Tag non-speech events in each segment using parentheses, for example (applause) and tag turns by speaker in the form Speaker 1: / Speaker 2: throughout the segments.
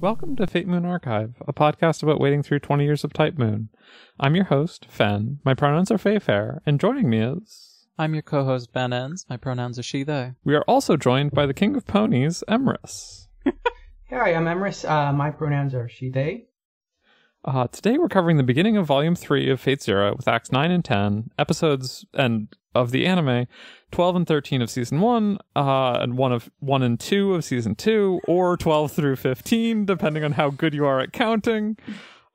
Speaker 1: Welcome to Fate Moon Archive, a podcast about wading through 20 years of Type Moon. I'm your host, Fen. My pronouns are Fayfair, and joining me is.
Speaker 2: I'm your co host, Ben Enns. My pronouns are she, they.
Speaker 1: We are also joined by the King of Ponies, Emrys.
Speaker 3: Hi, I'm Emrys. Uh, my pronouns are she, they.
Speaker 1: Uh, today we're covering the beginning of Volume 3 of Fate Zero with Acts 9 and 10, episodes and of the anime, 12 and 13 of Season 1, uh, and 1 of 1 and 2 of Season 2, or 12 through 15, depending on how good you are at counting.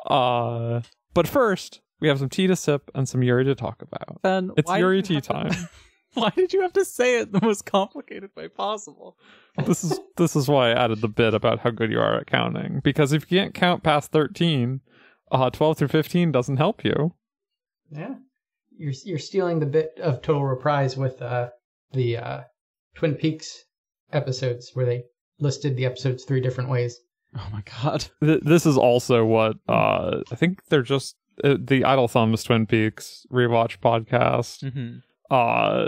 Speaker 1: Uh, but first, we have some tea to sip and some Yuri to talk about.
Speaker 2: Ben,
Speaker 1: It's
Speaker 2: why did
Speaker 1: Yuri
Speaker 2: you
Speaker 1: tea
Speaker 2: have to-
Speaker 1: time.
Speaker 2: (laughs) why did you have to say it the most complicated way possible?
Speaker 1: this is this is why I added the bit about how good you are at counting. Because if you can't count past 13, uh, 12 through 15 doesn't help you.
Speaker 3: Yeah. You're you're stealing the bit of total reprise with uh, the uh, Twin Peaks episodes where they listed the episodes three different ways.
Speaker 2: Oh my god.
Speaker 1: Th- this is also what uh, I think they're just uh, the Idle Thumbs Twin Peaks rewatch podcast.
Speaker 2: Mm-hmm.
Speaker 1: Uh,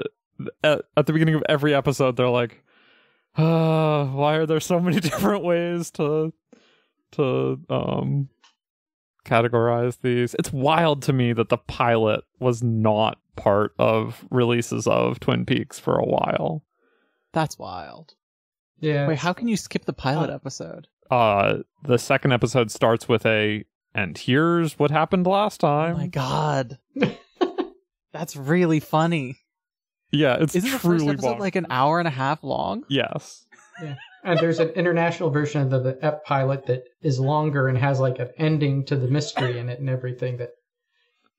Speaker 1: at, at the beginning of every episode, they're like, uh, "Why are there so (laughs) many different ways to to um categorize these?" It's wild to me that the pilot was not part of releases of Twin Peaks for a while.
Speaker 2: That's wild.
Speaker 3: Yeah.
Speaker 2: Wait, how can you skip the pilot episode?
Speaker 1: Uh, the second episode starts with a, and here's what happened last
Speaker 2: Oh
Speaker 1: time. (laughs)
Speaker 2: my god. That's really funny.
Speaker 1: Yeah, it's
Speaker 2: Isn't the
Speaker 1: truly
Speaker 2: first episode
Speaker 1: bonkers.
Speaker 2: like an hour and a half long?
Speaker 1: yes.
Speaker 3: And there's an international version of the, the ep pilot that is longer and has like an ending to the mystery in it and everything that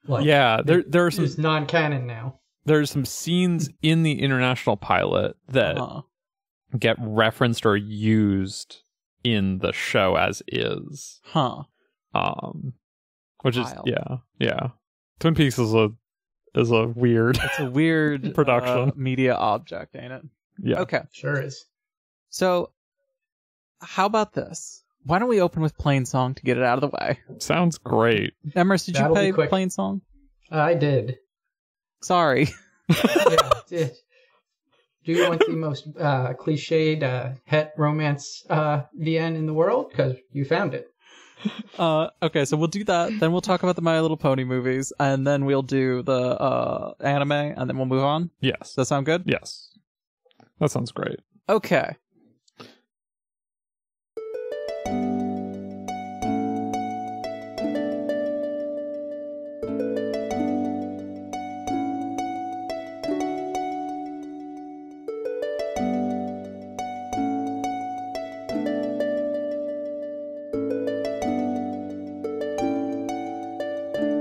Speaker 3: like
Speaker 1: yeah, there there are some
Speaker 3: is non canon now.
Speaker 1: there's some scenes in the international pilot that
Speaker 2: Uh-huh.
Speaker 1: get referenced or used in the show as is.
Speaker 2: Huh.
Speaker 1: Um which is
Speaker 2: Wild.
Speaker 1: yeah, yeah. Twin Peaks is a is a weird (laughs)
Speaker 2: It's a weird
Speaker 1: Production.
Speaker 2: uh, media object, ain't it?
Speaker 1: yeah.
Speaker 2: Okay.
Speaker 3: Sure is.
Speaker 2: So, how about this? Why don't we open with plain song to get it out of the way?
Speaker 1: Sounds great.
Speaker 2: Emrys, did
Speaker 3: That'll be
Speaker 2: you play
Speaker 3: quick.
Speaker 2: plain song?
Speaker 3: I did.
Speaker 2: Sorry.
Speaker 3: Yeah, did. Do you want the most uh, cliched uh, het romance uh, VN in the world? Because you found it.
Speaker 2: (laughs) Uh, okay, so we'll do that. Then we'll talk about the My Little Pony movies, and then we'll do the uh, anime, and then we'll move on.
Speaker 1: Yes.
Speaker 2: Does that sound good?
Speaker 1: yes. That sounds great.
Speaker 2: Okay. Plain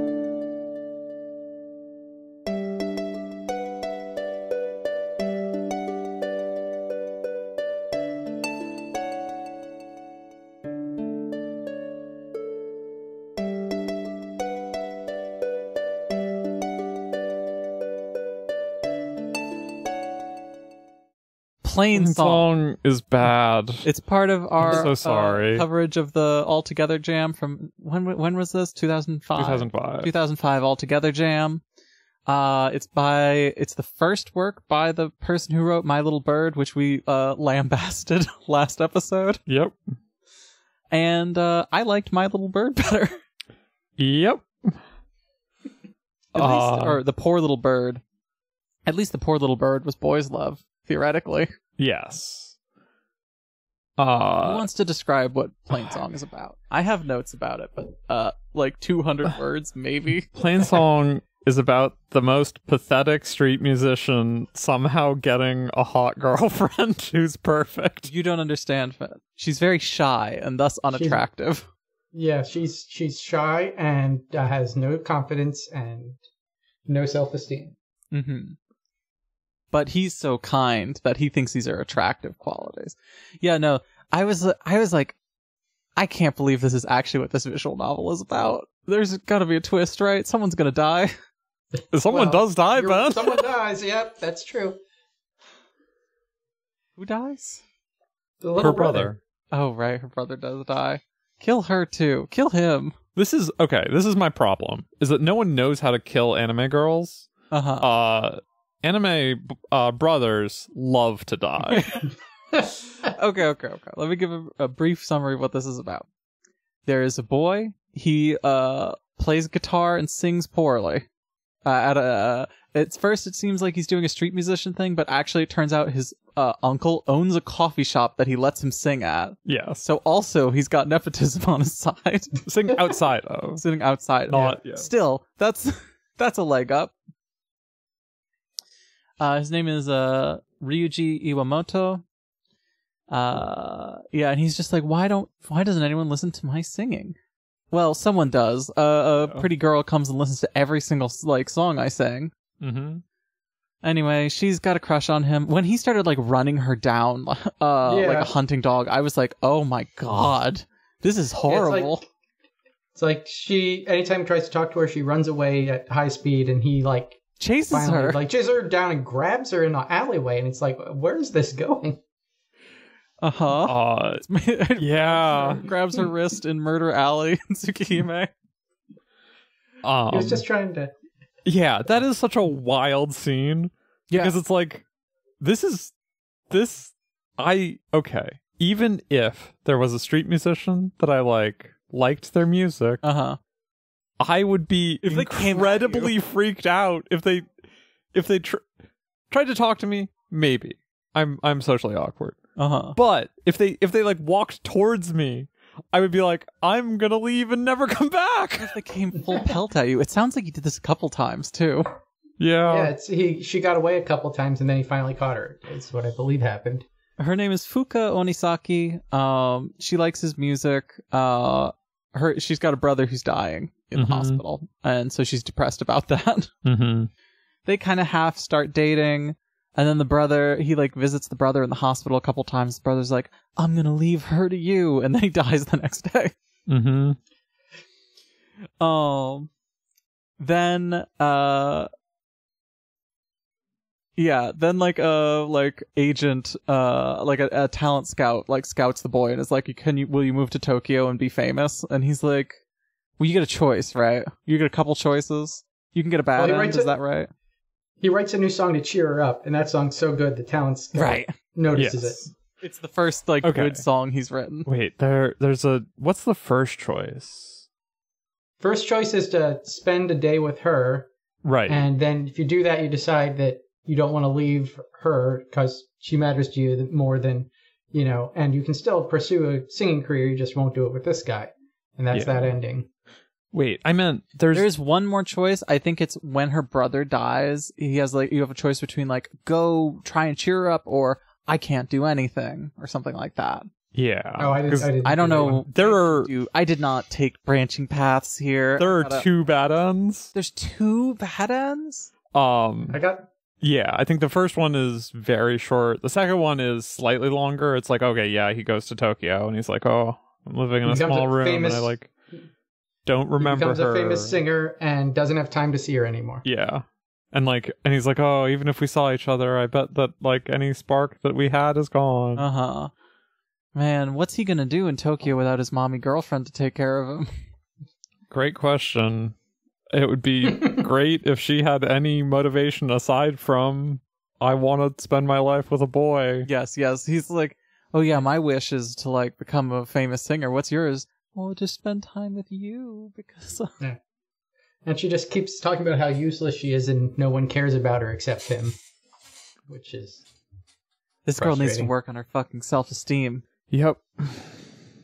Speaker 1: Song,
Speaker 2: song.
Speaker 1: is bad.
Speaker 2: It's part of our
Speaker 1: so
Speaker 2: uh,
Speaker 1: sorry.
Speaker 2: coverage of the All Together Jam from when? When was this? Two thousand five.
Speaker 1: 2005.
Speaker 2: 2005 altogether jam uh it's by it's the first work by the person who wrote my little bird which we uh (laughs) lambasted last episode
Speaker 1: Yep.
Speaker 2: and uh i liked my little bird (laughs) better
Speaker 1: Yep.
Speaker 2: at
Speaker 1: Uh,
Speaker 2: least or the poor little bird at least the poor little bird was boys love theoretically
Speaker 1: yes.
Speaker 2: who
Speaker 1: Uh
Speaker 2: wants to describe what plain song is about i have notes about it but uh
Speaker 1: (laughs)
Speaker 2: like 200 words maybe
Speaker 1: Plain Song is about the most pathetic street musician somehow getting a hot girlfriend (laughs) who's perfect.
Speaker 2: you don't understand Finn. she's very shy and thus unattractive
Speaker 3: Yeah, she's she's shy and uh, has no confidence and no self esteem.
Speaker 2: Mm-hmm. But he's so kind that he thinks these are attractive qualities. Yeah, no, I was, I was like, I can't believe this is actually what this visual novel is about. There's got to be a twist, right? Someone's gonna die. (laughs)
Speaker 1: Someone
Speaker 3: Well,
Speaker 1: does die, Ben.
Speaker 3: Someone dies. Yep, that's true.
Speaker 2: Who dies?
Speaker 3: The little
Speaker 2: Oh, right, her brother does die. Kill her too. Kill him.
Speaker 1: This is okay. This is my problem: is that no one knows how to kill anime girls.
Speaker 2: Uh huh.
Speaker 3: (laughs)
Speaker 1: Uh, anime uh, brothers love to die.
Speaker 2: okay, okay, okay. Let me give a, a brief summary of what this is about. There is a boy. He uh plays guitar and sings poorly. Uh, at a uh, at first, it seems like he's doing a street musician thing, but actually, it turns out his uh, uncle owns a coffee shop that he lets him sing at.
Speaker 1: Yes.
Speaker 2: So also, he's got nepotism (laughs) on his side,
Speaker 1: Sing outside of.
Speaker 2: sitting outside.
Speaker 1: Not, yeah.
Speaker 2: Still, that's (laughs) that's a leg up. Uh, his name is uh, Ryuji Iwamoto. Uh, yeah, and he's just like, why don't, why doesn't anyone listen to my singing? Well, someone does. Uh, a
Speaker 1: Oh.
Speaker 2: pretty girl comes and listens to every single like song I sang.
Speaker 1: Mm-hmm.
Speaker 2: Anyway, she's got a crush on him. When he started like running her down, (laughs) uh, like
Speaker 3: Yeah.
Speaker 2: a hunting dog, I was like, "Oh my god, this is horrible."
Speaker 3: It's like she, anytime he tries to talk to her, she runs away at high speed, and he like
Speaker 2: Chases
Speaker 3: finally
Speaker 2: her.
Speaker 3: like chases her down and grabs her in the alleyway, and it's like, where is this going?
Speaker 1: (laughs)
Speaker 2: uh huh.
Speaker 1: Uh, yeah.
Speaker 2: grabs her wrist in Murder Alley (laughs) in Tsukihime.
Speaker 1: Um,
Speaker 3: he was just trying to.
Speaker 1: yeah, that is such a wild scene.
Speaker 2: Yeah.
Speaker 1: Because it's like, this is. This. I. Okay. Even if there was a street musician that I like, liked their music,
Speaker 2: Uh huh.
Speaker 1: I would be
Speaker 2: If they came at you.
Speaker 1: incredibly freaked out if they if they tr- tried to talk to me. Maybe I'm I'm socially awkward,
Speaker 2: Uh huh.
Speaker 1: but if they if they like walked towards me, I would be like, I'm gonna leave and never (laughs) come back.
Speaker 2: They came full pelt at you. It sounds like you did this a couple times too.
Speaker 3: Yeah,
Speaker 1: Yeah,
Speaker 3: it's he. She got away a couple times, and then he finally caught her. Is what I believe happened.
Speaker 2: Her name is Fuka Onisaki. Um, she likes his music. Uh, her she's got a brother who's dying in
Speaker 1: Mhm.
Speaker 2: the hospital, and so she's depressed about (laughs) that.
Speaker 1: mm-hmm.
Speaker 2: they kind of half start dating and then the brother he like visits the brother in the hospital a couple times the brother's like i'm gonna leave her to you and then he (laughs) dies the next day
Speaker 1: Mm-hmm.
Speaker 2: um then uh yeah then like a like agent uh like a, a talent scout like scouts the boy and is like can you will you move to tokyo and be famous and he's like well you get a choice right you get a couple choices you can get a bad
Speaker 3: he
Speaker 2: end
Speaker 3: writes
Speaker 2: is
Speaker 3: it-
Speaker 2: that right
Speaker 3: He writes a new song to cheer her up, and that song's so good the talent scout notices
Speaker 1: Yes.
Speaker 3: it.
Speaker 2: (laughs) It's the first like
Speaker 1: Okay.
Speaker 2: good song he's written.
Speaker 1: Wait, there there's a what's the first choice?
Speaker 3: First choice is to spend a day with her,
Speaker 1: Right.
Speaker 2: Uh,
Speaker 3: and then if you do that, you decide that you don't want to leave her because she matters to you more than you know, and you can still pursue a singing career. You just won't do it with this guy, and that's
Speaker 1: Yeah.
Speaker 3: that ending.
Speaker 1: Wait, I meant there's,
Speaker 2: There's one more choice. I think it's when her brother dies. He has like you have a choice between like go try and cheer her up or I can't do anything or something like that.
Speaker 1: yeah.
Speaker 3: Oh, I didn't.
Speaker 1: 'cause
Speaker 3: I, didn't
Speaker 2: I don't
Speaker 3: do that
Speaker 2: know.
Speaker 3: one.
Speaker 1: There are-
Speaker 2: Dude, I did not take branching paths here.
Speaker 1: there
Speaker 2: I
Speaker 1: are
Speaker 2: gotta-
Speaker 1: two bad ends.
Speaker 2: There's two bad ends.
Speaker 1: Um,
Speaker 3: I got
Speaker 1: Yeah, I think the first one is very short. The second one is slightly longer. It's like, okay, yeah, he goes to Tokyo and he's like, oh, I'm living in
Speaker 3: He
Speaker 1: a
Speaker 3: becomes
Speaker 1: small
Speaker 3: a
Speaker 1: room
Speaker 3: famous-
Speaker 1: and I like don't
Speaker 3: he
Speaker 1: remember
Speaker 3: becomes
Speaker 1: her.
Speaker 3: a famous singer and doesn't have time to see her anymore.
Speaker 1: Yeah. And like and he's like, "Oh, even if we saw each other, I bet that like any spark that we had is gone."
Speaker 2: Uh huh. Man, what's he gonna do in Tokyo without his mommy girlfriend to take care of him? (laughs)
Speaker 1: Great question. It would be
Speaker 3: (laughs)
Speaker 1: great if she had any motivation aside from I want to spend my life with a boy.
Speaker 2: Yes, yes. He's like, oh yeah, my wish is to like become a famous singer. What's yours? Oh, to spend time with you because
Speaker 3: And she just keeps talking about how useless she is and no one cares about her except him. Which is
Speaker 2: this girl needs to
Speaker 3: Frustrating. work
Speaker 2: work on her fucking self esteem.
Speaker 1: Yep.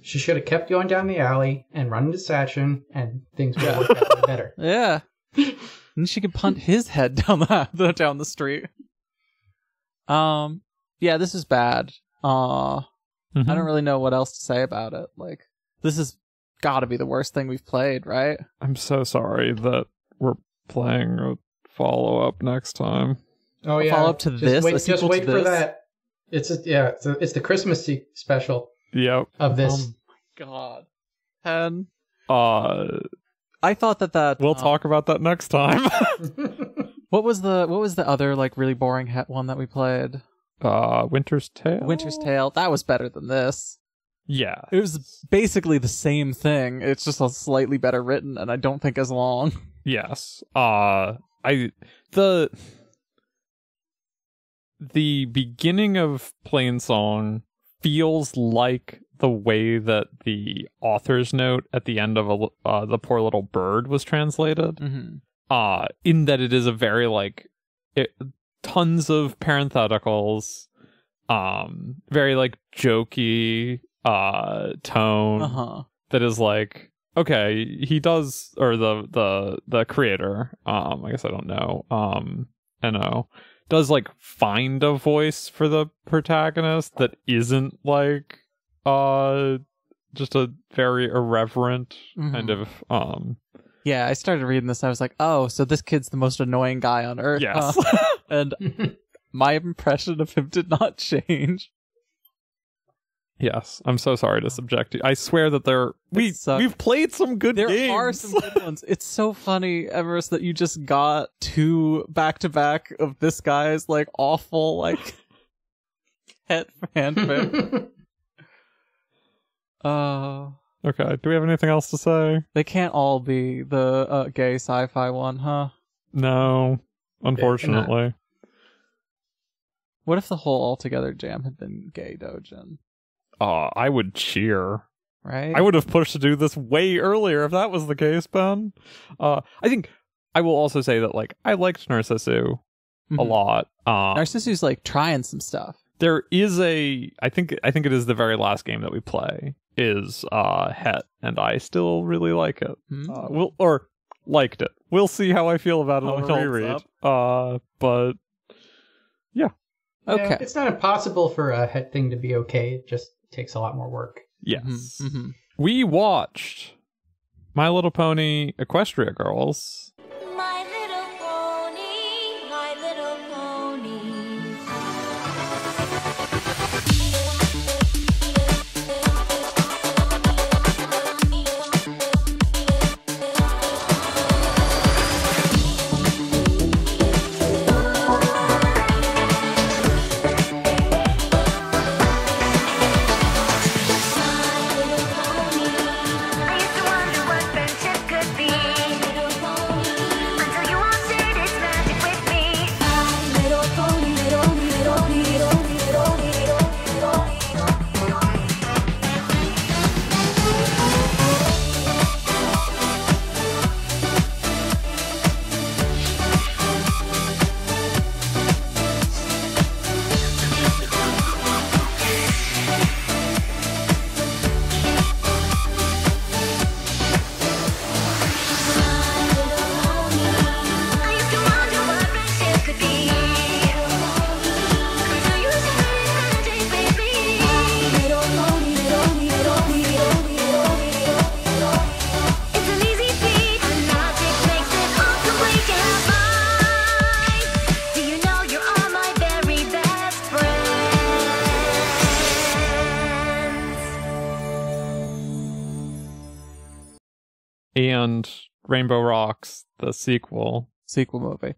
Speaker 3: she should have kept going down the alley and run into Sachin and things would have worked out way better.
Speaker 2: Yeah. and she could punt (laughs) his head down the, (laughs) the down the street. Um. Yeah, this is bad. Uh I
Speaker 3: Mm-hmm.
Speaker 2: don't really know what else to say about it. Like, this has got to be the worst thing we've played, right?
Speaker 1: I'm so sorry that we're playing a follow up next time.
Speaker 3: Oh yeah.
Speaker 2: follow-up to
Speaker 3: just
Speaker 2: this? A
Speaker 3: Wait, just
Speaker 2: sequel to
Speaker 3: wait for
Speaker 2: this?
Speaker 3: that. It's a, yeah, it's, a, it's the Christmas se- special
Speaker 1: Yep.
Speaker 3: of this.
Speaker 2: Oh my god. And
Speaker 1: Uh,
Speaker 2: I thought that that
Speaker 1: we'll
Speaker 2: um,
Speaker 1: talk about that next time. (laughs)
Speaker 3: (laughs)
Speaker 2: What was the what was the other like really boring he- one that we played?
Speaker 1: uh, Winter's Tale.
Speaker 2: Winter's
Speaker 3: Oh.
Speaker 2: Tale. That was better than this.
Speaker 1: Yeah.
Speaker 2: It was basically the same thing. It's just a slightly better written, and I don't think as long.
Speaker 1: Yes. Uh, I the the beginning of Plain Song feels like the way that the author's note at the end of a, l- uh, the poor little bird was translated
Speaker 2: hmm
Speaker 1: uh in that it is a very like it, tons of parentheticals um very like jokey uh tone
Speaker 2: Uh huh.
Speaker 1: that is like okay he does or the the the creator um i guess i don't know um no does like find a voice for the protagonist that isn't like uh just a very irreverent kind of um
Speaker 2: Yeah, I started reading this. I was like, oh, so this kid's the most annoying guy on earth.
Speaker 1: yes
Speaker 2: huh? and my impression of him did not (laughs) change.
Speaker 1: Yes, I'm so sorry to subject you. I swear that there we
Speaker 2: sucked.
Speaker 1: we've played some good
Speaker 2: There
Speaker 1: games. (laughs)
Speaker 2: are some good ones. It's so funny, Everest, that you just got two back to back of this guy's like awful like pet
Speaker 3: (laughs)
Speaker 2: fanfic. uh,
Speaker 1: okay, do we have anything else to say?
Speaker 2: they can't all be the uh, gay sci-fi one, huh?
Speaker 1: No, unfortunately.
Speaker 2: What if the whole altogether jam had been gay dojin?
Speaker 1: Uh, I would cheer.
Speaker 2: Right?
Speaker 1: I would have pushed to do this way earlier if that was the case, Ben. Uh, I think I will also say that like I liked Narcissu a
Speaker 2: Mhm.
Speaker 1: lot. Uh,
Speaker 2: Narcissu's like trying some stuff.
Speaker 1: there is a I think I think it is the very last game that we play is uh Het, and I still really like it.
Speaker 2: Hmm?
Speaker 1: uh, will or liked it. We'll see how I feel about it
Speaker 2: How
Speaker 1: on
Speaker 2: it holds
Speaker 1: reread. Uh, but
Speaker 2: okay.
Speaker 3: it's not impossible for a head thing to be okay. It just takes a lot more work.
Speaker 1: yes,
Speaker 2: Mhm, mhm.
Speaker 1: we watched My Little Pony Equestria Girls.
Speaker 4: My little pony, my little pony.
Speaker 5: I used to wonder what friendship could be until you all shared its magic with me. I used to wonder what friendship could be until you shared its magic with me. It's an easy feat, and magic makes it all complete. You have mine. Do you know you are my very best friend?
Speaker 1: and Rainbow Rocks, the sequel.
Speaker 2: Sequel movie.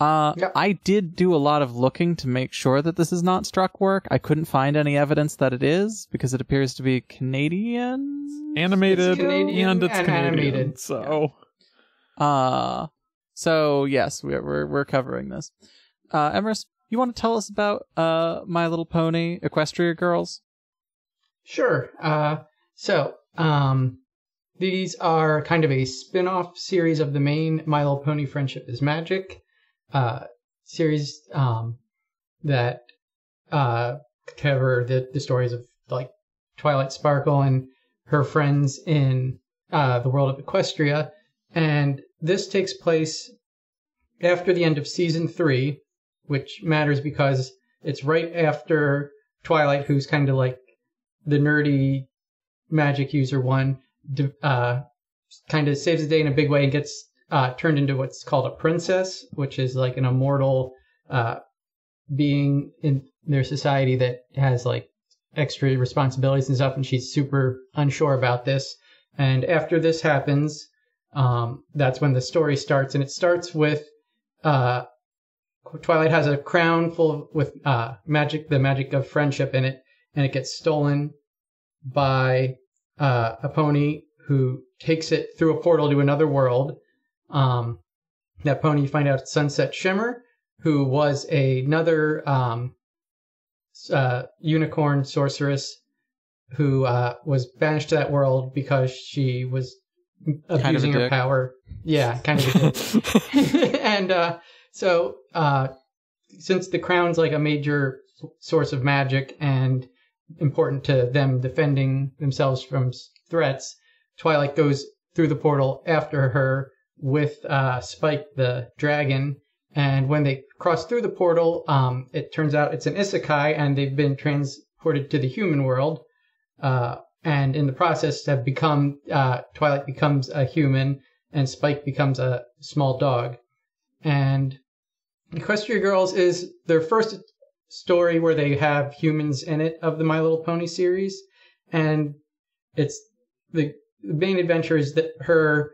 Speaker 2: Uh,
Speaker 3: Yep.
Speaker 2: I did do a lot of looking to make sure that this is not struck work. I couldn't find any evidence that it is because it appears to be Canadian.
Speaker 1: Animated
Speaker 3: Canadian
Speaker 1: and it's
Speaker 3: and
Speaker 1: Canadian,
Speaker 3: animated.
Speaker 1: So
Speaker 2: Uh, so yes, we're we're, we're covering this. Uh, Emerus, you want to tell us about uh My Little Pony Equestria Girls?
Speaker 3: Sure. Uh, so um, these are kind of a spin off series of the main My Little Pony Friendship is Magic uh, series um, that uh, cover the, the stories of like Twilight Sparkle and her friends in uh, the world of Equestria. And this takes place after the end of season three, which matters because it's right after Twilight, who's kind of like the nerdy magic user one d- uh, kind of saves the day in a big way and gets uh, turned into what's called a princess, which is like an immortal uh, being in their society that has like extra responsibilities and stuff. And she's super unsure about this. And after this happens, um, that's when the story starts. And it starts with uh, Twilight has a crown full of, with uh, magic, the magic of friendship in it and it gets stolen by uh, a pony who takes it through a portal to another world. Um, that pony you find out it's Sunset Shimmer, who was a- another um, s- uh, unicorn sorceress who uh, was banished to that world because she was
Speaker 2: of a
Speaker 3: abusing her
Speaker 2: dick.
Speaker 3: power. Yeah, kind
Speaker 1: (laughs)
Speaker 3: of. A dick. (laughs) and uh, so, uh, since the crown's like a major s- source of magic and important to them defending themselves from s- threats, Twilight goes through the portal after her with uh, Spike the dragon. And when they cross through the portal, um, it turns out it's an isekai, and they've been transported to the human world. Uh, and in the process, have become uh, Twilight becomes a human, and Spike becomes a small dog. And Equestria Girls is their first story where they have humans in it of the My Little Pony series, and it's the, the main adventure is that her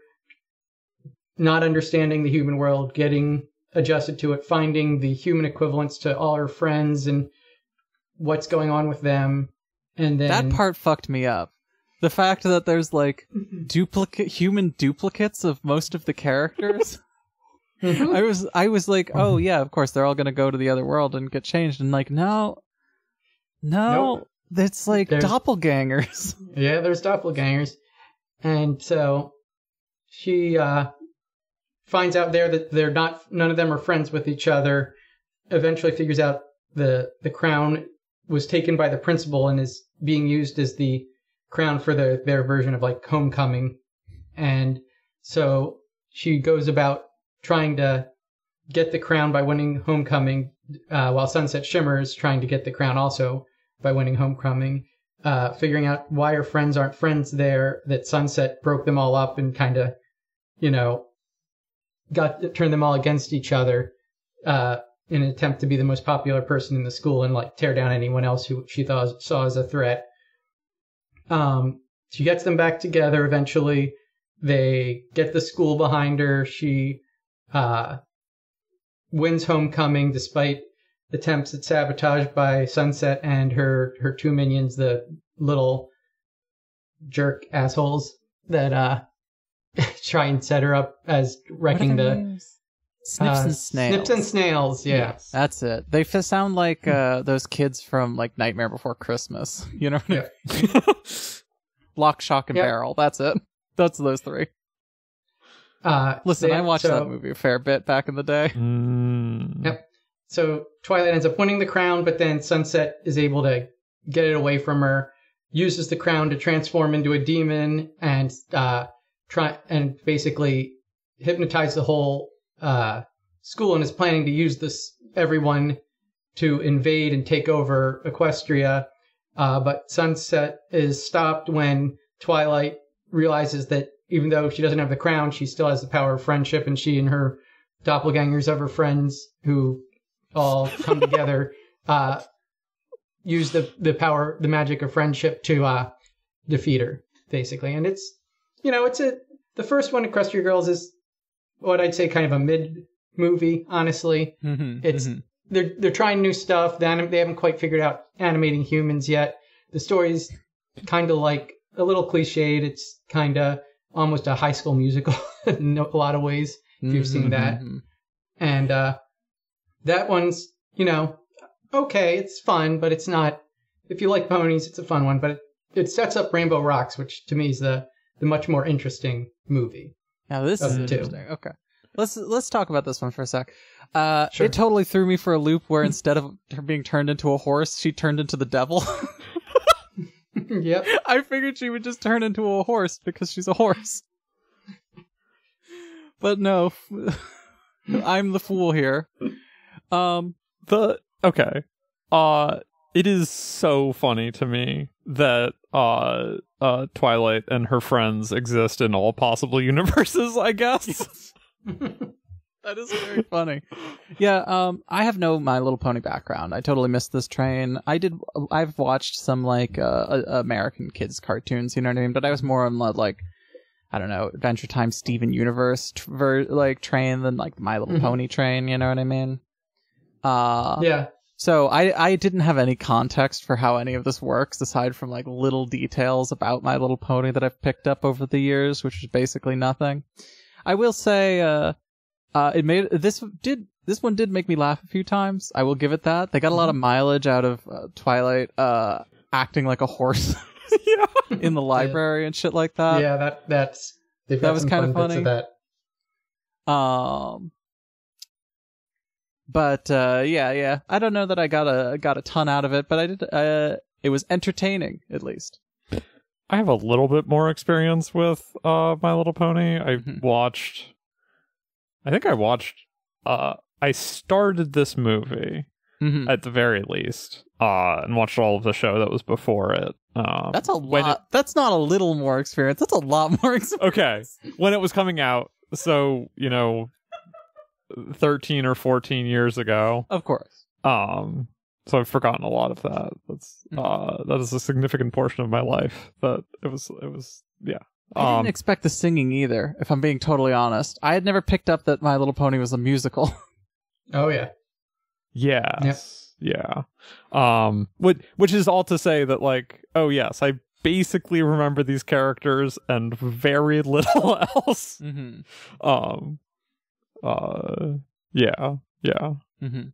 Speaker 3: not understanding the human world, getting adjusted to it, finding the human equivalents to all her friends and what's going on with them, and then
Speaker 2: That part fucked me up. The fact that there's like
Speaker 3: 嗯
Speaker 2: duplicate human duplicates of most of the characters. (laughs)
Speaker 3: Mhm.
Speaker 2: I was I was like, oh yeah, of course they're all gonna go to the other world and get changed, and like no, no, it's like
Speaker 3: There's-
Speaker 2: doppelgangers.
Speaker 3: (laughs) Yeah, there's doppelgangers. And so she uh, finds out there that they're not none of them are friends with each other. Eventually figures out the the crown was taken by the principal and is being used as the crown for their their version of like homecoming. And so she goes about trying to get the crown by winning homecoming uh, while Sunset Shimmer is trying to get the crown also by winning homecoming uh, figuring out why her friends aren't friends there, that Sunset broke them all up and kind of, you know, got turned them all against each other uh, in an attempt to be the most popular person in the school and like tear down anyone else who she thought saw as a threat. Um, she gets them back together eventually. They get the school behind her. She uh, wins homecoming despite attempts at sabotage by Sunset and her her two minions, the little jerk assholes that uh (laughs) try and set her up as wrecking the
Speaker 2: snips
Speaker 3: uh,
Speaker 2: and snails.
Speaker 3: Snips and Hmm. snails, yeah.
Speaker 2: That's it. They f- sound like uh, those kids from like Nightmare Before Christmas. (laughs) You know, what I mean? (laughs) Lock, Shock, and
Speaker 3: Yeah.
Speaker 2: Barrel. That's it. That's those three.
Speaker 3: Uh,
Speaker 2: Listen,
Speaker 3: they-
Speaker 2: I watched
Speaker 3: so-
Speaker 2: that movie a fair bit back in the day.
Speaker 1: Mm.
Speaker 3: Yep. So Twilight ends up winning the crown, but then Sunset is able to get it away from her, uses the crown to transform into a demon and uh, try and basically hypnotize the whole uh, school and is planning to use this everyone to invade and take over Equestria. Uh, but Sunset is stopped when Twilight realizes that even though she doesn't have the crown, she still has the power of friendship, and she and her doppelgangers of her friends who all come together uh, use the the power, the magic of friendship to uh, defeat her, basically. And it's you know it's a the first one, Equestria Girls, is what I'd say kind of a mid movie, honestly
Speaker 2: Mm-hmm.
Speaker 3: It's- they're they're trying new stuff. They, anim- they haven't quite figured out animating humans yet. The story's kind of like a little cliched. It's kind of almost a High School Musical (laughs) in a lot of ways.
Speaker 2: Mm-hmm.
Speaker 3: if you've seen that. And uh, that one's you know okay, it's fun, but it's not. If you like ponies, it's a fun one, but it, it sets up Rainbow Rocks, which to me is the the much more interesting movie.
Speaker 2: Now this
Speaker 3: Of
Speaker 2: is
Speaker 3: the two.
Speaker 2: interesting. Okay. Let's let's talk about this one for a sec. Uh,
Speaker 3: Sure.
Speaker 2: It totally threw me for a loop where instead of her being turned into a horse, she turned into the devil.
Speaker 3: (laughs)
Speaker 2: (laughs)
Speaker 3: yep.
Speaker 2: I figured she would just turn into a horse because she's a horse. But no, (laughs) I'm the fool here.
Speaker 1: Um, the okay. Uh it is so funny to me that uh uh Twilight and her friends exist in all possible (laughs) universes, I guess.
Speaker 2: That is (laughs) very funny. Yeah, um, I have no My Little Pony background. I totally missed this train. I did. I've watched some like uh, uh, American kids cartoons. You know what I mean? But I was more on the, like, I don't know, Adventure Time, Steven Universe, tr- ver- like train than like My Little
Speaker 3: Mhm.
Speaker 2: Pony train. You know what I mean? Uh,
Speaker 3: Yeah.
Speaker 2: So I I didn't have any context for how any of this works aside from like little details about My Little Pony that I've picked up over the years, which is basically nothing. I will say uh uh it made this did this one did make me laugh a few times. I will give it that. They got a lot
Speaker 1: Mm-hmm.
Speaker 2: of mileage out of uh, Twilight uh, acting like a horse
Speaker 1: (laughs) yeah.
Speaker 2: (laughs) in the library and shit like that.
Speaker 3: yeah, that that's Uh, they've got
Speaker 2: that was
Speaker 3: some
Speaker 2: kinda
Speaker 3: fun bits
Speaker 2: funny.
Speaker 3: of that.
Speaker 2: Um, but uh, yeah, yeah. I don't know that I got a got a ton out of it, but I did. Uh, it was entertaining at least.
Speaker 1: I have a little bit more experience with uh My Little Pony. I
Speaker 2: Mhm.
Speaker 1: watched I think I watched uh I started this movie
Speaker 2: Mm-hmm.
Speaker 1: at the very least. Uh and watched all of the show that was before it. Um
Speaker 2: That's a
Speaker 1: when
Speaker 2: lot. that's not a little more experience. That's a lot more (laughs)
Speaker 1: it-
Speaker 2: experience.
Speaker 1: okay. When it was coming out, so, you know, 13 or 14 years ago.
Speaker 2: Of course.
Speaker 1: Um, so I've forgotten a lot of that. That's
Speaker 2: Mm.
Speaker 1: uh, that is a significant portion of my life. That it was, it was, yeah.
Speaker 2: I
Speaker 1: Um,
Speaker 2: didn't expect the singing either, if I'm being totally honest. I had never picked up that My Little Pony was a musical. (laughs)
Speaker 3: Oh yeah,
Speaker 1: yes, yeah. Um, which which is all to say that like, oh yes, I basically remember these characters and very (laughs) little else.
Speaker 2: Mm-hmm.
Speaker 1: Um, uh, yeah, yeah.
Speaker 2: Mm-hmm.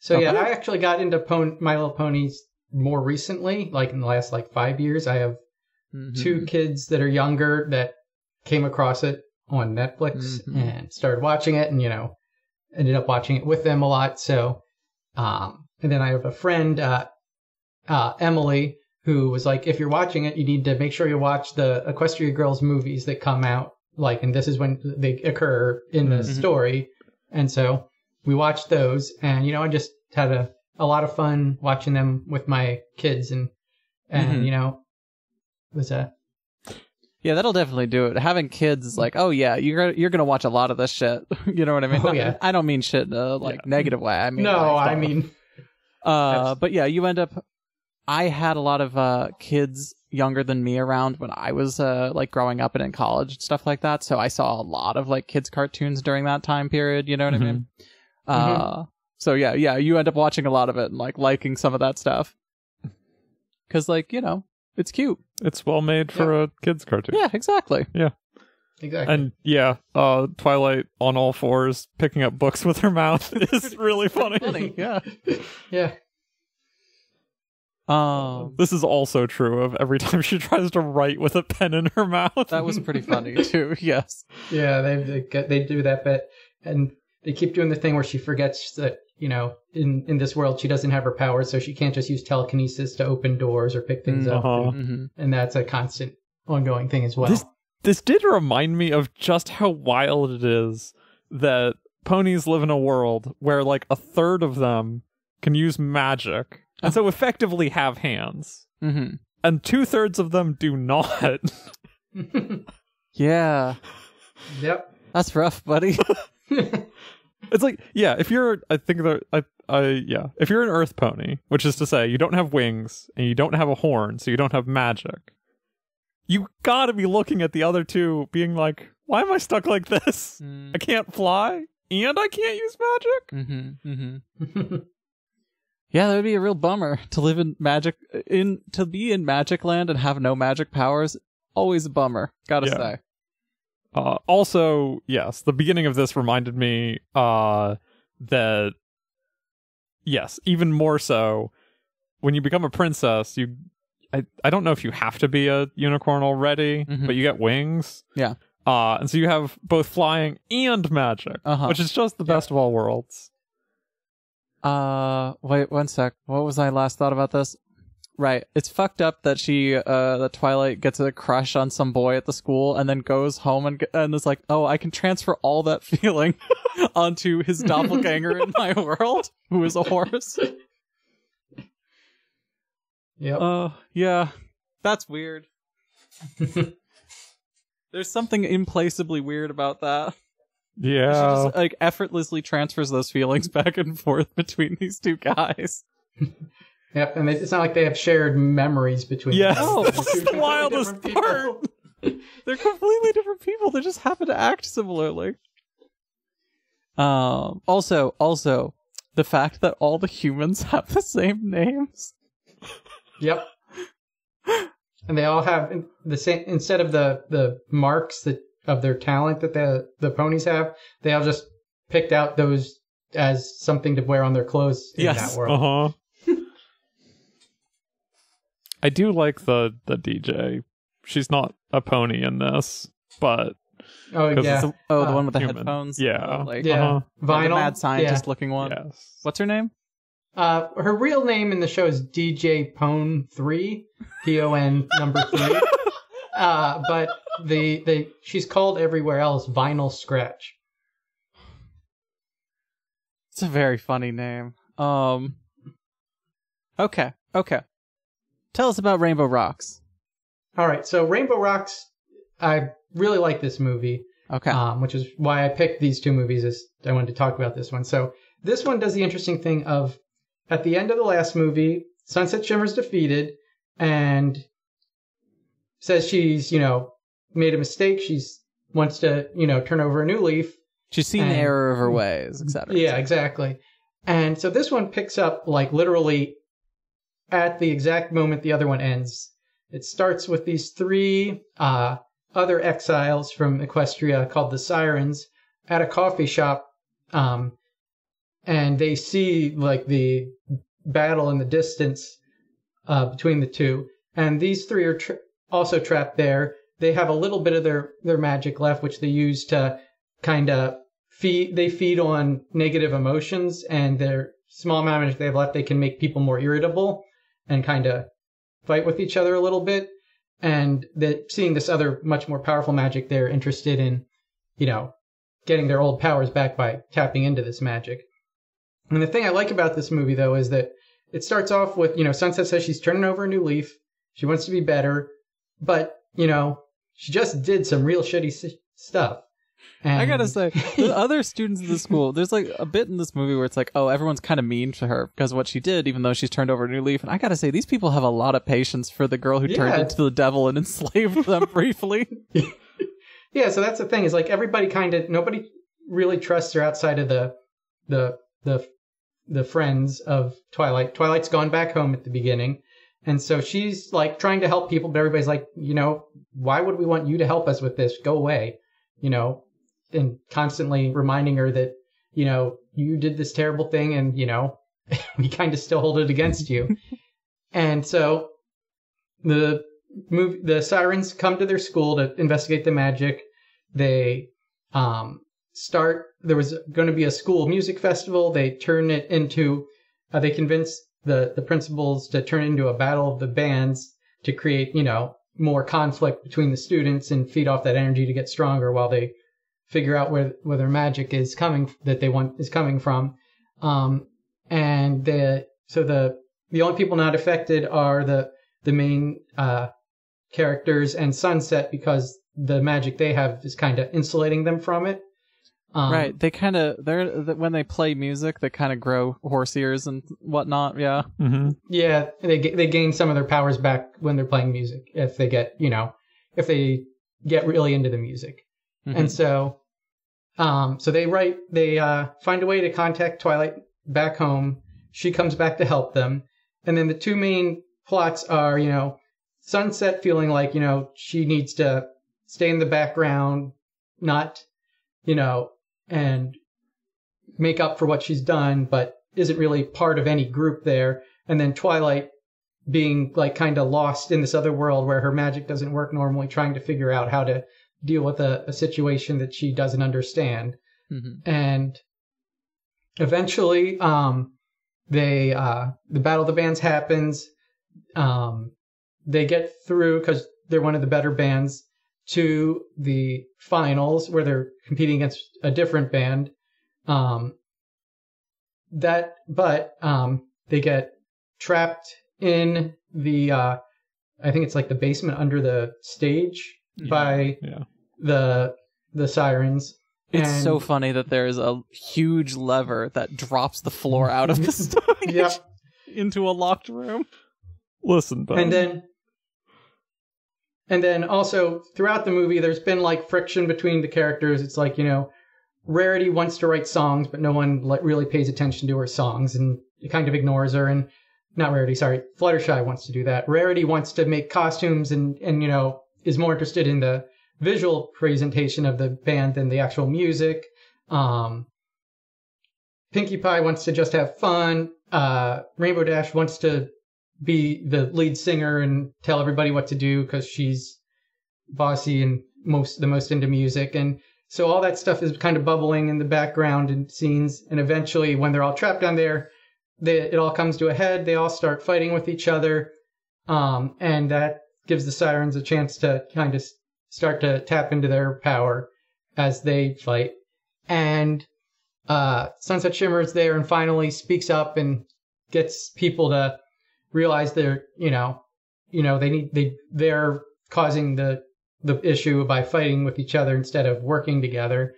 Speaker 3: So yeah,
Speaker 1: Okay.
Speaker 3: I actually got into pon- My Little Ponies more recently, like in the last like five years. I have
Speaker 2: Mm-hmm.
Speaker 3: two kids that are younger that came across it on Netflix
Speaker 2: Mhm.
Speaker 3: and started watching it, and you know, ended up watching it with them a lot. So, um, and then I have a friend, uh, uh, Emily, who was like, if you're watching it, you need to make sure you watch the Equestria Girls movies that come out, like, and this is when they occur in the
Speaker 2: Mhm.
Speaker 3: story. And so we watched those, and you know, I just had a a lot of fun watching them with my kids, and and
Speaker 2: Mhm.
Speaker 3: you know, it was a
Speaker 2: Yeah, that'll definitely do it. Having kids is like, oh yeah, you're gonna- you're gonna watch a lot of this shit. (laughs) you know what I mean?
Speaker 3: Oh,
Speaker 2: Not-
Speaker 3: yeah.
Speaker 2: I don't mean shit in a like
Speaker 1: Yeah.
Speaker 2: negative way. I mean
Speaker 3: no,
Speaker 2: like,
Speaker 3: I
Speaker 2: don't-
Speaker 3: mean, (laughs)
Speaker 2: Uh,
Speaker 3: Abs-
Speaker 2: but yeah, you end up. I had a lot of uh, kids younger than me around when I was uh, like growing up and in college and stuff like that. So I saw a lot of like kids cartoons during that time period. You know what
Speaker 1: Mhm.
Speaker 2: I mean? Uh, So yeah, yeah, you end up watching a lot of it and like liking some of that stuff because like you know it's cute.
Speaker 1: It's well made for a kids cartoon.
Speaker 2: Yeah, exactly.
Speaker 3: exactly.
Speaker 1: And yeah, uh, Twilight on all fours, picking up books (laughs) with her mouth is really funny.
Speaker 2: Funny, yeah.
Speaker 3: yeah,
Speaker 2: (laughs) Um,
Speaker 1: This is also true of every (laughs) time she tries to write with a pen in her mouth.
Speaker 2: that was pretty (laughs) funny too. Yes.
Speaker 3: yeah, they they, get- they do that bit, and they keep doing the thing where she forgets that you know, in in this world, she doesn't have her powers, so she can't just use telekinesis to open doors or pick things up,
Speaker 1: Uh-huh.
Speaker 2: Mm-hmm.
Speaker 3: and that's a constant ongoing thing as well.
Speaker 1: This- This did remind me of just how wild it is that ponies live in a world where like a third of them can use magic and so effectively have hands,
Speaker 2: Mm-hmm.
Speaker 1: and two thirds of them do not. (laughs)
Speaker 2: Yeah,
Speaker 3: (laughs) yep. (laughs)
Speaker 2: that's rough, buddy. (laughs)
Speaker 1: It's like, yeah, if you're, I think that, I, I, yeah, if you're an earth pony, which is to say you don't have wings and you don't have a horn, so you don't have magic, you gotta be looking at the other two being like, why am I stuck like this?
Speaker 2: mm-hmm.
Speaker 1: I can't fly and I can't use magic?
Speaker 2: Mm-hmm.
Speaker 3: yeah,
Speaker 2: Yeah, that would be a real bummer (laughs) to live in magic in to be in magic land and have no magic powers. Always a bummer, gotta
Speaker 1: Yeah.
Speaker 2: say.
Speaker 1: Uh, also, yes, the beginning of this reminded me uh, that, yes, even more so, when you become a princess, you, I, I don't know if you have to be a unicorn already,
Speaker 2: Mhm.
Speaker 1: but you get wings.
Speaker 2: Yeah.
Speaker 1: Uh, and so you have both flying and magic,
Speaker 2: Uh-huh.
Speaker 1: which is just the best of all worlds.
Speaker 2: Uh, wait one sec. What was I last thought about this? Right, it's fucked up that she, uh, that Twilight gets a crush on some boy at the school and then goes home and ge- and is like, oh, I can transfer all that (laughs) feeling onto his doppelganger in my world, who is a horse.
Speaker 3: yep.
Speaker 2: Uh, yeah, that's weird. There's something implacably weird about that.
Speaker 1: Yeah.
Speaker 2: She
Speaker 1: Oh.
Speaker 2: just like effortlessly transfers those feelings back and forth between these two guys.
Speaker 3: Yep, and they, it's not like they have shared memories between.
Speaker 1: Yes,
Speaker 3: them.
Speaker 2: No.
Speaker 1: that's
Speaker 3: (laughs) Two
Speaker 1: the
Speaker 3: completely
Speaker 1: wildest
Speaker 3: different people.
Speaker 1: part.
Speaker 2: They're completely different people. They just happen to act similarly. Um. Also, also, the fact that all the humans have the same
Speaker 1: (laughs)
Speaker 2: names.
Speaker 3: Yep. And they all have in- the same instead of the the marks that of their talent that the the ponies have, they all just picked out those as something to wear on their clothes in
Speaker 2: Yes.
Speaker 3: that world.
Speaker 1: Uh huh.
Speaker 2: (laughs)
Speaker 1: I do like the the DJ. She's not a pony in this, but
Speaker 3: Oh
Speaker 1: 'Cause
Speaker 3: yeah,
Speaker 1: it's
Speaker 2: So- oh, the
Speaker 3: Uh,
Speaker 2: one with the
Speaker 1: Ah, human.
Speaker 2: headphones.
Speaker 1: Yeah.
Speaker 2: Oh, like
Speaker 3: Yeah.
Speaker 1: uh-huh.
Speaker 2: the
Speaker 3: vinyl.
Speaker 2: mad scientist
Speaker 3: Yeah.
Speaker 2: looking one.
Speaker 1: yes.
Speaker 2: What's her name?
Speaker 3: Uh, her real name in the show is DJ Pone Three, P O N number
Speaker 1: (laughs)
Speaker 3: three. uh, but the the she's called everywhere else Vinyl Scratch.
Speaker 2: It's a very funny name. Um. Okay. Okay. Tell us about Rainbow Rocks.
Speaker 3: All right, so Rainbow Rocks. I really like this movie.
Speaker 2: Okay.
Speaker 3: um, which is why I picked these two movies. Is I wanted to talk about this one. So this one does the interesting thing of at the end of the last movie, Sunset Shimmer's defeated and says she's you know made a mistake. She's wants to you know turn over a new leaf.
Speaker 2: She's seen the
Speaker 3: and-
Speaker 2: error of her ways, etc.
Speaker 3: Yeah, exactly. And so this one picks up like literally at the exact moment the other one ends. It starts with these three uh, other exiles from Equestria called the Sirens at a coffee shop, um, and they see like the battle in the distance uh, between the two. And these three are tra- also trapped there. They have a little bit of their their magic left, which they use to kind of feed they feed on negative emotions and their small amount of they have left they can make people more irritable and kind of fight with each other a little bit and that seeing this other much more powerful magic they're interested in you know getting their old powers back by tapping into this magic and the thing i like about this movie though is that it starts off with you know sunset says she's turning over a new leaf she wants to be better but you know she just did some real shitty s- stuff and
Speaker 2: I gotta say, the other students in the school, there's like a bit in this movie where it's like, oh, everyone's kind of mean to her because of what she did, even though she's turned over a new leaf. And I gotta say, these people have a lot of patience for the girl who turned
Speaker 3: Yeah.
Speaker 2: into the devil and enslaved
Speaker 3: (laughs)
Speaker 2: them briefly.
Speaker 3: Yeah, so that's the thing is like everybody kind of nobody really trusts her outside of the the the the friends of Twilight. Twilight's gone back home at the beginning, and so she's like trying to help people, but everybody's like, you know, why would we want you to help us with this? Go away, you know, and constantly reminding her that you know you did this terrible thing, and you know (laughs) we kind of still hold it against you, and so the move the sirens come to their school to investigate the magic they um start there was going to be a school music festival they turn it into uh, they convince the the principals to turn it into a battle of the bands to create you know more conflict between the students and feed off that energy to get stronger while they figure out where where their magic is coming that they want is coming from um and the so the the only people not affected are the the main uh characters and sunset because the magic they have is kind of insulating them from it um,
Speaker 2: right. They kind of, they're, th- when they play music, they kind of grow horse ears and whatnot. Yeah.
Speaker 1: (laughs) Mm-hmm.
Speaker 3: Yeah, they ga- they gain some of their powers back when they're playing music if they get you know if they get really into the music, and so um so they write they uh find a way to contact Twilight back home. She comes back to help them, and then the two main plots are you know Sunset feeling like you know she needs to stay in the background, not you know and make up for what she's done, but isn't really part of any group there. And then Twilight being like kind of lost in this other world where her magic doesn't work normally, trying to figure out how to deal with a, a situation that she doesn't understand. Mm-hmm.
Speaker 2: Mhm.
Speaker 3: And eventually, um, they uh, the battle of the bands happens. Um, they get through because they're one of the better bands to the finals where they're competing against a different band. Um, that, but um, they get trapped in the, uh, I think it's like the basement under the stage by
Speaker 1: Yeah.
Speaker 3: the the sirens.
Speaker 2: It's
Speaker 3: And-
Speaker 2: so funny that there is a huge lever that drops the floor out of the stage (laughs)
Speaker 3: Yep.
Speaker 2: into a locked room.
Speaker 1: Listen, but
Speaker 3: and then and then also throughout the movie there's been like friction between the characters it's like you know rarity wants to write songs but no one like really pays attention to her songs and it kind of ignores her and not rarity sorry fluttershy wants to do that rarity wants to make costumes and and you know is more interested in the visual presentation of the band than the actual music um Pinkie Pie wants to just have fun. Uh, Rainbow Dash wants to be the lead singer and tell everybody what to do because she's bossy and most the most into music. And so all that stuff is kind of bubbling in the background and scenes. And eventually, when they're all trapped down there, they, it all comes to a head. They all start fighting with each other, um, and that gives the sirens a chance to kind of s- start to tap into their power as they fight. And uh, Sunset Shimmer is there and finally speaks up and gets people to realize they're you know you know they need they they're causing the the issue by fighting with each other instead of working together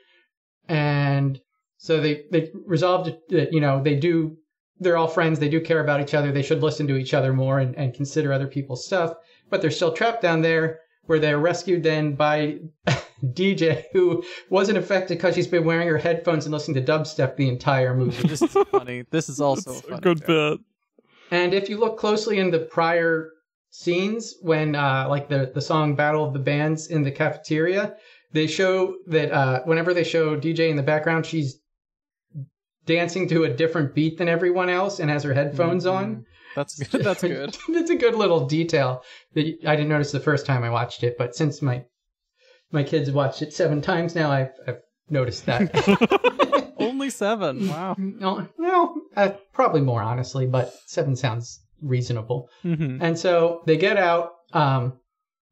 Speaker 3: and so they they resolved that you know they do they're all friends they do care about each other they should listen to each other more and, and consider other people's stuff but they're still trapped down there where they're rescued then by (laughs) dj who wasn't affected because she's been wearing her headphones and listening to dubstep the entire movie
Speaker 2: (laughs) This is funny. This is also
Speaker 1: That's
Speaker 2: a funny
Speaker 1: good
Speaker 2: joke.
Speaker 1: bit.
Speaker 3: And if you look closely in the prior scenes, when uh, like the the song "Battle of the Bands" in the cafeteria, they show that uh, whenever they show DJ in the background, she's dancing to a different beat than everyone else and has her headphones on.
Speaker 2: That's good. (laughs)
Speaker 3: (laughs)
Speaker 2: That's good.
Speaker 3: That's a good little detail that you- I didn't notice the first time I watched it, but since my my kids watched it seven times now, I've, I've noticed that. (laughs)
Speaker 2: Only seven. Wow.
Speaker 3: no, no uh, probably more honestly, but seven sounds reasonable.
Speaker 2: hmm
Speaker 3: And so they get out. Um,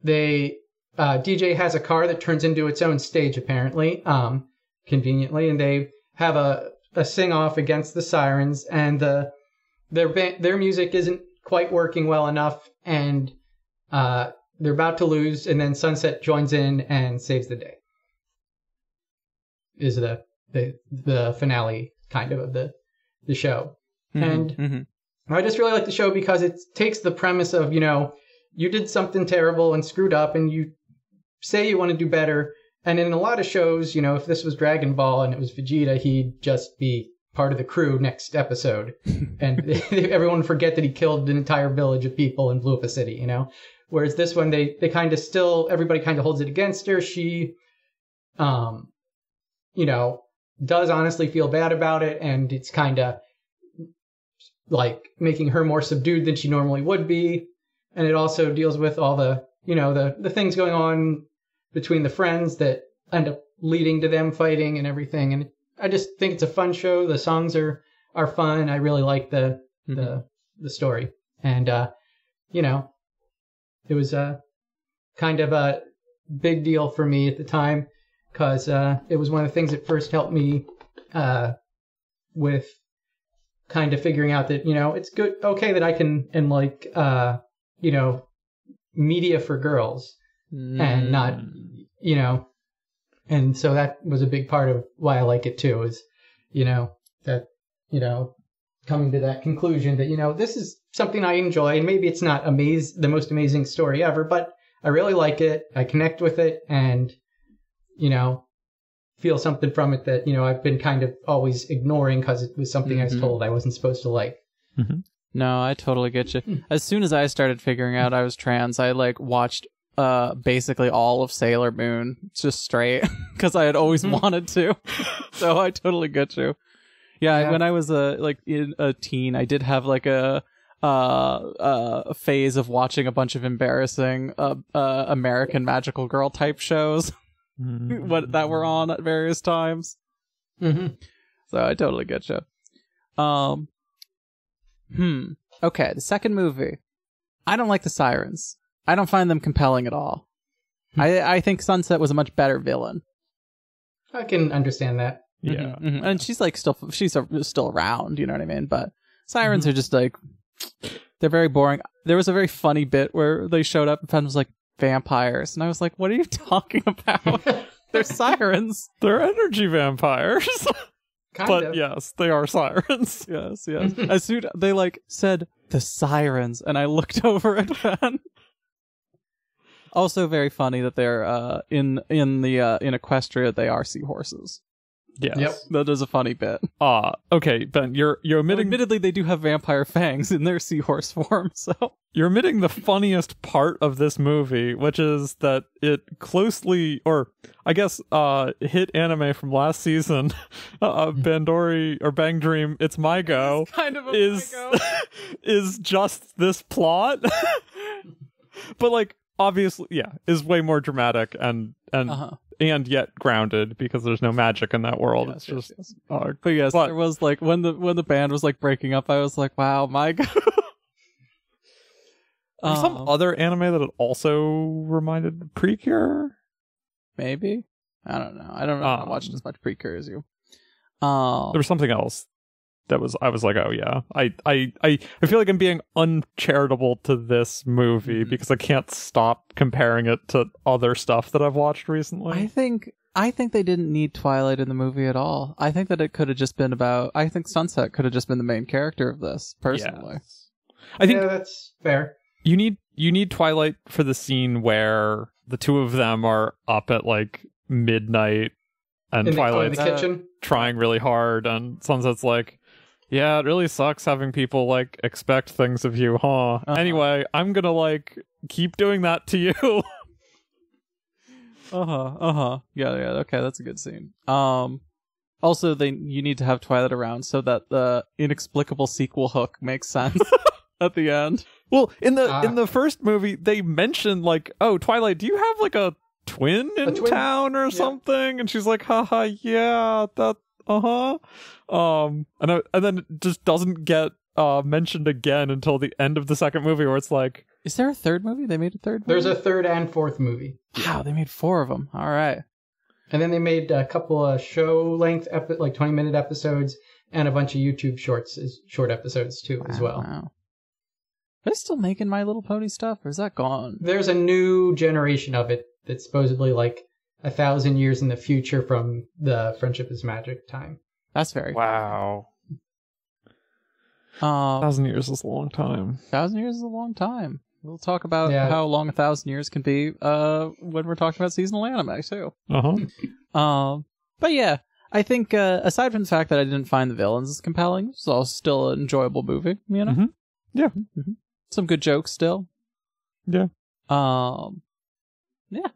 Speaker 3: they uh, DJ has a car that turns into its own stage, apparently, um, conveniently, and they have a, a sing off against the sirens, and the their ba- their music isn't quite working well enough, and uh, they're about to lose, and then Sunset joins in and saves the day. Is the the the finale kind of of the the show?
Speaker 2: Mm-hmm.
Speaker 3: And- I just really like the show because it takes the premise of, you know, you did something terrible and screwed up and you say you want to do better. And in a lot of shows, you know, if this was Dragon Ball and it was Vegeta, he'd just be part of the crew next episode. and (laughs) everyone would forget that he killed an entire village of people and blew up a city, you know? Whereas this one, they, they kind of still, everybody kind of holds it against her. She, um, you know, does honestly feel bad about it. And it's kind of, like making her more subdued than she normally would be. And it also deals with all the, you know, the, the things going on between the friends that end up leading to them fighting and everything. And I just think it's a fun show. The songs are, are fun. I really like the,
Speaker 2: Mm-hmm.
Speaker 3: the, the story. And, uh, you know, it was, uh, kind of a big deal for me at the time because, uh, it was one of the things that first helped me, uh, with kind of figuring out that you know it's good okay that i can and like uh you know media for girls
Speaker 1: Mm.
Speaker 3: and not you know and so that was a big part of why i like it too is you know that you know coming to that conclusion that you know this is something i enjoy and maybe it's not amaz the most amazing story ever but i really like it i connect with it and you know feel something from it that you know i've been kind of always ignoring because it was something i was
Speaker 1: Mm-hmm.
Speaker 2: Mhm.
Speaker 3: told i wasn't supposed to like
Speaker 2: No, I totally get you. As soon as I started figuring out I was trans, I like watched uh basically all of Sailor Moon just straight (laughs) because I had always wanted to. so I totally get you. Yeah,
Speaker 3: Yeah.
Speaker 2: when I was a like in a teen, I did have like a uh uh a phase of watching a bunch of embarrassing uh, uh American magical girl type shows (laughs)
Speaker 1: Mm-hmm.
Speaker 2: what that were on at various times.
Speaker 3: mm-hmm.
Speaker 2: So I totally get you. Um, hmm. Okay, the second movie. I don't like the sirens. I don't find them compelling at all. I I think Sunset was a much better villain.
Speaker 3: i can understand that
Speaker 1: Yeah.
Speaker 2: Mhm, mhm. and she's like still she's a, still around. You know what I mean? But sirens are just like they're very boring. There was a very funny bit where they showed up and Pen was like vampires, and I was like, "What are you (laughs) talking about? they're sirens."
Speaker 1: They're energy vampires.
Speaker 3: (laughs)
Speaker 1: (laughs)
Speaker 3: kind
Speaker 1: but
Speaker 3: of
Speaker 1: yes, they are sirens.
Speaker 2: (laughs) Yes, yes.
Speaker 1: (laughs)
Speaker 2: As soon they like said the sirens, and I looked (laughs) over at Ben. also, very funny that they're uh, in in the uh, in Equestria they are seahorses.
Speaker 1: Yes.
Speaker 3: Yep.
Speaker 2: That is a funny bit.
Speaker 1: Uh, okay, Ben, you're you're
Speaker 2: But
Speaker 1: omitting
Speaker 2: admittedly, they do have vampire fangs in their seahorse form, (laughs) so
Speaker 1: you're omitting the funniest part of this movie, which is that it closely, or I guess, uh, hit anime from last season, (laughs) uh, Bandori or Bang Dream. It's my go.
Speaker 2: kind of
Speaker 1: is (laughs) is just this plot, (laughs) but like obviously, yeah, is way more dramatic and and
Speaker 2: Uh-huh.
Speaker 1: and yet grounded because there's no magic in that world. it's just uh,
Speaker 2: But yes,
Speaker 1: But-
Speaker 2: there was like when the when the band was like breaking up, I was like, wow, my (laughs) god.
Speaker 1: There's some
Speaker 2: Um,
Speaker 1: other anime that it also reminded Precure.
Speaker 2: maybe I don't know. I don't know. if I watched
Speaker 1: Um,
Speaker 2: as much Precure as you. Um,
Speaker 1: There was something else that was I was like, oh yeah, I I I, I feel like I'm being uncharitable to this movie
Speaker 2: Mhm.
Speaker 1: because I can't stop comparing it to other stuff that I've watched recently.
Speaker 2: I think I think they didn't need Twilight in the movie at all. I think that it could have just been about. I think Sunset could have just been the main character of this. Personally,
Speaker 1: Yes. I think
Speaker 3: yeah, that's fair.
Speaker 1: you need you need Twilight for the scene where the two of them are up at like midnight and
Speaker 3: In the, oh, in
Speaker 1: Twilight's
Speaker 3: the kitchen.
Speaker 1: trying really hard and sunset's like yeah it really sucks having people like expect things of you huh anyway i'm gonna like keep doing that to you (laughs)
Speaker 2: Uh huh. Uh huh. Yeah. Yeah. Okay, that's a good scene. Um, also, they you need to have Twilight around so that the inexplicable sequel hook makes sense at the end.
Speaker 1: well in the
Speaker 3: Ah.
Speaker 1: in the first movie they mentioned like oh twilight do you have like a twin in
Speaker 3: twin?
Speaker 1: town or something and she's like haha yeah that uh-huh um and, I, and then it just doesn't get uh mentioned again until the end of the second movie where it's like
Speaker 2: Is there a third movie? They made a third.
Speaker 3: There's a
Speaker 2: movie?
Speaker 3: third and fourth movie.
Speaker 2: wow. They made four of them. All right.
Speaker 3: And then they made a couple of show length, epi- like 20 minute episodes, and a bunch of YouTube shorts, is short episodes too, as well.
Speaker 2: Wow. Are they still making My Little Pony stuff, or is that gone?
Speaker 3: There's a new generation of it that's supposedly like a thousand years in the future from the Friendship is Magic time.
Speaker 2: That's very.
Speaker 1: wow a
Speaker 2: Um,
Speaker 1: thousand years is a long time
Speaker 2: thousand years is a long time. We'll talk about
Speaker 3: Yeah.
Speaker 2: how long a thousand years can be uh, when we're talking about seasonal anime too.
Speaker 1: uh-huh
Speaker 2: Um, but yeah, I think uh, aside from the fact that I didn't find the villains as compelling, it's all still an enjoyable movie. You know,
Speaker 1: Mhm. Yeah.
Speaker 2: Mhm. some good jokes still.
Speaker 1: Yeah.
Speaker 2: Um, yeah,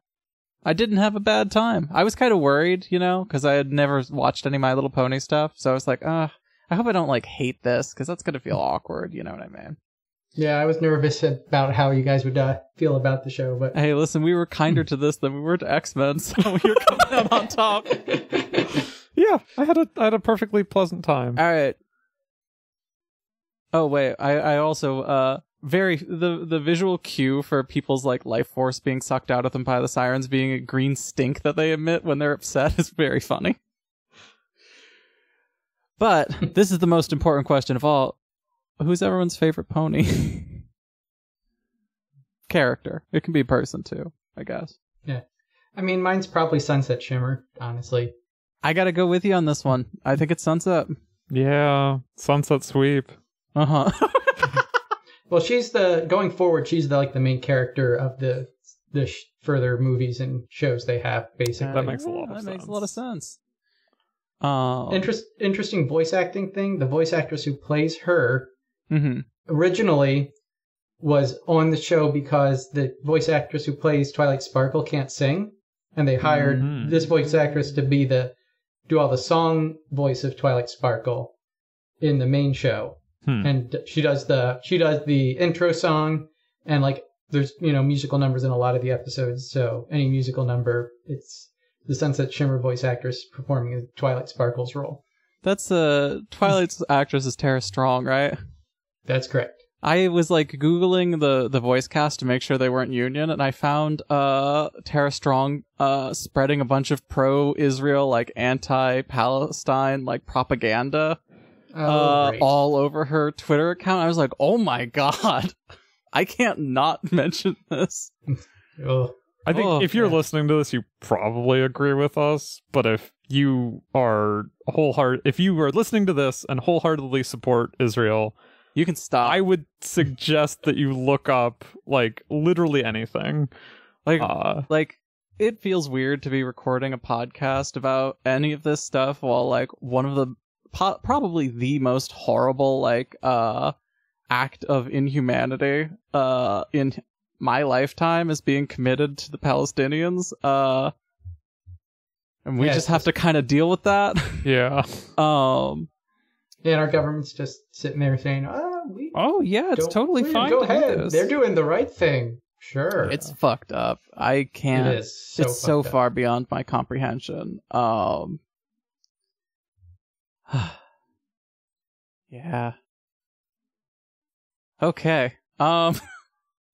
Speaker 2: I didn't have a bad time. I was kind of worried, you know, because I had never watched any My Little Pony stuff, so I was like, ah. I hope I don't like hate this because that's gonna feel awkward. You know what I mean?
Speaker 3: Yeah, I was nervous about how you guys would uh, feel about the show, but (laughs)
Speaker 2: Hey, listen, we
Speaker 1: (laughs)
Speaker 2: were kinder to this than we were to X Men, so (laughs) we are coming out on top.
Speaker 1: Yeah, I had a I had a perfectly pleasant time.
Speaker 2: All right. Oh wait, I I also uh very the the visual cue for people's like life force being sucked out of them by the sirens being a green stink that they emit when they're upset (laughs) is very funny. But this is the most important question of all. Who's everyone's favorite pony? (laughs) Character. It can be a person too, I guess.
Speaker 3: I mean, mine's probably Sunset Shimmer, honestly.
Speaker 2: I gotta go with you on this one. I think it's Sunset.
Speaker 1: Yeah, sunset sweep.
Speaker 2: Uh huh.
Speaker 3: Well, she's the going forward. She's the, like the main character of the the sh- further movies and shows they have. Basically,
Speaker 1: That makes a lot of
Speaker 2: That makes
Speaker 1: sense.
Speaker 2: a lot of sense. Um,
Speaker 3: Interest, interesting voice acting thing. The voice actress who plays her
Speaker 2: mhm.
Speaker 3: originally was on the show because the voice actress who plays Twilight Sparkle can't sing, and they hired
Speaker 1: Mhm.
Speaker 3: this voice actress to be the do all the song voice of Twilight Sparkle in the main show.
Speaker 1: Hmm.
Speaker 3: And she does the she does the intro song and like there's you know musical numbers in a lot of the episodes, so any musical number it's the Sunset Shimmer voice actress performing Twilight Sparkle's role.
Speaker 2: That's uh, Twilight's (laughs) actress is Tara Strong, right?
Speaker 3: That's correct.
Speaker 2: I was like googling the the voice cast to make sure they weren't union, and I found uh Tara Strong uh spreading a bunch of pro Israel like anti Palestine like propaganda
Speaker 3: Oh,
Speaker 2: uh
Speaker 3: great.
Speaker 2: all over her Twitter account. I was like, oh my (laughs) god, I can't not (laughs) mention this.
Speaker 3: Ugh.
Speaker 1: I think
Speaker 2: Oh,
Speaker 1: if you're
Speaker 2: yeah.
Speaker 1: listening to this, you probably agree with us. But if you are wholeheart, if you are listening to this and wholeheartedly support Israel,
Speaker 2: You can stop.
Speaker 1: I would suggest that you look up like literally anything.
Speaker 2: like
Speaker 1: Uh,
Speaker 2: like it feels weird to be recording a podcast about any of this stuff while like one of the po- probably the most horrible like uh act of inhumanity uh in my lifetime is being committed to the Palestinians uh and we
Speaker 3: Yeah,
Speaker 2: just
Speaker 3: it's
Speaker 2: have to kind of deal with that (laughs)
Speaker 1: Yeah. (laughs)
Speaker 2: um
Speaker 3: And our government's just sitting there saying, "Ah, we
Speaker 1: Oh yeah, it's
Speaker 3: don't-
Speaker 1: totally
Speaker 3: we-
Speaker 1: fine.
Speaker 3: Go
Speaker 1: to do
Speaker 3: ahead.
Speaker 1: this.
Speaker 3: They're doing the right thing. Sure.
Speaker 2: it's fucked up i
Speaker 3: it
Speaker 2: can't
Speaker 3: is so
Speaker 2: it's so
Speaker 3: fucked up.
Speaker 2: far beyond my comprehension. Um, (sighs) yeah. Okay. Um,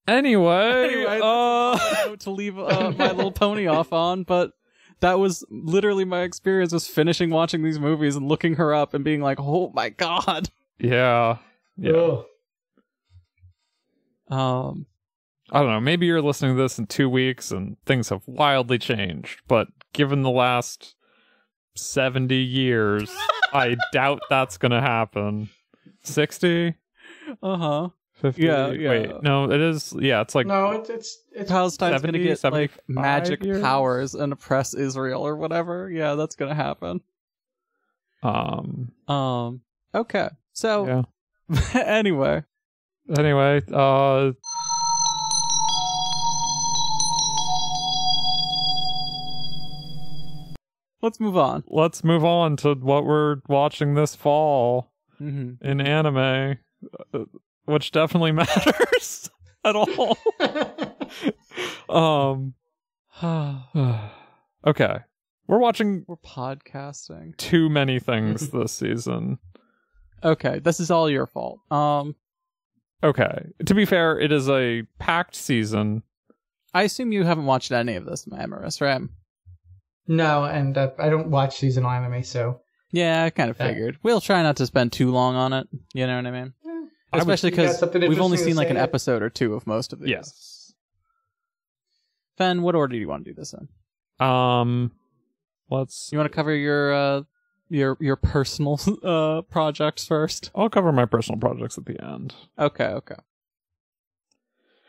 Speaker 1: Anyway,
Speaker 2: (laughs) Anyway,
Speaker 1: uh,
Speaker 2: note to leave uh, My Little Pony off on, but that was literally my experience was finishing watching these movies and looking her up and being like, oh my god.
Speaker 1: yeah, yeah.
Speaker 3: Ugh.
Speaker 2: Um,
Speaker 1: I don't know. Maybe you're listening to this in two weeks and things have wildly changed. But given the last seventy years, I doubt that's going to happen. 60?
Speaker 2: uh huh.
Speaker 1: 50?
Speaker 2: Yeah, yeah.
Speaker 1: Wait, no, it is. Yeah, it's like
Speaker 3: no, it's it's it's
Speaker 2: Palestine's gonna
Speaker 1: 70,
Speaker 2: get like
Speaker 1: 75
Speaker 2: magic
Speaker 1: years?
Speaker 2: powers and oppress Israel or whatever. Yeah, that's gonna happen.
Speaker 1: um.
Speaker 2: Um, okay. So,
Speaker 1: Yeah.
Speaker 2: (laughs) anyway,
Speaker 1: Anyway, uh,
Speaker 2: let's move on.
Speaker 1: let's move on to what we're watching this fall
Speaker 2: Mm-hmm.
Speaker 1: in anime, uh, which definitely (laughs) matters at all. um (sighs) okay we're watching
Speaker 2: (sighs) We're podcasting.
Speaker 1: too many
Speaker 2: (laughs)
Speaker 1: things this season
Speaker 2: Okay, this is all your fault. Um,
Speaker 1: okay to be fair it is a packed season
Speaker 2: I assume you haven't watched any of this, Amorous, right?
Speaker 3: (laughs) no, and uh, I don't watch seasonal anime, so (laughs)
Speaker 2: Yeah, I kind of
Speaker 3: Yeah.
Speaker 2: figured. We'll try not to spend too long on it. You know what I mean?
Speaker 3: Yeah.
Speaker 1: I would-
Speaker 2: Especially
Speaker 3: You got
Speaker 2: because
Speaker 3: something
Speaker 2: we've only
Speaker 3: interesting to
Speaker 2: seen like
Speaker 3: say
Speaker 2: an
Speaker 3: that-
Speaker 2: episode or two of most of these.
Speaker 1: yes
Speaker 2: Fen, what order do you want to do this in?
Speaker 1: um let's
Speaker 2: You want to cover your uh, your your personal (laughs) uh projects first?
Speaker 1: i'll cover my personal projects at the end
Speaker 2: Okay, okay.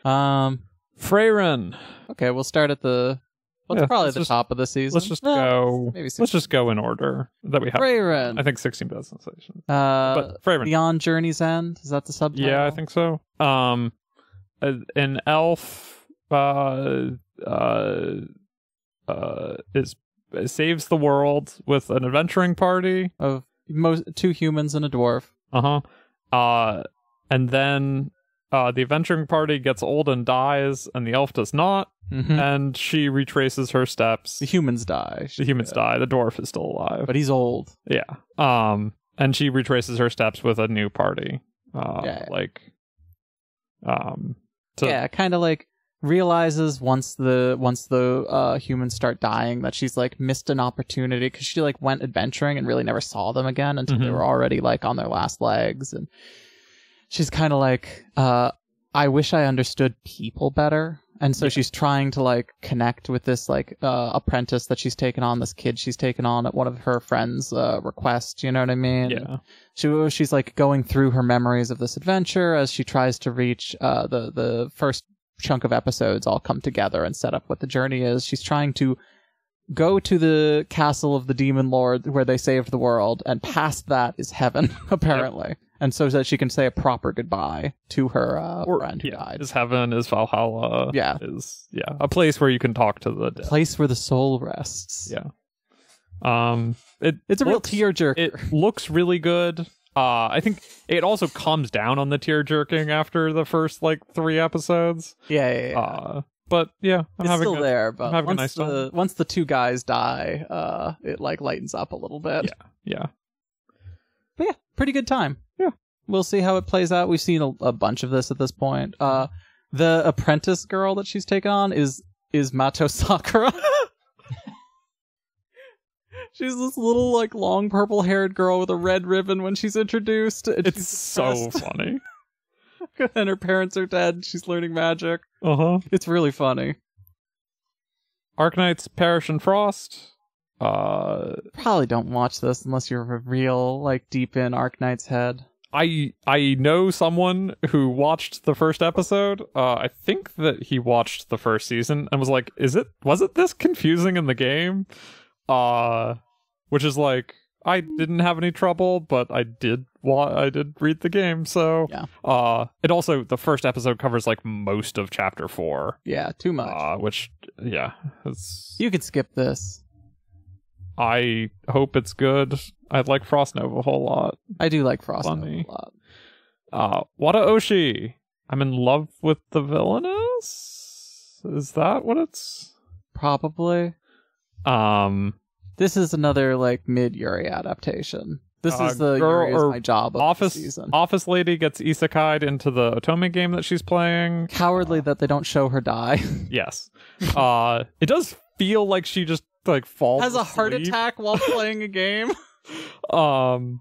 Speaker 2: Um.
Speaker 1: freyren
Speaker 2: Okay, we'll start at the. What's
Speaker 1: Yeah,
Speaker 2: probably
Speaker 1: let's
Speaker 2: the
Speaker 1: just-
Speaker 2: top of the season.
Speaker 1: let's just
Speaker 2: No,
Speaker 1: go
Speaker 2: Maybe
Speaker 1: let's
Speaker 2: six.
Speaker 1: just go in order that we have
Speaker 2: Freyren.
Speaker 1: i think 16 best sensations
Speaker 2: Uh,
Speaker 1: but freyren
Speaker 2: Beyond Journey's End is that the subtitle?
Speaker 1: Yeah, I think so. Um, uh, an elf uh, uh, uh, is saves the world with an adventuring party.
Speaker 2: of most two humans and a dwarf.
Speaker 1: Uh huh. Uh, and then uh, the adventuring party gets old and dies, and the elf does not.
Speaker 2: Mm.
Speaker 1: And she retraces her steps.
Speaker 2: (laughs) The humans die,
Speaker 1: The humans die. The dwarf is still alive.
Speaker 2: but he's old.
Speaker 1: Yeah. Um and she retraces her steps with a new party. Uh
Speaker 2: Yeah.
Speaker 1: like um to,
Speaker 2: yeah, kind of like realizes once the once the uh, humans start dying that she's like missed an opportunity because she like went adventuring and really never saw them again until they
Speaker 1: Mhm.
Speaker 2: were already like on their last legs and she's kind of like uh i wish i understood people better and so she's trying to like connect with this like uh apprentice that she's taken on this kid she's taken on at one of her friends uh requests you know what i mean
Speaker 1: Yeah.
Speaker 2: she she's like going through her memories of this adventure as she tries to reach uh, the the first chunk of episodes all come together and set up what the journey is. She's trying to go to the castle of the demon lord where they saved the world, and past that is heaven (laughs) apparently, and so that she can say a proper goodbye to her uh, friend who
Speaker 1: yeah,
Speaker 2: died.
Speaker 1: Is heaven, is Valhalla.
Speaker 2: Yeah.
Speaker 1: Is yeah. A place where you can talk to the dead.
Speaker 2: Place where the soul rests.
Speaker 1: Yeah. Um it
Speaker 2: It's a real
Speaker 1: looks-
Speaker 2: tearjerker.
Speaker 1: It looks really good. Uh I think it also calms down on the tear jerking after the first like three episodes.
Speaker 2: yeah, yeah, yeah.
Speaker 1: Uh but yeah, I'm
Speaker 2: it's
Speaker 1: having
Speaker 2: still
Speaker 1: a-
Speaker 2: there, but
Speaker 1: having a
Speaker 2: once
Speaker 1: nice time.
Speaker 2: the once the two guys die, uh, it like lightens up a little bit.
Speaker 1: Yeah.
Speaker 2: but yeah, pretty good time.
Speaker 1: Yeah.
Speaker 2: we'll see how it plays out. We've seen a, a bunch of this at this point. Uh, the apprentice girl that she's taken on is is Mato (laughs) Sakura. she's this little like long purple haired girl with a red ribbon when she's introduced. and
Speaker 1: It's
Speaker 2: she's
Speaker 1: so
Speaker 2: depressed,
Speaker 1: funny.
Speaker 2: (laughs) and her parents are dead. She's learning magic.
Speaker 1: Uh-huh.
Speaker 2: It's really funny.
Speaker 1: Arknights, Parish and Frost. Uh
Speaker 2: Probably don't watch this unless you're real like deep in Arknight's head.
Speaker 1: I I know someone who watched the first episode. Uh, I think that he watched the first season and was like, "Is it was it this confusing in the game?" Uh, which is like I didn't have any trouble, but I did wa- I did read the game, so
Speaker 2: Yeah.
Speaker 1: Uh, it also the first episode covers like most of chapter four,
Speaker 2: Yeah, too much.
Speaker 1: uh, which yeah, it's
Speaker 2: you could skip this.
Speaker 1: I hope it's good. I like Frost Nova a whole lot.
Speaker 2: I do like Frost Nova
Speaker 1: Funny.
Speaker 2: a lot.
Speaker 1: Uh, Wada Oshi. I'm in love with the villainess. Is that what it's?
Speaker 2: Probably.
Speaker 1: Um,
Speaker 2: This is another like mid Yuri adaptation. This
Speaker 1: Uh,
Speaker 2: is the
Speaker 1: girl
Speaker 2: Yuri is
Speaker 1: or
Speaker 2: my job of the
Speaker 1: office
Speaker 2: season.
Speaker 1: office lady gets isekai'd into the Otome game that she's playing.
Speaker 2: Cowardly that they don't show her die. (laughs)
Speaker 1: Yes. uh, it does feel like she just like falls
Speaker 2: (laughs) Has a heart
Speaker 1: asleep.
Speaker 2: attack while playing a game.
Speaker 1: Um,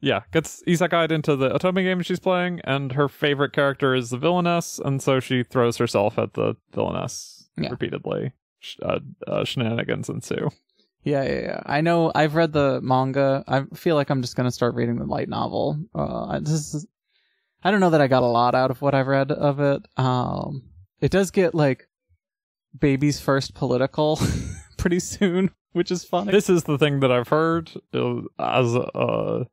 Speaker 1: yeah, gets isekai'd into the Otome game she's playing, and her favorite character is the villainess, and so she throws herself at the villainess
Speaker 2: Yeah.
Speaker 1: repeatedly. Sh- uh, uh, shenanigans ensue.
Speaker 2: Yeah, yeah, yeah. I know. I've read the manga. I feel like I'm just gonna start reading the light novel. Uh, I- this is. I don't know that I got a lot out of what I've read of it. Um, it does get like baby's first political (laughs) pretty soon, which is funny.
Speaker 1: This is the thing that I've heard uh, as uh,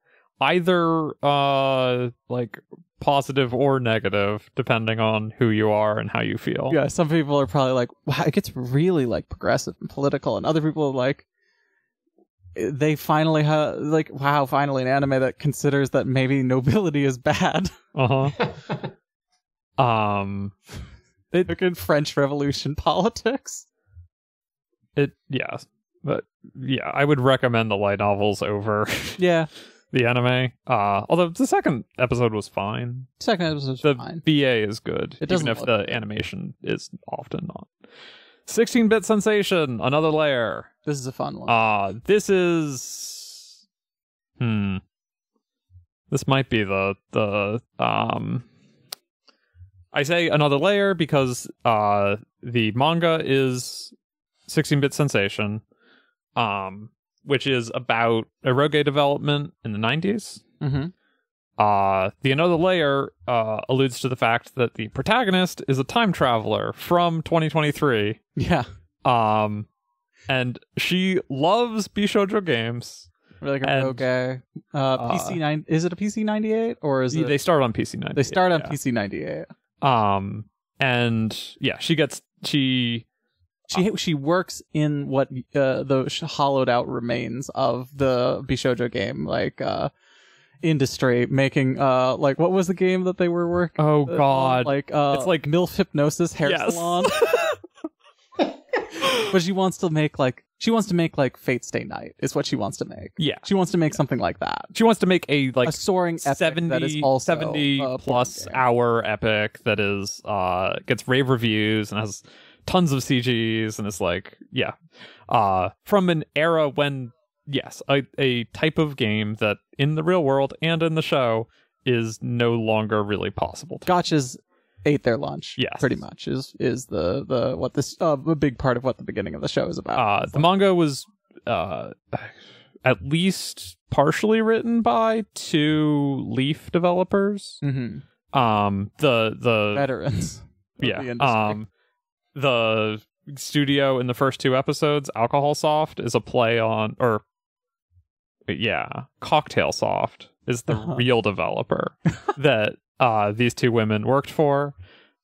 Speaker 1: either uh, like positive or negative, depending on who you are and how you feel.
Speaker 2: yeah, some people are probably like, "Wow, it gets really like progressive and political," and other people are like, "They finally have like, wow, finally an anime that considers that maybe nobility is bad." (laughs)
Speaker 1: Uh huh. um. It
Speaker 2: like in French Revolution politics.
Speaker 1: it yeah, but yeah, I would recommend the light novels over (laughs)
Speaker 2: Yeah,
Speaker 1: the anime. Uh, although the second episode was fine.
Speaker 2: second episode's
Speaker 1: The
Speaker 2: fine.
Speaker 1: BA is good,
Speaker 2: It doesn't
Speaker 1: even if
Speaker 2: look
Speaker 1: the
Speaker 2: good.
Speaker 1: animation is often not. 16-bit sensation, another layer.
Speaker 2: This is a fun one.
Speaker 1: Uh this is hmm. This might be the the um I say another layer because uh the manga is 16-bit sensation um which is about eroge development in the 90s.
Speaker 2: mm-hmm.
Speaker 1: Uh, the another layer uh, alludes to the fact that the protagonist is a time traveler from 2023
Speaker 2: (laughs) Yeah,
Speaker 1: um, and she loves Bishoujo games.
Speaker 2: We're like
Speaker 1: And,
Speaker 2: okay. Uh, PC nine is it a PC ninety eight or is it?
Speaker 1: They start on PC ninety.
Speaker 2: They start on PC ninety eight.
Speaker 1: PC. Um, and yeah, she gets she
Speaker 2: She she works in what uh, the sh- hollowed out remains of the Bishojo game, like uh, industry making uh like what was the game that they were working.
Speaker 1: oh
Speaker 2: uh,
Speaker 1: god,
Speaker 2: Like uh,
Speaker 1: It's like-
Speaker 2: milf hypnosis hair
Speaker 1: Yes. (laughs)
Speaker 2: salon. but she wants to make like she wants to make like Fate Stay Night is what she wants to make.
Speaker 1: yeah.
Speaker 2: She wants to make something like that.
Speaker 1: She wants to make a like
Speaker 2: a soaring epic
Speaker 1: 70,
Speaker 2: that is also
Speaker 1: 70
Speaker 2: a
Speaker 1: plus
Speaker 2: board game.
Speaker 1: hour epic that is uh gets rave reviews and has tons of cgs and it's like yeah uh from an era when yes a, a type of game that in the real world and in the show is no longer really possible to
Speaker 2: Gotchas ate their lunch.
Speaker 1: Yes.
Speaker 2: pretty much is is the the what this uh, a big part of what the beginning of the show is about.
Speaker 1: uh the manga was uh at least partially written by two leaf developers
Speaker 2: hmm
Speaker 1: um the the
Speaker 2: Veterans. of
Speaker 1: yeah
Speaker 2: the industry.
Speaker 1: um the studio in the first two episodes alcohol soft is a play on or yeah cocktail soft is the
Speaker 2: Uh-huh.
Speaker 1: real
Speaker 2: (laughs)
Speaker 1: developer that uh these two women worked for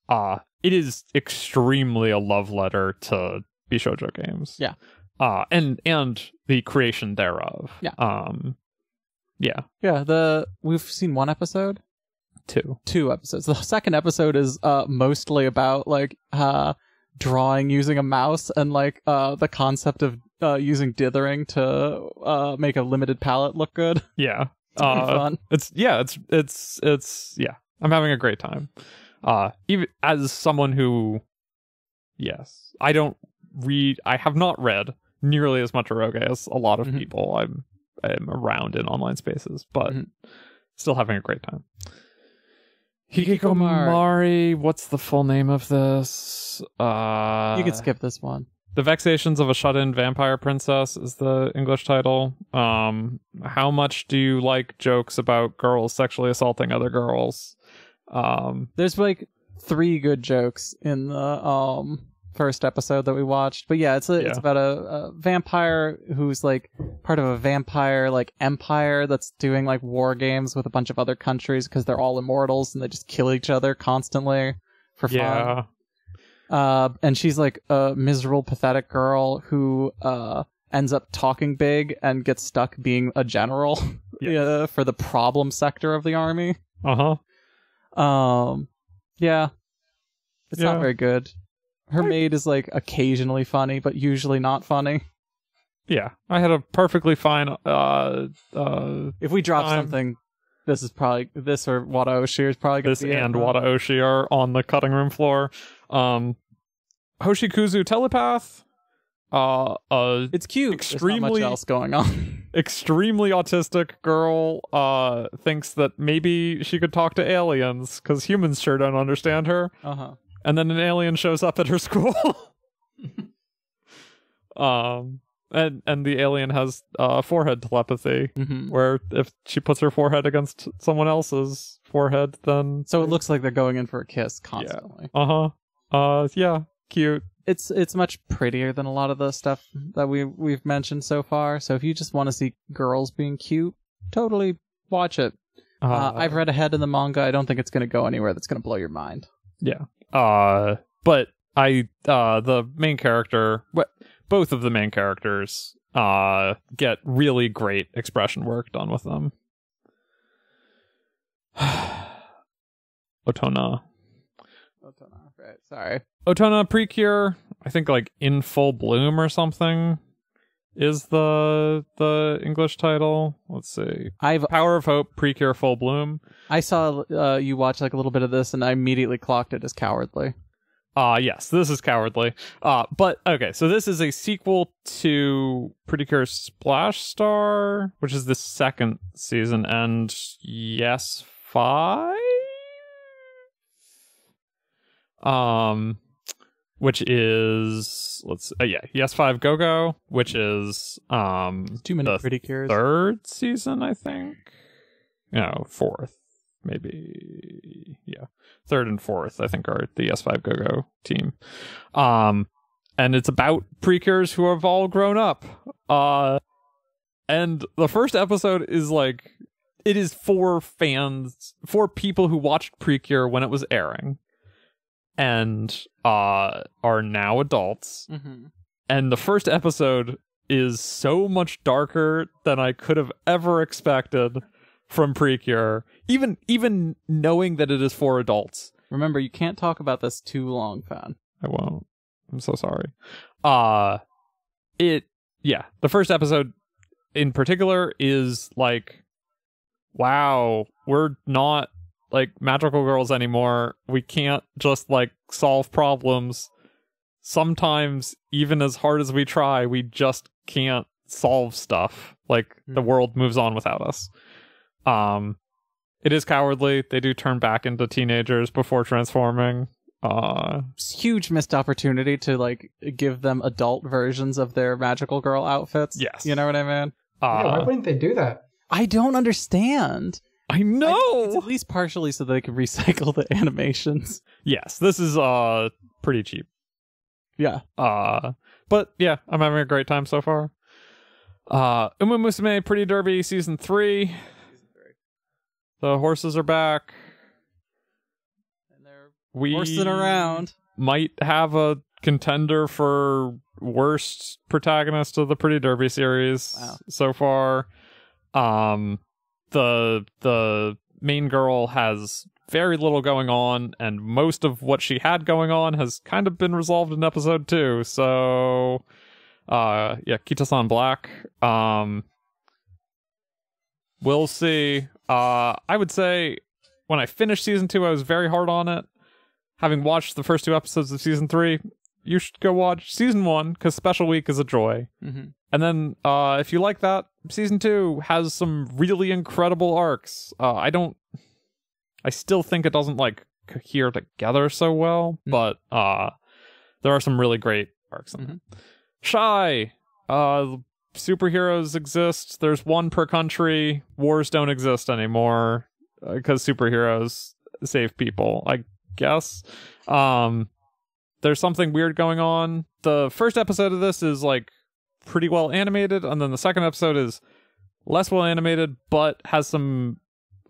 Speaker 1: uh it is extremely a love letter to bishojo games
Speaker 2: Yeah.
Speaker 1: uh and and the creation thereof
Speaker 2: Yeah.
Speaker 1: um yeah
Speaker 2: yeah. The we've seen one episode.
Speaker 1: two
Speaker 2: two episodes. The second episode is uh mostly about like uh drawing using a mouse and like uh the concept of uh using dithering to uh make a limited palette look good. (laughs) It's
Speaker 1: yeah
Speaker 2: pretty
Speaker 1: uh,
Speaker 2: fun.
Speaker 1: it's yeah it's it's it's yeah i'm having a great time uh even as someone who yes i don't read i have not read nearly as much eroge as a lot of
Speaker 2: Mhm.
Speaker 1: people i'm i'm around in online spaces but
Speaker 2: Mhm.
Speaker 1: still having a great time
Speaker 2: Hikikomori.
Speaker 1: hikikomori what's the full name of this uh
Speaker 2: you could skip this one.
Speaker 1: The Vexations of a Shut-In Vampire Princess is the English title. Um, how much do you like jokes about girls sexually assaulting other girls? Um,
Speaker 2: There's like three good jokes in the um first episode that we watched. But yeah, it's a,
Speaker 1: Yeah.
Speaker 2: it's about a, a vampire who's like part of a vampire like empire that's doing like war games with a bunch of other countries because they're all immortals and they just kill each other constantly for fun.
Speaker 1: yeah,
Speaker 2: Uh, and she's like a miserable, pathetic girl who uh, ends up talking big and gets stuck being a general (laughs)
Speaker 1: Yes.
Speaker 2: uh, for the problem sector of the army.
Speaker 1: uh huh.
Speaker 2: Um, yeah, it's
Speaker 1: Yeah.
Speaker 2: not very good. Her maid is like occasionally funny, but usually not funny.
Speaker 1: Yeah, I had a perfectly fine. Uh, uh,
Speaker 2: If we drop
Speaker 1: I'm-
Speaker 2: something, this is probably this or Wada Oshir is probably gonna
Speaker 1: this
Speaker 2: be it,
Speaker 1: and
Speaker 2: huh?
Speaker 1: Wada Oshi are on the cutting room floor. Um, Hoshikuzu telepath. Uh, a
Speaker 2: It's cute. There's not much
Speaker 1: Extremely-
Speaker 2: else going on. (laughs)
Speaker 1: extremely autistic girl uh thinks that maybe she could talk to aliens because humans sure don't understand her
Speaker 2: uh huh.
Speaker 1: and then an alien shows up at her school (laughs) um and and the alien has uh forehead telepathy
Speaker 2: hmm
Speaker 1: where if she puts her forehead against someone else's forehead then
Speaker 2: So it looks like they're going in for a kiss constantly.
Speaker 1: uh-huh uh yeah cute
Speaker 2: it's it's much prettier than a lot of the stuff that we we've mentioned so far. So if you just want to see girls being cute, totally watch it.
Speaker 1: uh,
Speaker 2: Uh, I've read ahead in the manga. I don't think it's going to go anywhere that's going to blow your mind.
Speaker 1: uh but i uh the main character but both of the main characters uh get really great expression work done with them (sighs) otona
Speaker 2: Right, sorry.
Speaker 1: otona precure i think like in full bloom or something is the the english title let's see
Speaker 2: I've
Speaker 1: power of hope precure full bloom
Speaker 2: I saw uh, you watch like a little bit of this, and I immediately clocked it as cowardly.
Speaker 1: Ah, yes, this is cowardly. Uh, but okay, so this is a sequel to Pretty Cure Splash Star, which is the second season, and yes, five. Um, which is let's uh, yeah, yes, five go go, which is um
Speaker 2: Too many
Speaker 1: the
Speaker 2: pretty cures.
Speaker 1: third season, I think. No, fourth, maybe. Yeah, third and fourth, I think, are the S5 Go Go team. Um, and it's about precures who have all grown up. Uh, and the first episode is like it is for fans, for people who watched Precure when it was airing, and uh, are now adults
Speaker 2: Mm-hmm.
Speaker 1: and the first episode is so much darker than I could have ever expected from Precure. Even even knowing that it is for adults,
Speaker 2: Remember, you can't talk about this too long, fan.
Speaker 1: I won't. I'm so sorry. Uh it yeah, the first episode in particular is like wow, we're not like magical girls anymore. We can't just like solve problems. Sometimes even as hard as we try, we just can't solve stuff. Like the world moves on without us. Um it is cowardly. They do turn back into teenagers before transforming. Uh
Speaker 2: It's a huge missed opportunity to like give them adult versions of their magical girl outfits.
Speaker 1: Yes.
Speaker 2: you know what I mean.
Speaker 1: Uh,
Speaker 3: Yeah, why wouldn't they do that?
Speaker 2: I don't understand.
Speaker 1: I
Speaker 2: I-
Speaker 1: know.
Speaker 2: it's at least partially so they can (laughs) recycle the animations.
Speaker 1: yes, this is uh pretty cheap.
Speaker 2: Yeah.
Speaker 1: Uh but yeah, I'm having a great time so far. Uh Uma Musume Pretty Derby season 3. The horses are back.
Speaker 2: And they're
Speaker 1: We
Speaker 2: horsing around.
Speaker 1: might have a contender for worst protagonist of the Pretty Derby series
Speaker 2: Wow.
Speaker 1: so far. Um, the the main girl has very little going on, and most of what she had going on has kind of been resolved in episode two. So, uh, yeah, Kitasan Black. Um, we'll see. Uh, I would say when I finished season two, I was very hard on it having watched the first two episodes of season three, you should go watch season one because special week is a joy.
Speaker 2: Mm-hmm.
Speaker 1: And then, uh, if you like that, season two has some really incredible arcs. Uh, I don't, I still think it doesn't like cohere together so well,
Speaker 2: Mm.
Speaker 1: but uh, there are some really great sparks in them. Shy. Uh, superheroes exist. There's one per country. Wars don't exist anymore because superheroes save people. I guess. Um, there's something weird going on. The first episode of this is like pretty well animated, and then the second episode is less well animated, but has some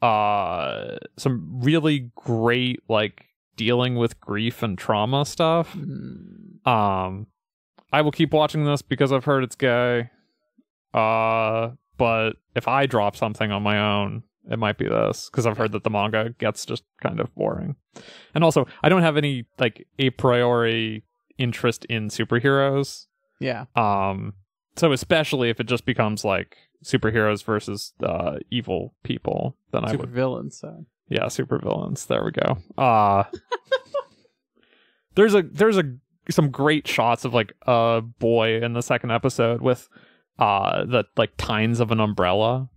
Speaker 1: uh some really great like dealing with grief and trauma stuff.
Speaker 2: Mm.
Speaker 1: Um, I will keep watching this because I've heard it's gay. Uh, but if I drop something on my own, it might be this because I've heard that the manga gets just kind of boring. And also, I don't have any like a priori interest in superheroes.
Speaker 2: Yeah.
Speaker 1: Um, so especially if it just becomes like superheroes versus uh evil people, then I
Speaker 2: Super
Speaker 1: would
Speaker 2: villain. So
Speaker 1: yeah, supervillains. There we go. Uh (laughs) There's a there's a some great shots of like a boy in the second episode with uh the like tines of an umbrella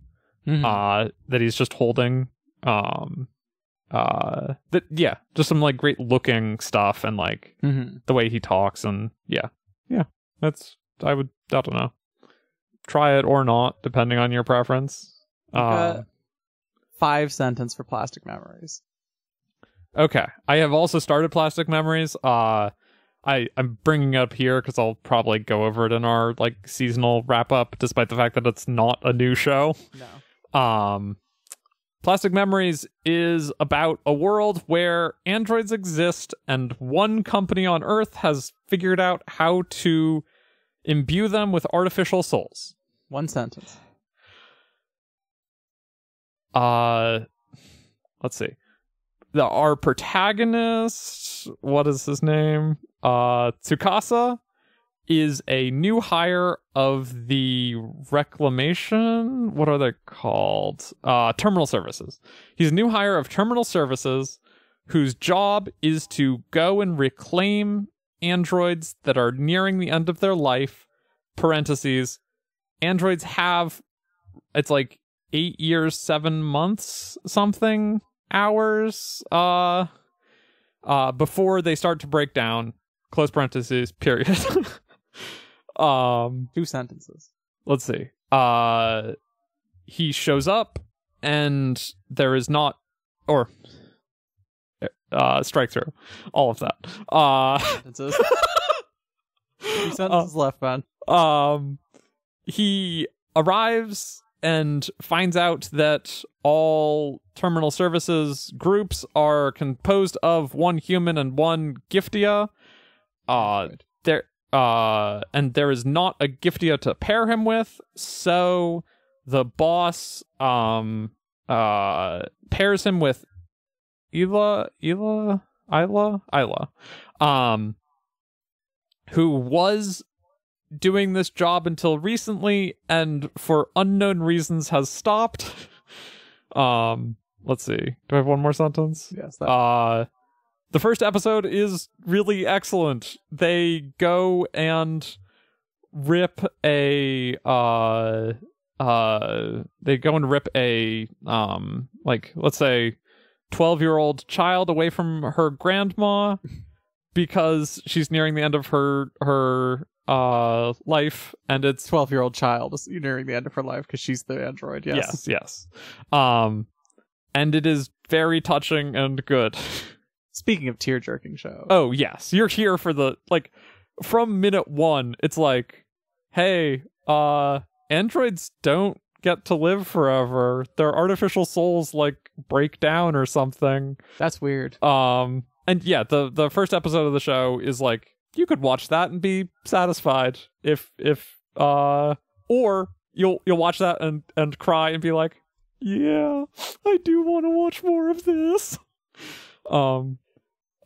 Speaker 2: Mm-hmm. Hmm.
Speaker 1: uh that he's just holding um uh that yeah, just some like great looking stuff and like
Speaker 2: Mhm.
Speaker 1: the way he talks and yeah. Yeah. That's I would I don't know. Try it or not depending on your preference.
Speaker 2: Uh, five sentence for plastic memories.
Speaker 1: Okay. I have also started Plastic Memories. Uh I I'm bringing it up here cuz I'll probably go over it in our like seasonal wrap up despite the fact that it's not a new show.
Speaker 2: No.
Speaker 1: Um Plastic Memories is about a world where androids exist and one company on Earth has figured out how to imbue them with artificial souls.
Speaker 2: One sentence.
Speaker 1: uh let's see the our protagonist what is his name uh tsukasa is a new hire of the reclamation what are they called uh terminal services he's a new hire of terminal services whose job is to go and reclaim androids that are nearing the end of their life parentheses androids have it's like eight years seven months something hours uh uh before they start to break down close parentheses period (laughs) um
Speaker 2: Two sentences.
Speaker 1: let's see uh he shows up and there is not or uh strike through all of that uh
Speaker 2: Sentences.
Speaker 1: (laughs)
Speaker 2: Two sentences left, man.
Speaker 1: um he arrives and finds out that all terminal services groups are composed of one human and one giftia uh there uh and there is not a giftia to pair him with so the boss um uh pairs him with Ela Ela Isla Isla um who was doing this job until recently and for unknown reasons has stopped. (laughs) um, let's see. Do I have one more sentence?
Speaker 2: Yes. That,
Speaker 1: Uh the first episode is really excellent. They go and rip a uh uh they go and rip a um like let's say 12-year-old child away from her grandma because she's nearing the end of her her uh life and it's
Speaker 2: Twelve-year-old child is nearing the end of her life because she's the android. Yes.
Speaker 1: yes yes, um and it is very touching and good (laughs)
Speaker 2: Speaking of tear-jerking show.
Speaker 1: oh yes you're here for the like from minute one it's like hey uh androids don't get to live forever their artificial souls like break down or something
Speaker 2: That's weird.
Speaker 1: um and yeah the the first episode of the show is like you could watch that and be satisfied if if uh or you'll you'll watch that and and cry and be like yeah i do want to watch more of this (laughs) um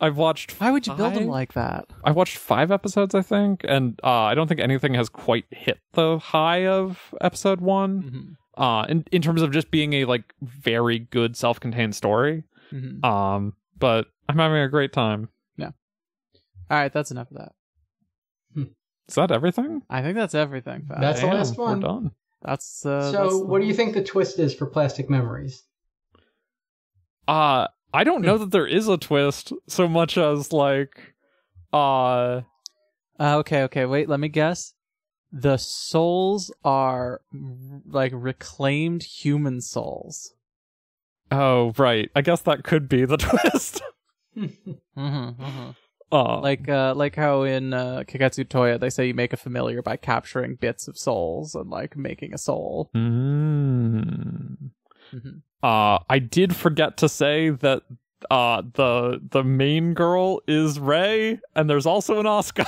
Speaker 1: i've watched
Speaker 2: Why would you build
Speaker 1: I-
Speaker 2: them like that?
Speaker 1: I watched five episodes, I think, and uh, I don't think anything has quite hit the high of episode one.
Speaker 2: Mhm.
Speaker 1: Uh, in in terms of just being a like very good self-contained story.
Speaker 2: Mhm.
Speaker 1: Um, but I'm having a great time.
Speaker 2: All right, that's enough of that.
Speaker 1: Is that everything?
Speaker 2: I think that's everything. Fab.
Speaker 3: That's the
Speaker 1: Damn,
Speaker 3: last one.
Speaker 1: We're done.
Speaker 2: That's uh,
Speaker 3: so, what do you think the twist is for Plastic Memories?
Speaker 1: Uh, I don't know that there is a twist so much as like, uh,
Speaker 2: Uh, okay, okay, wait, let me guess. The souls are mm, like reclaimed human souls.
Speaker 1: Oh, right. I guess that could be the (laughs) twist.
Speaker 2: Mm-hmm,
Speaker 1: Oh,
Speaker 2: Like, uh, like how in uh, Kiketsu Toya they say you make a familiar by capturing bits of souls and like making a soul.
Speaker 1: Mm.
Speaker 3: Mm-hmm.
Speaker 2: Mhm.
Speaker 1: Uh, I did forget to say that uh, the the main girl is Ray, and there's also an Oscar.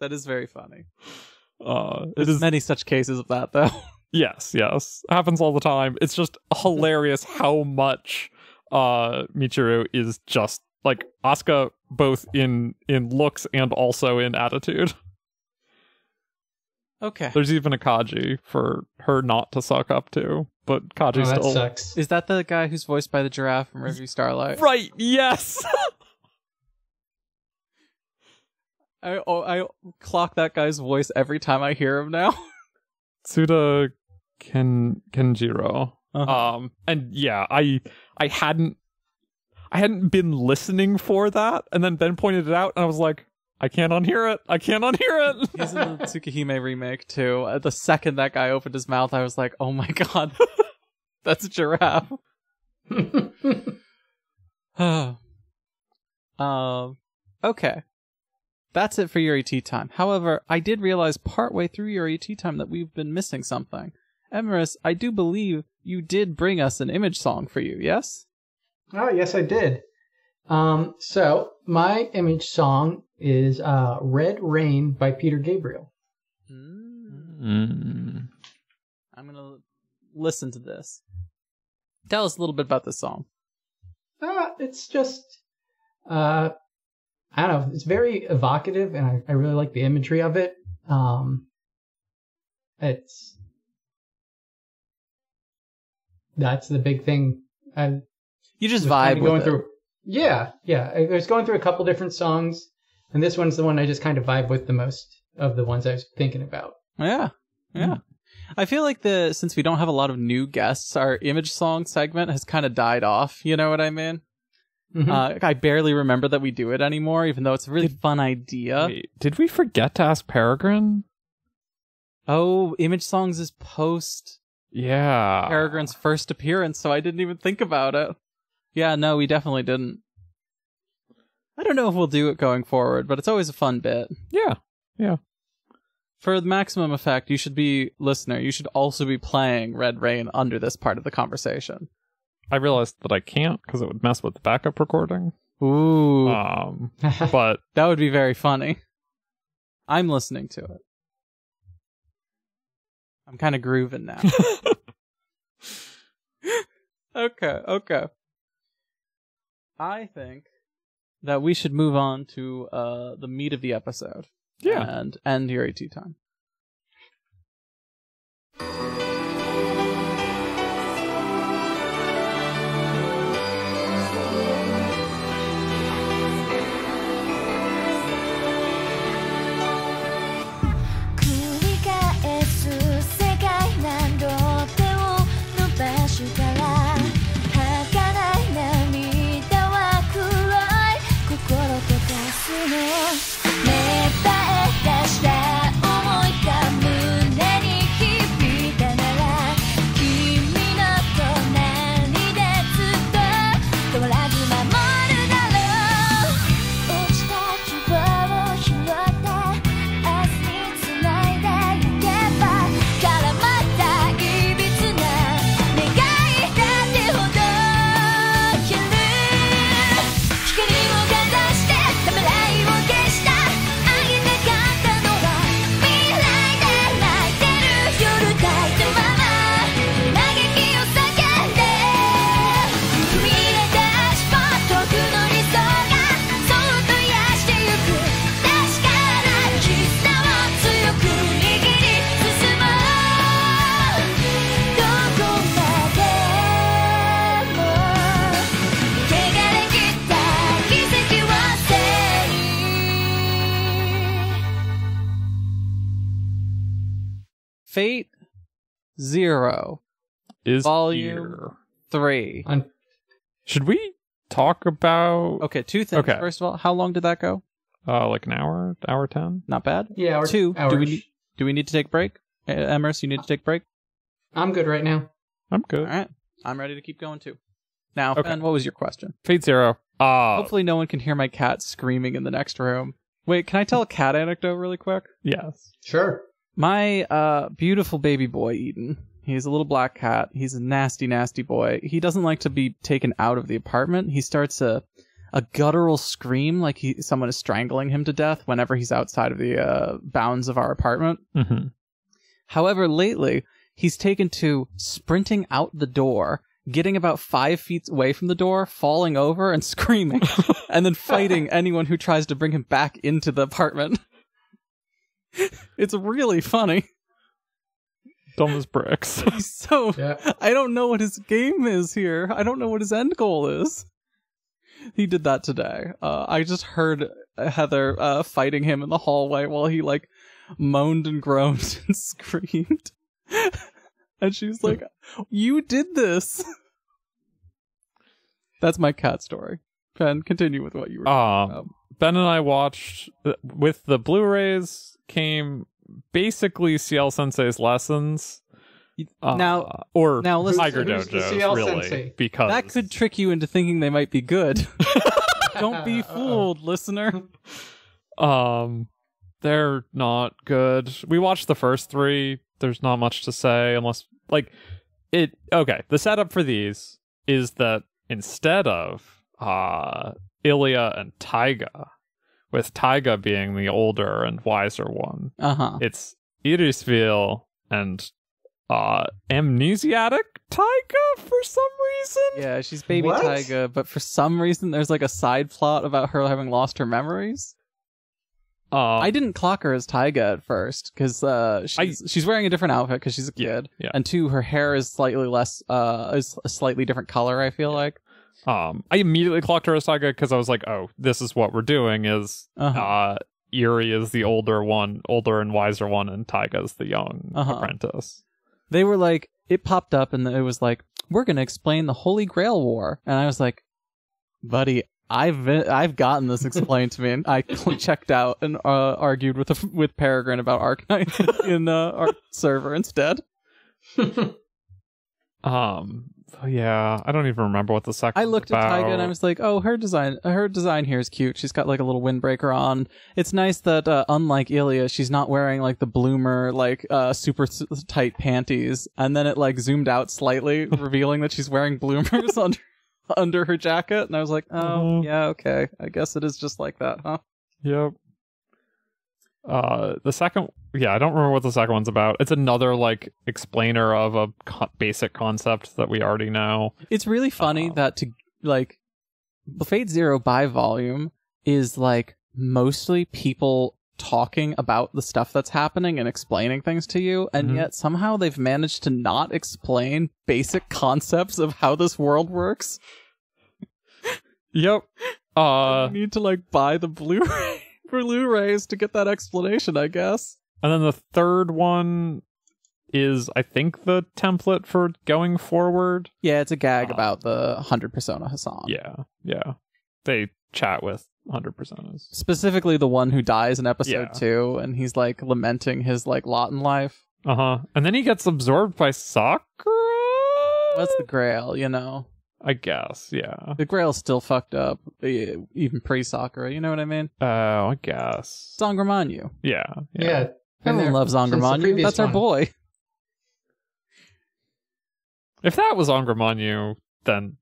Speaker 2: That is very funny.
Speaker 1: (laughs) Uh, it
Speaker 2: There's
Speaker 1: is
Speaker 2: many such cases of that though. (laughs)
Speaker 1: yes, yes, happens all the time. It's just hilarious how much uh, Michiru is just like Asuka, both in in looks and also in attitude. (laughs)
Speaker 2: okay.
Speaker 1: There's even a Kaji for her not to suck up to, but Kaji
Speaker 3: Oh, that
Speaker 1: still
Speaker 3: sucks. (laughs)
Speaker 2: Is that the guy who's voiced by the giraffe from Review Starlight?
Speaker 1: right. Yes. (laughs)
Speaker 2: I, oh, I clock that guy's voice every time I hear him now.
Speaker 1: Tsuda Ken Kenjiro.
Speaker 2: Uh-huh.
Speaker 1: Um and yeah, I I hadn't I hadn't been listening for that and then Ben pointed it out and I was like, I can't unhear it. I can't unhear it.
Speaker 2: (laughs) He's in the Tsukihime remake too. Uh, The second that guy opened his mouth, I was like, "Oh my (laughs) god, that's a giraffe." (sighs) um, okay, that's it for your ET time. However, I did realize partway through your ET time that we've been missing something. Emerus, I do believe you did bring us an image song for you. Yes.
Speaker 3: Oh, yes, I did. Um, so my image song is uh, "Red Rain" by Peter Gabriel. Hmm.
Speaker 2: Mm-hmm. I'm gonna listen to this. Tell us a little bit about this song.
Speaker 3: Uh, it's just, uh, I don't know. It's very evocative, and I, I really like the imagery of it. Um, it's that's the big thing. I
Speaker 2: You just
Speaker 3: was kinda
Speaker 2: vibe with
Speaker 3: going
Speaker 2: it.
Speaker 3: through. Yeah, yeah. I was going through a couple different songs, and this one's the one I just kind of vibe with the most of the ones I was thinking about.
Speaker 2: Yeah. Yeah.
Speaker 3: Hmm.
Speaker 2: I feel like the since we don't have a lot of new guests, our image song segment has kind of died off. You know what I mean?
Speaker 3: Mhm.
Speaker 2: Uh, I barely remember that we do it anymore, even though it's a really fun idea.
Speaker 1: Wait, did we forget to ask Peregrine?
Speaker 2: Oh, image songs is post
Speaker 1: Yeah.
Speaker 2: Peregrine's first appearance, so I didn't even think about it. Yeah, no, we definitely didn't. I don't know if we'll do it going forward, but it's always a fun bit.
Speaker 1: Yeah.
Speaker 2: For the maximum effect, you should be listener. You should also be playing Red Rain under this part of the conversation.
Speaker 1: I realized that I can't because it would mess with the backup recording.
Speaker 2: Ooh,
Speaker 1: Um
Speaker 2: Mm-hmm.
Speaker 1: but
Speaker 2: that would be very funny. I'm listening to it. I'm kind of
Speaker 1: (laughs)
Speaker 2: grooving now. okay, okay. I think that we should move on to uh, the meat of the episode.
Speaker 1: yeah.
Speaker 2: And end your AT time.
Speaker 5: 繰り返す世界何度手を伸ばしたら儚い涙は黒い心と化すの芽生え出した想いが胸に響いたなら君の隣でずっと変わらず守るだろう落ちた希望を拾って明日に繋いでいけば絡まったいびつな願いだってほど昼光をかざしてためらいを消したあげなかったのは未来で泣いてる夜抱いたまま嘆きを叫んで踏み入れた足元遠くの理想がそっと癒してゆく確かな絆を強く握り進もうどこまでも汚れきった奇跡を背に
Speaker 2: Fate Zero
Speaker 1: Is
Speaker 2: volume.
Speaker 1: here.
Speaker 2: Three.
Speaker 3: (laughs) On-
Speaker 1: Should we talk about
Speaker 2: Okay, two things.
Speaker 1: Okay.
Speaker 2: First of all, how long did that go?
Speaker 1: Uh, like an hour, hour ten.
Speaker 2: Not bad.
Speaker 3: Yeah, or
Speaker 2: Two.
Speaker 3: Hours.
Speaker 2: Do we need, do we need to take a break? Uh, Emrys, you need to take a break.
Speaker 3: I'm good right now.
Speaker 1: I'm
Speaker 2: All
Speaker 1: good.
Speaker 2: right, I'm ready to keep going too. Now,
Speaker 1: Okay.
Speaker 2: Ben, what was your question?
Speaker 1: Fate Zero. Uh,
Speaker 2: Hopefully, no one can hear my cat screaming in the next room. Wait, can I tell a cat anecdote really quick?
Speaker 1: yes.
Speaker 3: Sure.
Speaker 2: My uh, beautiful baby boy, Eden. He's a little black cat. He's a nasty, nasty boy. He doesn't like to be taken out of the apartment. He starts a a guttural scream like he someone is strangling him to death whenever he's outside of the uh, bounds of our apartment.
Speaker 1: Mm-hmm.
Speaker 2: However, lately he's taken to sprinting out the door, getting about five feet away from the door, falling over and (laughs) screaming, and then fighting anyone who tries to bring him back into the apartment. (laughs) it's really funny.
Speaker 1: Dumb as (laughs)
Speaker 2: (laughs)
Speaker 1: bricks.
Speaker 2: He's so
Speaker 3: Yeah.
Speaker 2: (laughs) I don't know what his game is here. I don't know what his end goal is. He did that today. Uh, I just heard Heather uh, fighting him in the hallway while he like moaned and groaned (laughs) and screamed. (laughs) and she was like, "You did this." (laughs) That's my cat story. Ben, continue with what you were.
Speaker 1: um,
Speaker 2: Um,
Speaker 1: Ben and I watched uh, with the Blu-rays came basically CL Sensei's lessons. Uh,
Speaker 2: now
Speaker 1: or
Speaker 2: now listen-
Speaker 1: Tiger
Speaker 3: Who's the
Speaker 1: Dojo's,
Speaker 3: CL
Speaker 1: really,
Speaker 3: Sensei?
Speaker 1: because
Speaker 2: that could trick you into thinking they might be good. don't be
Speaker 3: Uh-oh.
Speaker 2: fooled, listener.
Speaker 1: Um, they're not good. We watched the first three. There's not much to say unless like it. Okay, the setup for these is that instead of uh Ilya and Taiga, with Taiga being the older and wiser one,
Speaker 2: Uh huh.
Speaker 1: it's Irisville and uh amnesiatic Taiga for some reason.
Speaker 2: Yeah, she's baby
Speaker 3: What?
Speaker 2: Tyga, but for some reason there's like a side plot about her having lost her memories.
Speaker 1: Um,
Speaker 2: I didn't clock her as Tyga at first because uh, she's she's wearing a different outfit because she's a
Speaker 1: Yeah,
Speaker 2: kid,
Speaker 1: yeah.
Speaker 2: and two, her hair is slightly less uh is a slightly different color. I feel like
Speaker 1: um i immediately clocked her as saga because i was like oh this is what we're doing is
Speaker 2: Uh-huh.
Speaker 1: uh Eerie is the older one, older and wiser one, and Taiga's the young
Speaker 2: Uh-huh.
Speaker 1: apprentice.
Speaker 2: they were like it popped up and it was like we're gonna explain the Holy Grail War, and I was like, buddy. I've been, I've
Speaker 1: (laughs)
Speaker 2: gotten this explained to me, and I (laughs) checked out and uh, argued with with Peregrine about Arknight (laughs) in uh, our server instead.
Speaker 1: Um, so yeah, I don't even remember what the second.
Speaker 2: I looked
Speaker 1: was
Speaker 2: at
Speaker 1: about.
Speaker 2: Tyga and I was like, "Oh, her design, her design here is cute. She's got like a little windbreaker on. It's nice that uh, unlike Ilya, she's not wearing like the bloomer, like uh, super s- tight panties." And then it like zoomed out slightly, revealing that she's wearing bloomers (laughs) under under her jacket. And I was like, "Oh,
Speaker 1: Mhm.
Speaker 2: yeah, okay. I guess it is just like that, huh?"
Speaker 1: Yep. Uh, the second, yeah, I don't remember what the second one's about. It's another like explainer of a co- basic concept that we already know.
Speaker 2: It's really funny
Speaker 1: Um,
Speaker 2: that to like Fate Zero by volume is like mostly people talking about the stuff that's happening and explaining things to you, and
Speaker 1: Mhm.
Speaker 2: yet somehow they've managed to not explain basic (laughs) concepts of how this world works. (laughs)
Speaker 1: Yep. Uh,
Speaker 2: you need to like buy the Blu-ray (laughs) Blu-rays to get that explanation, I guess.
Speaker 1: And then the third one is, I think, the template for going forward.
Speaker 2: Yeah, it's a gag
Speaker 1: Uh,
Speaker 2: about the hundred persona Hassan.
Speaker 1: Yeah, yeah. They chat with hundred percenters.
Speaker 2: Specifically the one who dies in episode
Speaker 1: Yeah.
Speaker 2: two and he's like lamenting his like lot in life.
Speaker 1: Uh huh. And then he gets absorbed by Sakura.
Speaker 2: That's the grail, you know.
Speaker 1: I guess. Yeah.
Speaker 2: The grail's still fucked up, e- even pre Sakura, you know what I mean?
Speaker 1: Oh, I guess.
Speaker 2: Zangramanyu.
Speaker 1: Yeah.
Speaker 3: Oh, yeah.
Speaker 1: Yeah.
Speaker 3: Been
Speaker 2: Everyone
Speaker 3: there
Speaker 2: loves
Speaker 3: since the
Speaker 2: Zangramanyu.
Speaker 3: previous
Speaker 2: That's our
Speaker 3: one.
Speaker 2: boy. (laughs)
Speaker 1: If that was on Gramanyu, then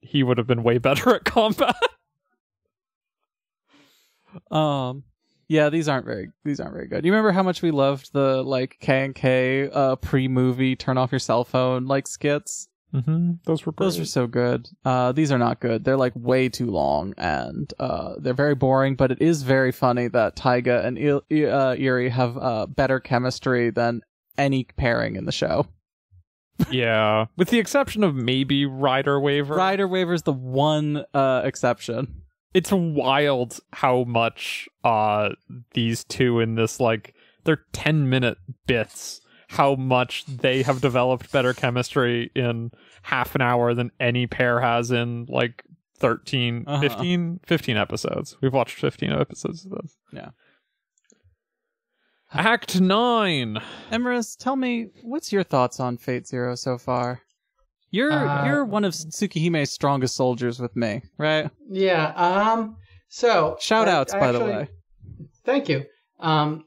Speaker 1: he would have been way better at combat.
Speaker 2: Um yeah, these aren't very these aren't very good. You remember how much we loved the like K and K uh pre movie turn off your cell phone like skits?
Speaker 1: mm-hmm. Those were
Speaker 2: Those are so good. Uh these are not good. They're like way too long and uh they're very boring, but it is very funny that Taiga and Il- I- uh, Iri have uh better chemistry than any pairing in the show.
Speaker 1: yeah, with the exception of maybe Rider Waver.
Speaker 2: Rider Waver's the one uh, exception.
Speaker 1: it's wild how much uh these two in this like they're 10 minute bits how much they have developed better chemistry in half an hour than any pair has in like 13,
Speaker 2: Uh-huh.
Speaker 1: 15, 15 episodes. We've watched 15 episodes of this.
Speaker 2: Yeah.
Speaker 1: Act 9.
Speaker 2: Emerus, tell me, what's your thoughts on Fate Zero so far? You're
Speaker 3: Uh,
Speaker 2: you're one of Tsukihime's strongest soldiers with me, right?
Speaker 3: Yeah. Um. So
Speaker 2: Shout
Speaker 3: I-
Speaker 2: outs,
Speaker 3: I
Speaker 2: by the
Speaker 3: actually-
Speaker 2: way.
Speaker 3: Thank you. Um.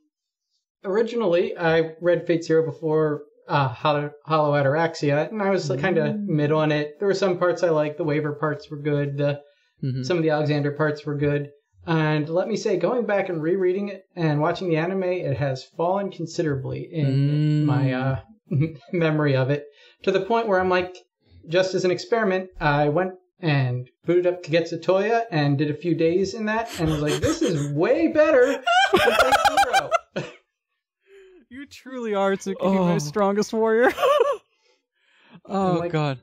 Speaker 3: Originally, I read Fate Zero before uh, Hollow, Hollow Ataraxia, and I was kind of
Speaker 2: Mm.
Speaker 3: mid on it. There were some parts I liked. The waiver parts were good. The
Speaker 2: Mhm.
Speaker 3: some of the Alexander parts were good. And let me say, going back and rereading it and watching the anime, it has fallen considerably in
Speaker 2: Mm.
Speaker 3: my uh, (laughs) memory of it to the point where I'm like, just as an experiment, I went and booted up Kagetsu Toya and did a few days in that and was like, this is way better than Fate
Speaker 2: (laughs)
Speaker 3: Zero.
Speaker 2: You truly are Tsukihime's
Speaker 1: Oh.
Speaker 2: strongest warrior. (laughs) oh
Speaker 3: I'm like-
Speaker 2: god.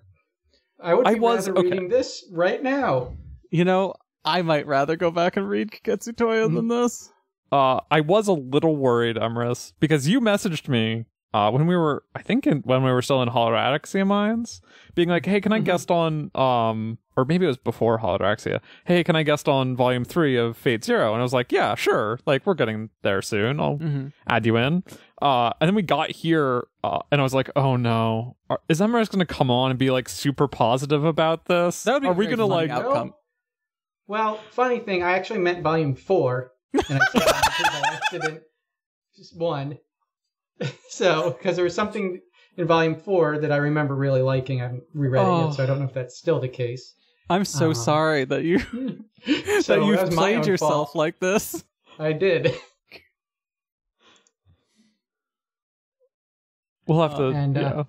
Speaker 3: I would be
Speaker 2: I was-
Speaker 3: rather
Speaker 2: okay.
Speaker 3: reading this right now.
Speaker 2: You know, I might rather go back and read Kagetsu Toya
Speaker 3: Mhm.
Speaker 2: than this.
Speaker 1: Uh, I was a little worried, Emrys, because you messaged me uh, when we were, I think, in, when we were still in Holoraxia Mines, being like, "Hey, can I
Speaker 2: Mhm.
Speaker 1: guest on?" Um, or maybe it was before Holoraxia. Hey, can I guest on Volume Three of Fate Zero? And I was like, "Yeah, sure. Like, we're getting there soon. I'll
Speaker 2: Mm-hmm.
Speaker 1: add you in." Uh, and then we got here, uh, and I was like, "Oh no, Are, is Emrys going to come on and be like super positive about this?
Speaker 2: That would be
Speaker 1: Are we
Speaker 2: great
Speaker 1: going to
Speaker 2: as
Speaker 1: like?"
Speaker 2: an outcome.
Speaker 3: Well, funny thing, I actually meant volume four, and I said that because by accident, just one. (laughs) so, because there was something in volume four that I remember really liking. I haven't reread it
Speaker 2: Oh.
Speaker 3: yet, so I don't know if that's still
Speaker 2: (laughs)
Speaker 3: the case.
Speaker 2: I'm so
Speaker 3: Uh,
Speaker 2: sorry that you (laughs)
Speaker 3: So
Speaker 2: that you've
Speaker 3: that was my own
Speaker 2: played yourself
Speaker 3: fault.
Speaker 2: like this.
Speaker 3: I did, (laughs)
Speaker 1: We'll have to.
Speaker 2: Uh,
Speaker 3: and, uh,
Speaker 1: yeah.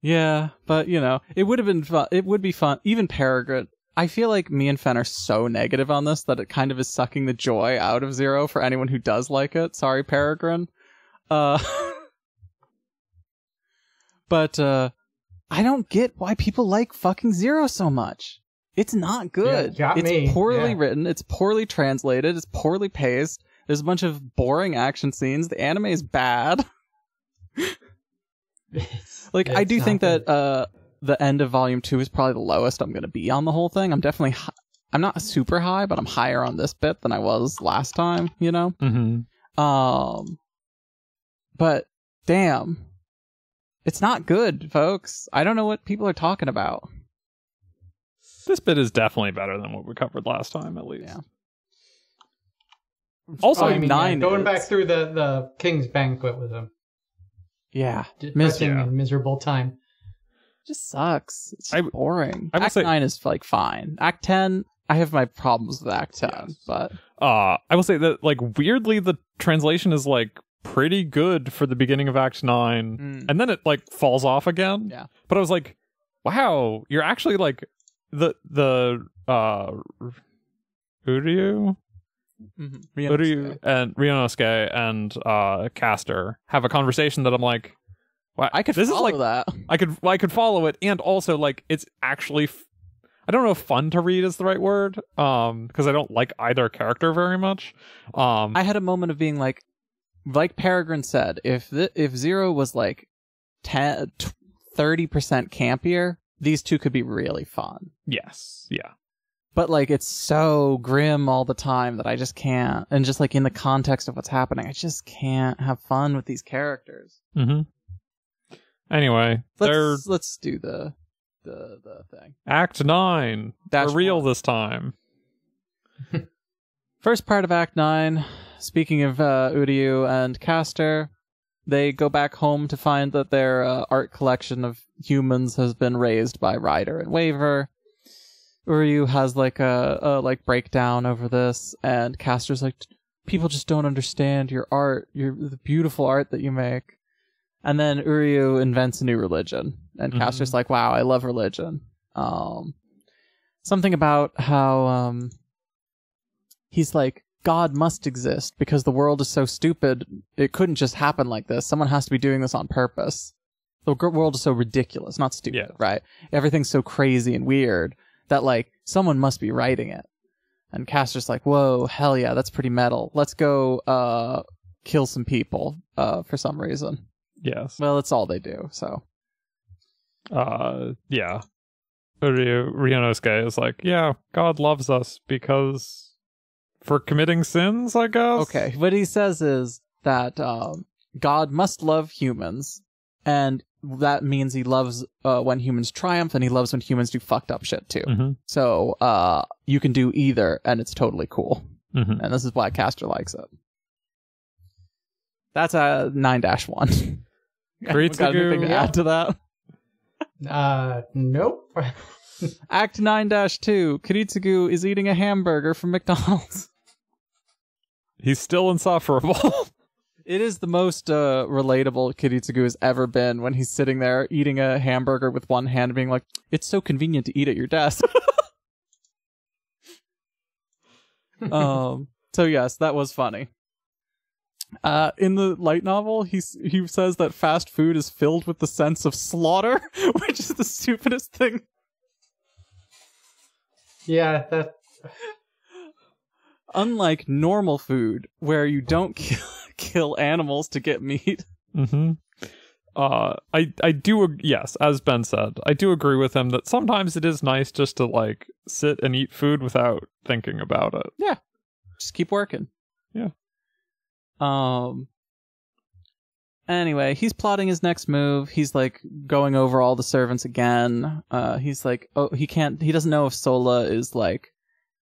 Speaker 2: Yeah, but you know, it would have been fun. It would be fun. Even Peregrine. I feel like me and Fen are so negative on this that it kind of is sucking the joy out of Zero for anyone who does like it. Sorry, Peregrine. Uh, (laughs) but uh, I don't get why people like fucking Zero so much. It's not good.
Speaker 3: got
Speaker 2: it's
Speaker 3: me.
Speaker 2: poorly
Speaker 3: Yeah.
Speaker 2: written. It's poorly translated. It's poorly paced. There's a bunch of boring action scenes. The anime is bad. (laughs) Like I
Speaker 3: It's
Speaker 2: do
Speaker 3: not
Speaker 2: think
Speaker 3: good.
Speaker 2: that uh the end of volume 2 is probably the lowest I'm going to be on the whole thing. I'm definitely hi- I'm not super high, but I'm higher on this bit than I was last time, you know.
Speaker 1: Mhm.
Speaker 2: Um but damn. It's not good, folks. I don't know what people are talking about.
Speaker 1: This bit is definitely better than what we covered last time, at least.
Speaker 2: Yeah.
Speaker 1: Also,
Speaker 3: I Oh, mean, yeah,
Speaker 2: nine
Speaker 3: going
Speaker 2: is-
Speaker 3: back through the the King's Banquet was a
Speaker 2: Yeah.
Speaker 3: depressing
Speaker 1: Yeah.
Speaker 3: and miserable time.
Speaker 2: just sucks. It's
Speaker 1: I w-
Speaker 2: just boring.
Speaker 1: I would
Speaker 2: Act
Speaker 1: say-
Speaker 2: 9 is like fine. Act 10 I have my problems with Act 10,
Speaker 1: Yes.
Speaker 2: but
Speaker 1: uh, I will say that, like, weirdly, the translation is like pretty good for the beginning of Act Nine,
Speaker 2: Mm.
Speaker 1: and then it like falls off again.
Speaker 2: Yeah.
Speaker 1: But I was like, wow, you're actually like the the uh, Uryu,
Speaker 2: Mhm.
Speaker 1: Uryu, and Ryunosuke and uh, Caster have a conversation that I'm like, wow,
Speaker 2: I could
Speaker 1: This
Speaker 2: follow
Speaker 1: is like
Speaker 2: that.
Speaker 1: I could I could follow it, and also like it's actually f- I don't know if fun to read is the right word, um, because I don't like either character very much. Um,
Speaker 2: I had a moment of being like, like Peregrine said, if the, if zero was like 10, 30 percent campier, these two could be really fun.
Speaker 1: yes, yeah,
Speaker 2: But like, it's so grim all the time that I just can't. And just like in the context of what's happening, I just can't have fun with these characters.
Speaker 1: hmm Anyway,
Speaker 2: Let's
Speaker 1: they're
Speaker 2: let's do the the the thing.
Speaker 1: Act Nine.
Speaker 2: That's
Speaker 1: They're real
Speaker 2: one.
Speaker 1: this time.
Speaker 2: First part of Act 9, speaking of uh, Uryu and Castor, they go back home to find that their uh, art collection of humans has been raised by Ryder and Waver. Uryu has like a, a like breakdown over this, and Castor's like, people just don't understand your art, your the beautiful art that you make. And then Uryu invents a new religion, and
Speaker 1: Mhm.
Speaker 2: Castor's like, wow, I love religion. Um, something about how um, he's like god must exist because the world is so stupid it couldn't just happen like this someone has to be doing this on purpose the gr- world is so ridiculous not stupid
Speaker 1: Yeah.
Speaker 2: right everything's so crazy and weird that like someone must be writing it and caster's like whoa hell yeah that's pretty metal let's go uh kill some people uh for some reason
Speaker 1: Yes.
Speaker 2: well that's all they do so
Speaker 1: Uh, yeah. Ryu, Ryunosuke is like, yeah, God loves us because for committing sins, I guess.
Speaker 2: Okay. What he says is that um, God must love humans, and that means he loves uh, when humans triumph, and he loves when humans do fucked up shit too.
Speaker 1: Mhm.
Speaker 2: So uh, you can do either, and it's totally cool. (laughs)
Speaker 1: Mhm.
Speaker 2: And this is why Castor likes it. That's a nine dash one. Got anything to
Speaker 1: Gritsugu,
Speaker 3: Yeah.
Speaker 2: add to that?
Speaker 3: Uh, nope. (laughs)
Speaker 2: Act 9 2 Kiritsugu is eating a hamburger from McDonald's. (laughs)
Speaker 1: he's still insufferable. (laughs)
Speaker 2: It is the most uh, relatable Kiritsugu has ever been when he's sitting there eating a hamburger with one hand and being like, it's so convenient to eat at your desk. um, so, yes, that was funny. Uh, in the light novel, he, s- he says that fast food is filled with the sense of slaughter, (laughs) which is the stupidest thing
Speaker 3: yeah, that.
Speaker 2: unlike normal food where you don't (laughs) kill, kill animals to get meat
Speaker 1: hmm Uh, I I do ag- yes, as Ben said, I do agree with him that sometimes it is nice just to like sit and eat food without thinking about it.
Speaker 2: just keep working
Speaker 1: Yeah.
Speaker 2: um anyway he's plotting his next move he's like going over all the servants again uh he's like oh he can't he doesn't know if sola is like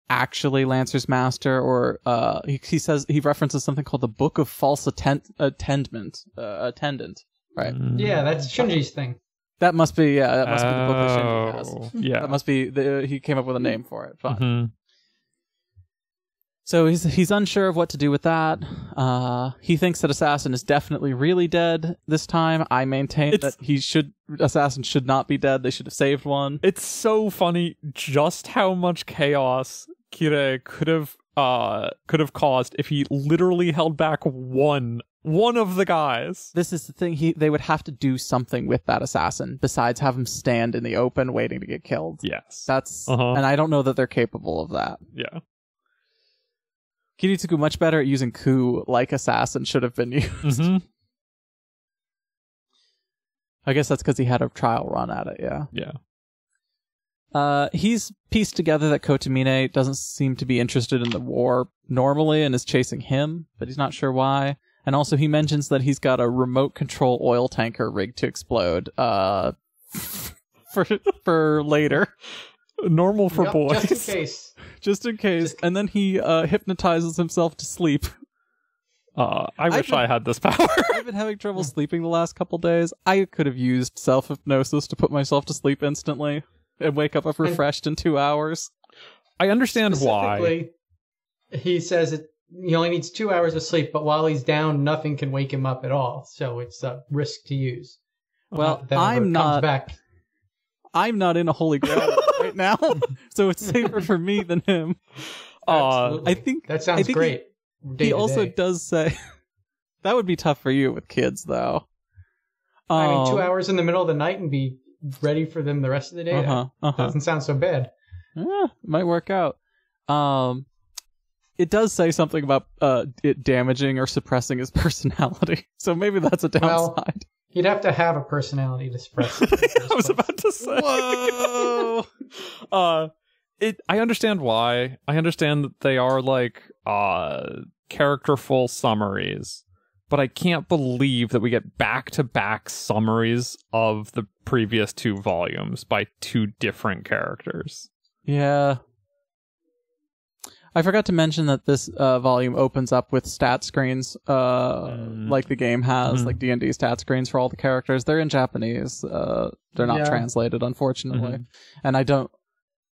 Speaker 2: actually lancer's master or uh he, he says he references something called the book of false attend attendment uh, attendant right
Speaker 1: Mm.
Speaker 3: Yeah, that's Shinji's thing.
Speaker 2: that must be yeah that must be the book that Shinji has (laughs)
Speaker 1: Oh, yeah.
Speaker 2: That must be the, he came up with a name for it. Fine.
Speaker 1: Mhm.
Speaker 2: So he's he's unsure of what to do with that. Uh, he thinks that assassin is definitely really dead this time. I maintain
Speaker 1: It's-
Speaker 2: that he should assassin should not be dead. They should have saved one.
Speaker 1: It's so funny just how much chaos Kire could have uh could have caused if he literally held back one one of the guys.
Speaker 2: This is the thing. He they would have to do something with that assassin besides have him stand in the open waiting to get killed.
Speaker 1: Yes.
Speaker 2: That's
Speaker 1: Uh-huh.
Speaker 2: and I don't know that they're capable of that.
Speaker 1: yeah.
Speaker 2: Kiritsugu much better at using coup like assassin should have been (laughs) used.
Speaker 1: Mhm.
Speaker 2: I guess that's because he had a trial run at it. Yeah.
Speaker 1: Yeah.
Speaker 2: Uh, he's pieced together that Kotamine doesn't seem to be interested in the war normally and is chasing him, but he's not sure why. And also, he mentions that he's got a remote control oil tanker rigged to explode. Uh, (laughs) for for later,
Speaker 1: Normal for
Speaker 3: Yep,
Speaker 1: boys.
Speaker 3: Just in case.
Speaker 2: just in case. And then he uh, hypnotizes himself to sleep. (laughs)
Speaker 1: Uh, I wish
Speaker 2: could-
Speaker 1: I had this power. (laughs)
Speaker 2: I've been having trouble sleeping the last couple days. I could have used self hypnosis to put myself to sleep instantly and wake up refreshed in two hours.
Speaker 1: I understand why.
Speaker 3: Specifically, He says it, he only needs two hours of sleep, but while he's down, nothing can wake him up at all. So it's a risk to use.
Speaker 2: Well,
Speaker 3: Then when it
Speaker 2: I'm
Speaker 3: comes
Speaker 2: not.
Speaker 3: back.
Speaker 2: I'm not in a holy
Speaker 3: (laughs)
Speaker 2: grail right now, (laughs) so it's safer for me than him.
Speaker 1: Uh,
Speaker 3: Absolutely.
Speaker 2: I think
Speaker 3: that sounds
Speaker 2: I think he-
Speaker 3: great. Day
Speaker 2: he
Speaker 3: to
Speaker 2: also
Speaker 3: day.
Speaker 2: does say (laughs) that would be tough for you with kids, though.
Speaker 3: I mean, two
Speaker 2: Um,
Speaker 3: hours in the middle of the night and be ready for them the rest of the day.
Speaker 2: Uh-huh,
Speaker 3: That
Speaker 2: uh-huh.
Speaker 3: doesn't sound so bad.
Speaker 2: Yeah, it might work out. Um, it does say something about uh, it damaging or suppressing his (laughs) personality, so maybe that's a
Speaker 3: Well,
Speaker 2: downside. (laughs)
Speaker 3: You'd have to have a personality to suppress. it in the
Speaker 1: (laughs)
Speaker 3: first
Speaker 1: I was
Speaker 3: place.
Speaker 1: about to say.
Speaker 2: Whoa!
Speaker 1: uh it i understand why i understand that they are like uh characterful summaries but i can't believe that we get back to back summaries of the previous two volumes by two different characters
Speaker 2: Yeah. I forgot to mention that this uh, volume opens up with stat screens, uh,
Speaker 1: Mm.
Speaker 2: like the game has,
Speaker 1: Mhm.
Speaker 2: like D and D stat screens for all the characters. They're in Japanese. Uh, they're not
Speaker 3: Yeah.
Speaker 2: translated, unfortunately. And I don't,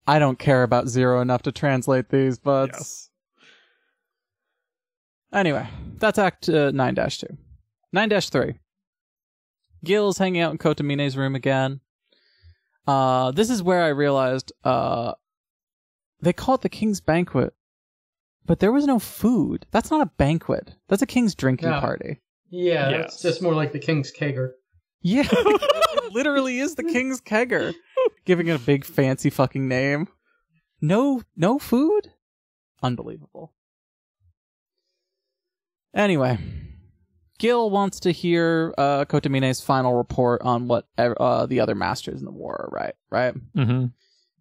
Speaker 2: I don't care about zero enough to translate these. But
Speaker 1: yes
Speaker 2: anyway, that's Act uh, Nine Dash Two, Nine Dash Three. Gil's hanging out in Kotamine's room again. Uh, this is where I realized uh, they call it the King's Banquet, but there was no food. That's not a banquet. That's a King's drinking
Speaker 3: No.
Speaker 2: party.
Speaker 3: Yeah,
Speaker 1: Yes.
Speaker 3: it's just more like the King's Kegger.
Speaker 2: Yeah, (laughs) it literally is the King's Kegger, giving it a big fancy fucking name. No, no food. Unbelievable. Anyway, Gil wants to hear uh, Kotamine's final report on what ev- uh, the other masters in the war are right, right?
Speaker 1: Mm-hmm.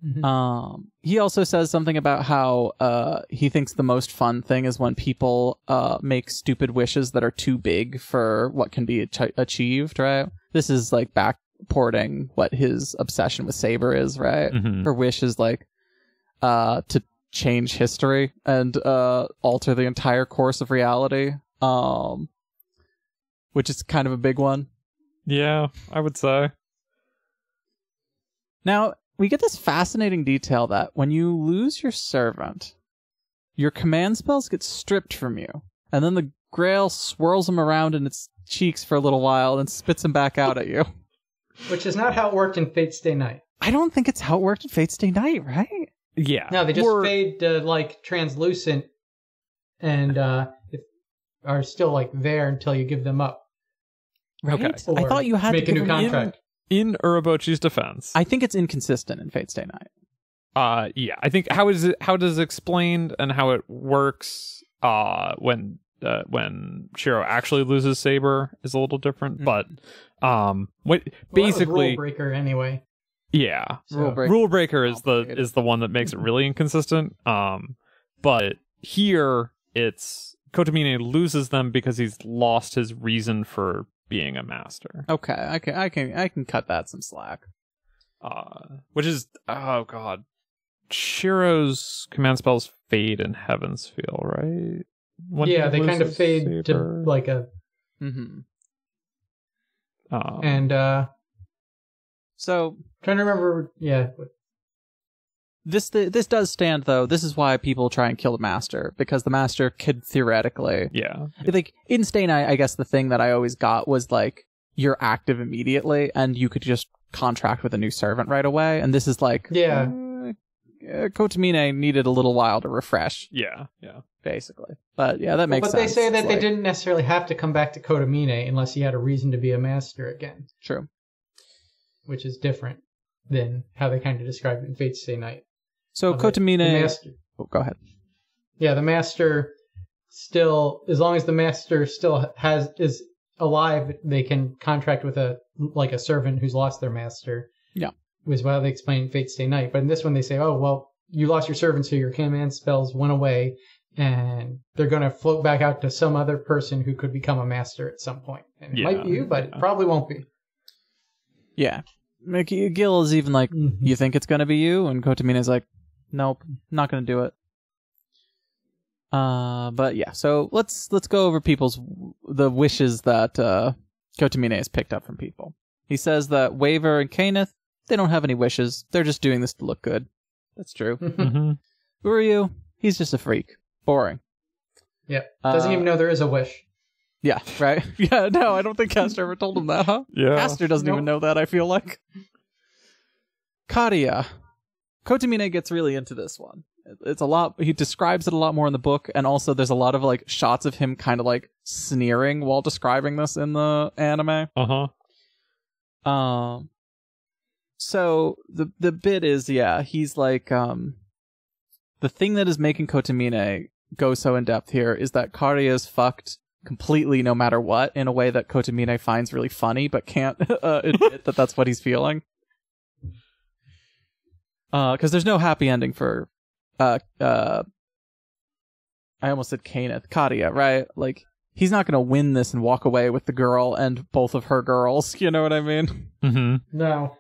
Speaker 3: Mhm.
Speaker 2: Um, he also says something about how uh, he thinks the most fun thing is when people uh, make stupid wishes that are too big for what can be ach- achieved, right? This is like backporting what his obsession with Saber is, right?
Speaker 1: Mm-hmm.
Speaker 2: Her wish is like uh, to change history and uh, alter the entire course of reality, um, which is kind of a big one.
Speaker 1: Yeah, I would say.
Speaker 2: Now, we get this fascinating detail that when you lose your servant, your command spells get stripped from you, and then the grail swirls them around in its cheeks for a little while and spits them back out at you. (laughs)
Speaker 3: Which is not how it worked in Fate's Day Night.
Speaker 2: I don't think it's how it worked in Fate's Day Night, right?
Speaker 1: Yeah.
Speaker 3: No, they just
Speaker 2: Or-
Speaker 3: fade to like translucent, and uh, if, are still like there until you give them up.
Speaker 2: Right?
Speaker 1: Okay.
Speaker 2: I
Speaker 3: Or
Speaker 2: thought you had
Speaker 3: make
Speaker 2: to
Speaker 3: a
Speaker 2: give
Speaker 3: new
Speaker 2: them in-
Speaker 3: contract.
Speaker 1: In Urobochi's defense,
Speaker 2: I think it's inconsistent in Fate's Day Night.
Speaker 1: uh yeah i think how is it how does it explained and how it works uh when uh, when shiro actually loses saber is a little different
Speaker 2: Mm.
Speaker 1: but um what
Speaker 3: Hmm. Well, that was
Speaker 1: basically
Speaker 3: rule breaker anyway.
Speaker 1: yeah
Speaker 3: So-
Speaker 2: Rule break.
Speaker 1: rule breaker is the
Speaker 2: Complicated.
Speaker 1: is the one that makes it
Speaker 3: Mm-hmm.
Speaker 1: really inconsistent um but here it's kotamine loses them because he's lost his reason for being a master
Speaker 2: Okay, I can, I can, I can cut that some slack.
Speaker 1: uh, which is oh god, Shiro's command spells fade in Heaven's Feel, right? When
Speaker 3: yeah,
Speaker 1: he
Speaker 3: they kind of
Speaker 1: loses
Speaker 3: fade to
Speaker 1: Saber.
Speaker 3: like a
Speaker 2: hmm
Speaker 1: Um,
Speaker 3: and uh
Speaker 2: So
Speaker 3: trying to remember. Yeah,
Speaker 2: this this does stand though. This is why people try and kill the master because the master could theoretically
Speaker 1: yeah,
Speaker 2: like in Stay Night, I guess the thing that I always got was like you're active immediately and you could just contract with a new servant right away. And this is like
Speaker 3: Yeah.
Speaker 2: uh, uh, Kotamine needed a little while to refresh,
Speaker 1: yeah, yeah.
Speaker 2: basically. But yeah, that makes
Speaker 3: but
Speaker 2: sense.
Speaker 3: they say
Speaker 2: It's
Speaker 3: that they
Speaker 2: like-
Speaker 3: didn't necessarily have to come back to Kodamine unless he had a reason to be a master again,
Speaker 2: True.
Speaker 3: which is different than how they kind of described it in Fate's Day Night.
Speaker 2: So
Speaker 3: Of it. The
Speaker 2: Kotamine.
Speaker 3: master-
Speaker 2: Oh, go ahead.
Speaker 3: yeah the master still as long as the master still has is alive they can contract with a like a servant who's lost their master
Speaker 2: Yeah.
Speaker 3: was why they explain fate's day night but in this one they say oh well you lost your servant so your command spells went away and they're going to float back out to some other person who could become a master at some point and it might be
Speaker 1: Yeah,
Speaker 3: you but
Speaker 1: yeah.
Speaker 3: it probably won't be
Speaker 2: Yeah. Mickey Gill is even like,
Speaker 3: (laughs)
Speaker 2: you think it's gonna be you? And Kotamine's like, nope, not gonna do it. Uh, but yeah, so let's let's go over people's the wishes that uh, Kotamine has picked up from people. He says that Waver and Kaneth they don't have any wishes; they're just doing this to look good. That's true.
Speaker 1: hmm
Speaker 2: Uryu, he's just a freak, boring.
Speaker 3: yeah doesn't
Speaker 2: Uh,
Speaker 3: even know there is a wish
Speaker 2: Yeah, (laughs) right. yeah, no, I don't think Castor ever told him that, huh?
Speaker 1: Yeah,
Speaker 2: Pastor doesn't even know that, I feel like. Kadia. Kotamine gets really into this one. It's a lot he describes it a lot more in the book, and also there's a lot of like shots of him kind of like sneering while describing this in the anime.
Speaker 1: uh huh.
Speaker 2: Um so the the bit is, yeah, he's like um the thing that is making Kotamine go so in depth here is that Karia is fucked completely no matter what in a way that Kotamine finds really funny but can't (laughs) uh, admit that that's what he's feeling. Because there's no happy ending for, uh, uh, I almost said Kaneth, Kadia, right? Like he's not gonna win this and walk away with the girl and both of her girls. (laughs) You know what I mean?
Speaker 1: Mm-hmm.
Speaker 3: no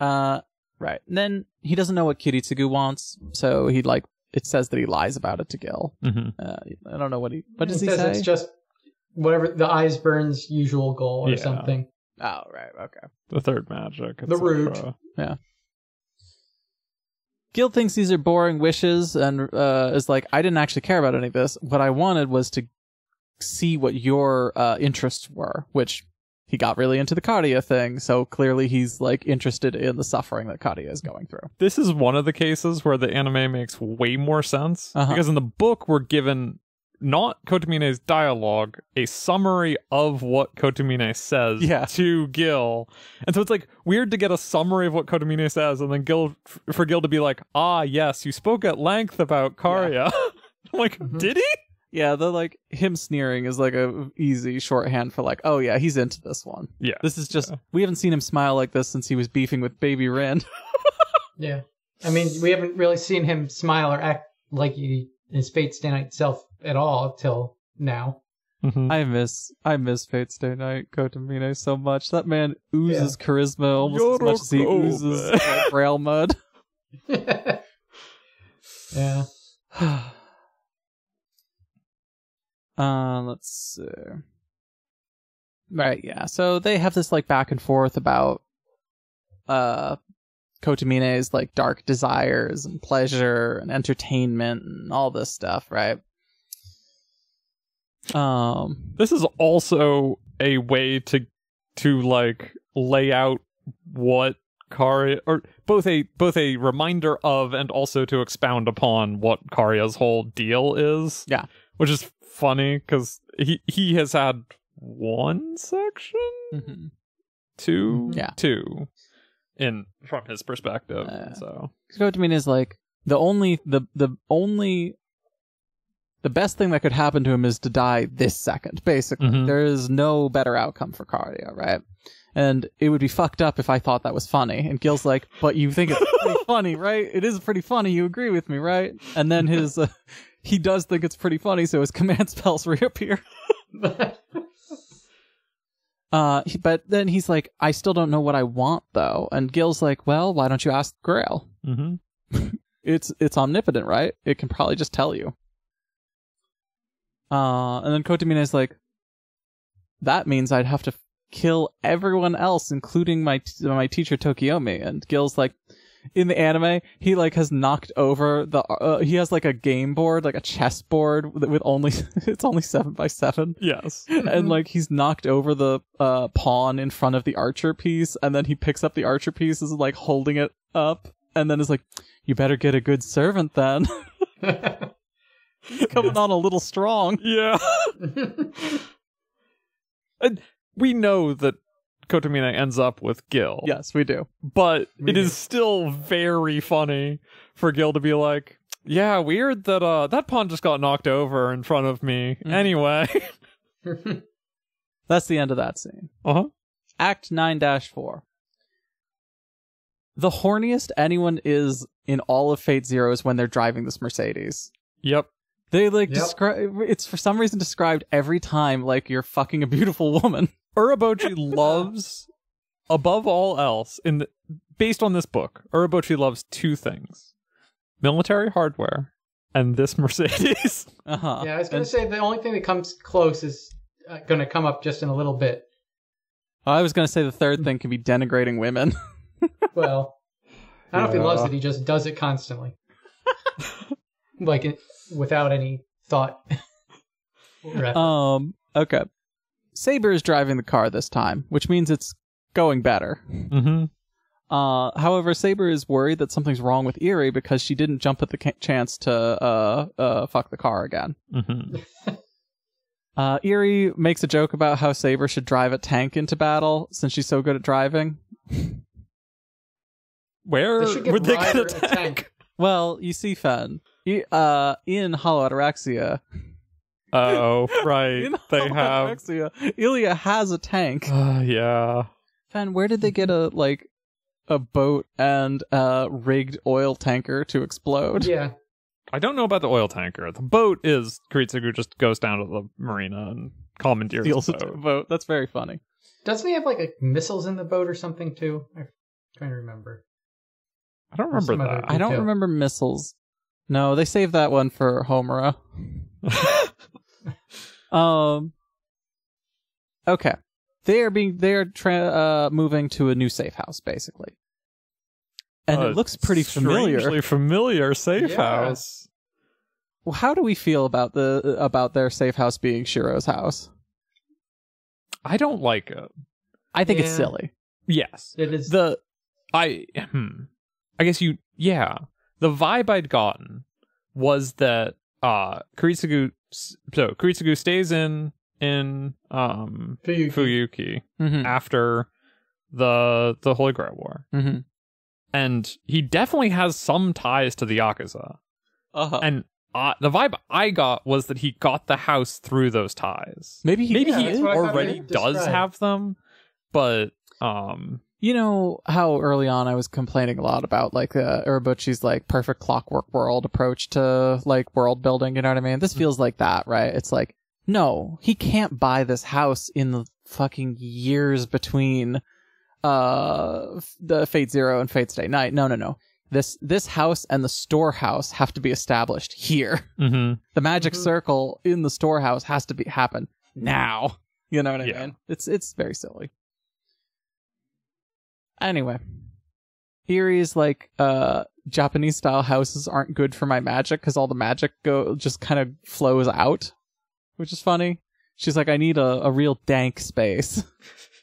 Speaker 2: Uh, right. And then he doesn't know what Kiritsugu wants, so he like it says that he lies about it to Gil.
Speaker 1: Mm-hmm.
Speaker 2: Uh, I don't know what he. What does
Speaker 3: it
Speaker 2: he
Speaker 3: says
Speaker 2: say?
Speaker 3: it's just whatever the eyes burns usual goal or
Speaker 1: Yeah.
Speaker 3: something
Speaker 2: oh, right. Okay.
Speaker 1: The third magic,
Speaker 3: The root.
Speaker 1: etc.
Speaker 2: Gil thinks these are boring wishes and uh, is like, I didn't actually care about any of this. What I wanted was to see what your uh, interests were, which he got really into the Kadia thing. So clearly he's like interested in the suffering that Kadia is going through.
Speaker 1: This is one of the cases where the anime makes way more sense
Speaker 2: Uh-huh.
Speaker 1: because in the book we're given not Kotamine's dialogue, a summary of what Kotamine says
Speaker 2: Yeah.
Speaker 1: to Gil. And so it's like weird to get a summary of what Kotamine says and then Gil (laughs)
Speaker 2: Mm-hmm.
Speaker 1: for Gil to be like, "Ah, yes, you spoke at length about Karya." I'm like, "Did he?"
Speaker 2: Yeah, the like him sneering is like a easy shorthand for like, oh yeah, he's into this one.
Speaker 1: Yeah.
Speaker 2: This is just we haven't seen him smile like this since he was beefing with Baby Rin.
Speaker 3: Yeah. I mean, we haven't really seen him smile or act like he is Fate's Day Night self at all till now. (laughs)
Speaker 1: Mhm.
Speaker 2: (laughs) I miss I miss Fate's Day Night Kotomine so much. That man oozes charisma almost as much as he
Speaker 1: Yoroko.
Speaker 2: oozes like, rail mud.
Speaker 3: yeah.
Speaker 2: (sighs)
Speaker 3: (laughs)
Speaker 2: uh, let's see. Right, yeah. So they have this like back and forth about uh Kotamine's like dark desires and pleasure and entertainment and all this stuff, right? Um
Speaker 1: This is also a way to to like lay out what Kari or both a both a reminder of and also to expound upon what Karia's whole deal is.
Speaker 2: Yeah.
Speaker 1: Which is funny because he he has had one section,
Speaker 2: mhm.
Speaker 1: two,
Speaker 2: Mm, Yeah.
Speaker 1: two, in from his perspective.
Speaker 2: Uh,
Speaker 1: so
Speaker 2: Kotamine is like the only the the only the best thing that could happen to him is to die this second, basically.
Speaker 1: Mhm.
Speaker 2: There is no better outcome for Cardia, right? And it would be fucked up if I thought that was funny. And Gil's like, but you think it's pretty funny, right? It is pretty funny. You agree with me, right? And then his, uh, (laughs) he does think it's pretty funny, so his (laughs) command spells reappear. Uh, he- but then he's like, I still don't know what I want, though. And Gil's like, well, why don't you ask Grail?
Speaker 1: mhm.
Speaker 2: it's it's omnipotent, right? It can probably just tell you. Uh, and then Kotamina is like, that means I'd have to f- kill everyone else, including my t- my teacher Tokiomi. And Gil's like, in the anime, he like has knocked over the uh, he has like a game board, like a chess board with, with only (laughs) it's only seven by seven
Speaker 1: yes.
Speaker 3: Mm-hmm.
Speaker 2: and like he's knocked over the uh, pawn in front of the archer piece, and then he picks up the archer piece, is like holding it up, and then is like, "You better get a good servant then." (laughs) He's coming on a little strong.
Speaker 1: Yeah. (laughs) And we know that Kotomina ends up with Gil.
Speaker 2: Yes, we do.
Speaker 1: But
Speaker 3: We
Speaker 1: it
Speaker 3: do.
Speaker 1: is still very funny for Gil to be like, yeah, weird that uh that pawn just got knocked over in front of me.
Speaker 2: Mhm.
Speaker 1: Anyway. (laughs)
Speaker 2: That's the end of that scene.
Speaker 1: uh-huh.
Speaker 2: Act 9 4. The horniest anyone is in all of Fate Zero is when they're driving this Mercedes.
Speaker 1: Yep.
Speaker 2: They like
Speaker 3: Yep.
Speaker 2: describe it's for some reason described every time like you're fucking a beautiful woman. (laughs)
Speaker 1: (laughs) Urabochi loves above all else in the, based on this book, Urabochi loves two things. Military hardware and this Mercedes. (laughs)
Speaker 2: Uh-huh.
Speaker 3: yeah, I was going
Speaker 2: And-
Speaker 3: to say the only thing that comes close is uh, going to come up just in a little bit.
Speaker 2: Oh, I was gonna say the third thing can be denigrating women. (laughs)
Speaker 3: Well, I don't know if
Speaker 2: Yeah.
Speaker 3: he loves it. He just does it constantly, (laughs) like it, without any thought. or effort.
Speaker 2: um. Okay. Saber is driving the car this time, which means it's going better.
Speaker 1: mm-hmm.
Speaker 2: Uh, however, Saber is worried that something's wrong with Erie because she didn't jump at the ca- chance to uh, uh, fuck the car again.
Speaker 1: Mm-hmm.
Speaker 2: Uh, Erie makes a joke about how Saber should drive a tank into battle since she's so good at driving.
Speaker 1: Where
Speaker 3: They should give
Speaker 1: would they get
Speaker 3: Ryder
Speaker 1: a
Speaker 3: a
Speaker 1: tank?
Speaker 3: tank.
Speaker 2: Well, you see, Fen, e- uh, in Hollow Ataraxia,
Speaker 1: (laughs) Oh, right.
Speaker 2: in
Speaker 1: they
Speaker 2: Hollow
Speaker 1: have.
Speaker 2: Ataraxia, Ilya has a tank.
Speaker 1: Uh, yeah.
Speaker 2: Fan, where did they get a like a boat and a rigged oil tanker to explode?
Speaker 3: Yeah,
Speaker 1: I don't know about the oil tanker. The boat is Kiritsugu just goes down to the marina and
Speaker 2: (laughs)
Speaker 1: commandeers
Speaker 2: Steals
Speaker 1: the
Speaker 2: a
Speaker 1: boat.
Speaker 2: boat. That's very funny.
Speaker 3: doesn't he have like a, missiles in the boat or something too? I'm trying to remember.
Speaker 1: I don't remember
Speaker 3: Some other-
Speaker 1: that.
Speaker 2: I don't
Speaker 3: too.
Speaker 2: remember missiles. No, they saved that one for Homura. (laughs) Um. Okay, they are being they are tra- uh, moving to a new safe house basically, and
Speaker 1: Uh,
Speaker 2: it looks pretty familiar.
Speaker 1: Strangely familiar safe
Speaker 3: Yeah.
Speaker 1: house.
Speaker 2: Well, How do we feel about the about their safe house being Shiro's house?
Speaker 1: I don't like it.
Speaker 2: I think it's
Speaker 3: Yeah.
Speaker 2: silly.
Speaker 1: Yes.
Speaker 3: It is
Speaker 1: The I hmm. I guess you yeah. The vibe I'd gotten was that uh Kiritsugu so Kiritsugu stays in in um
Speaker 3: Fuyuki.
Speaker 1: Fuyuki
Speaker 2: Mm-hmm.
Speaker 1: after the the Holy Grail War.
Speaker 2: Mm-hmm.
Speaker 1: and he definitely has some ties to the Yakuza.
Speaker 2: Uh huh.
Speaker 1: And I, the vibe I got was that he got the house through those ties.
Speaker 2: Maybe he
Speaker 1: Maybe
Speaker 3: Yeah, that's
Speaker 1: he
Speaker 3: what I thought
Speaker 1: already
Speaker 3: it
Speaker 1: does
Speaker 3: described.
Speaker 1: have them, but um,
Speaker 2: You know how early on I was complaining a lot about like uh, Urabuchi's like perfect clockwork world approach to like world building. You know what I mean? This feels like that, right? It's like no, he can't buy this house in the fucking years between uh f- the Fate Zero and Fate's Day Night. No, no, no. This this house and the storehouse have to be established here.
Speaker 1: mhm.
Speaker 2: The magic
Speaker 3: Mhm.
Speaker 2: circle in the storehouse has to be happen now. (laughs) You know what I
Speaker 1: Yeah.
Speaker 2: mean? It's it's very silly. Anyway, Eerie's like uh Japanese style houses aren't good for my magic because all the magic go just kind of flows out, which is funny. She's like, I need a, a real dank space.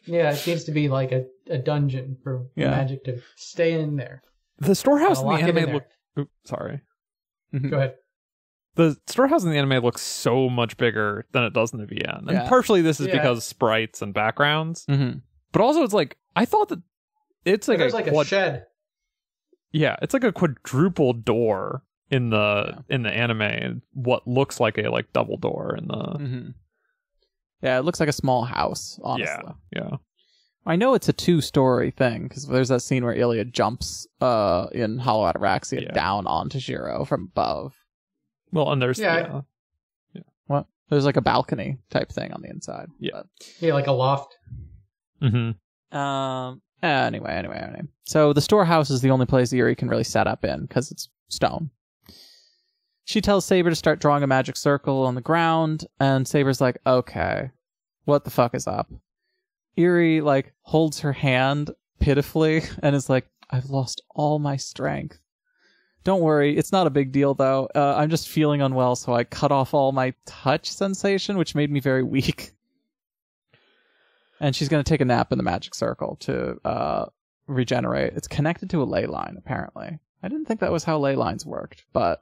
Speaker 3: Yeah, it seems to be like a, a dungeon for
Speaker 2: Yeah.
Speaker 3: magic to stay in there.
Speaker 1: the storehouse
Speaker 3: Gotta
Speaker 1: in
Speaker 3: lock
Speaker 1: the
Speaker 3: it in
Speaker 1: anime
Speaker 3: there.
Speaker 1: look. Oop, sorry,
Speaker 3: Go ahead.
Speaker 1: the storehouse in the anime looks so much bigger than it does in the VN, and
Speaker 2: Yeah.
Speaker 1: partially this is
Speaker 3: Yeah.
Speaker 1: because sprites and backgrounds,
Speaker 2: (laughs) Mm-hmm.
Speaker 1: but also it's like I thought that it's like
Speaker 3: There's
Speaker 1: a,
Speaker 3: like a
Speaker 1: quad-
Speaker 3: shed.
Speaker 1: yeah, it's like a quadruple door in the in the anime, and what looks like a like double door in the
Speaker 2: Mm-hmm. Yeah, it looks like a small house, honestly.
Speaker 1: yeah yeah.
Speaker 2: I know it's a two-story thing because there's that scene where Ilya jumps uh, in Hollow Ataraxia
Speaker 1: Yeah.
Speaker 2: down onto Shiro from above.
Speaker 1: Well, and there's
Speaker 3: Yeah, I-
Speaker 1: yeah.
Speaker 2: What? There's like a balcony type thing on the inside.
Speaker 1: Yeah.
Speaker 3: Yeah, like a loft.
Speaker 1: Mm-hmm.
Speaker 2: But, um. Anyway, anyway, anyway. So the storehouse is the only place Yuri can really set up in because it's stone. She tells Saber to start drawing a magic circle on the ground, and Saber's like, "Okay, what the fuck is up?" Yuri like holds her hand pitifully (laughs) and is like, "I've lost all my strength." Don't worry, it's not a big deal though. Uh, I'm just feeling unwell, so I cut off all my touch sensation, which made me very (laughs) weak. And she's going to take a nap in the magic circle to uh, regenerate. It's connected to a ley line, apparently. I didn't think that was how ley lines worked, but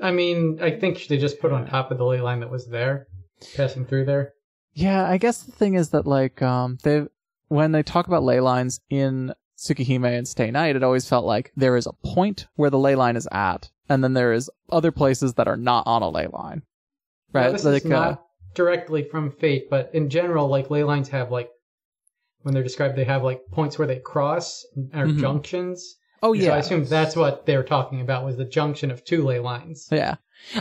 Speaker 3: I mean, I think they just put on top of the ley line that was there, passing through there.
Speaker 2: Yeah, I guess the thing is that like um they when they talk about ley lines in Tsukihime and Stay Night, it always felt like there is a point where the ley line is at, and then there is other places that are not on a ley line. Right?
Speaker 3: Now, this
Speaker 2: like
Speaker 1: uh,
Speaker 2: uh,
Speaker 3: is not directly from fate, but in general, like ley lines have like when they're described, they have like points where they cross or
Speaker 1: Mm-hmm.
Speaker 2: Mhm.
Speaker 3: junctions.
Speaker 2: oh
Speaker 3: So I
Speaker 2: yeah.
Speaker 3: assume that's what they were talking about was the junction of two ley lines.
Speaker 2: yeah.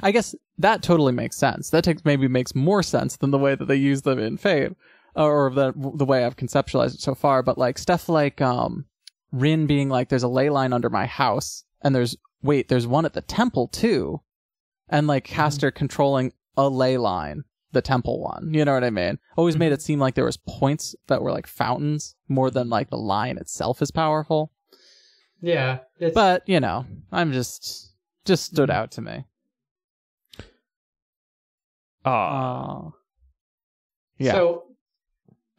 Speaker 2: I guess that totally makes sense. That takes maybe makes more sense than the way that they use them in Fate, or the the way I've conceptualized it so far. But like stuff like um, Rin being like, "There's a ley line under my house," and there's wait, there's one at the temple too, and like Caster controlling a ley line, the temple one. You know what I mean? Always made it seem like there was points that were like fountains more than like the line itself is powerful.
Speaker 3: Yeah, it's,
Speaker 2: But you know, I'm just just stood out to me.
Speaker 1: Uh,
Speaker 2: Oh. Yeah.
Speaker 3: so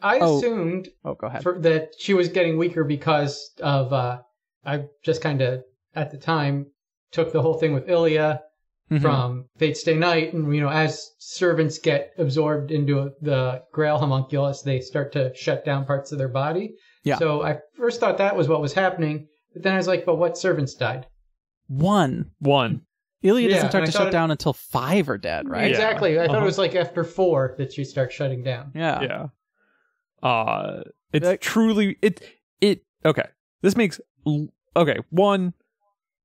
Speaker 3: I
Speaker 2: Oh.
Speaker 3: assumed
Speaker 2: oh, go ahead.
Speaker 3: for, that she was getting weaker because of uh, I just kind of at the time took the whole thing with Ilya
Speaker 2: Mhm.
Speaker 3: from Fate Stay Night, and you know as servants get absorbed into the Grail homunculus, they start to shut down parts of their body.
Speaker 2: Yeah.
Speaker 3: So I first thought that was what was happening, but then I was like, but what servants died?
Speaker 2: one.
Speaker 1: one.
Speaker 2: Ilya
Speaker 3: Yeah,
Speaker 2: doesn't start
Speaker 3: and I
Speaker 2: to
Speaker 3: thought
Speaker 2: shut
Speaker 3: it-
Speaker 2: down until five are dead, right?
Speaker 1: Yeah.
Speaker 3: Exactly. I thought
Speaker 1: Uh-huh.
Speaker 3: it was like after four that you start shutting down.
Speaker 2: Yeah.
Speaker 1: Yeah. Uh it's
Speaker 2: That-
Speaker 1: truly it it okay. This makes l- okay, one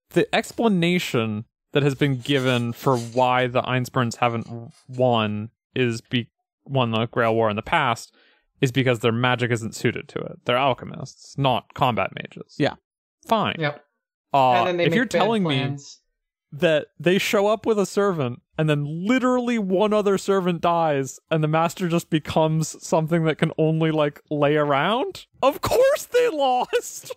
Speaker 1: the explanation that has been given for why the Einsperns haven't won is be won the Grail War in the past is because their magic isn't suited to it. They're alchemists, not combat mages.
Speaker 2: Yeah.
Speaker 1: Fine.
Speaker 3: Yep.
Speaker 1: Uh,
Speaker 3: and then they
Speaker 1: if
Speaker 3: make
Speaker 1: you're
Speaker 3: bad
Speaker 1: telling me
Speaker 3: plans.
Speaker 1: that they show up with a servant and then literally one other servant dies and the master just becomes something that can only like lay around of course they lost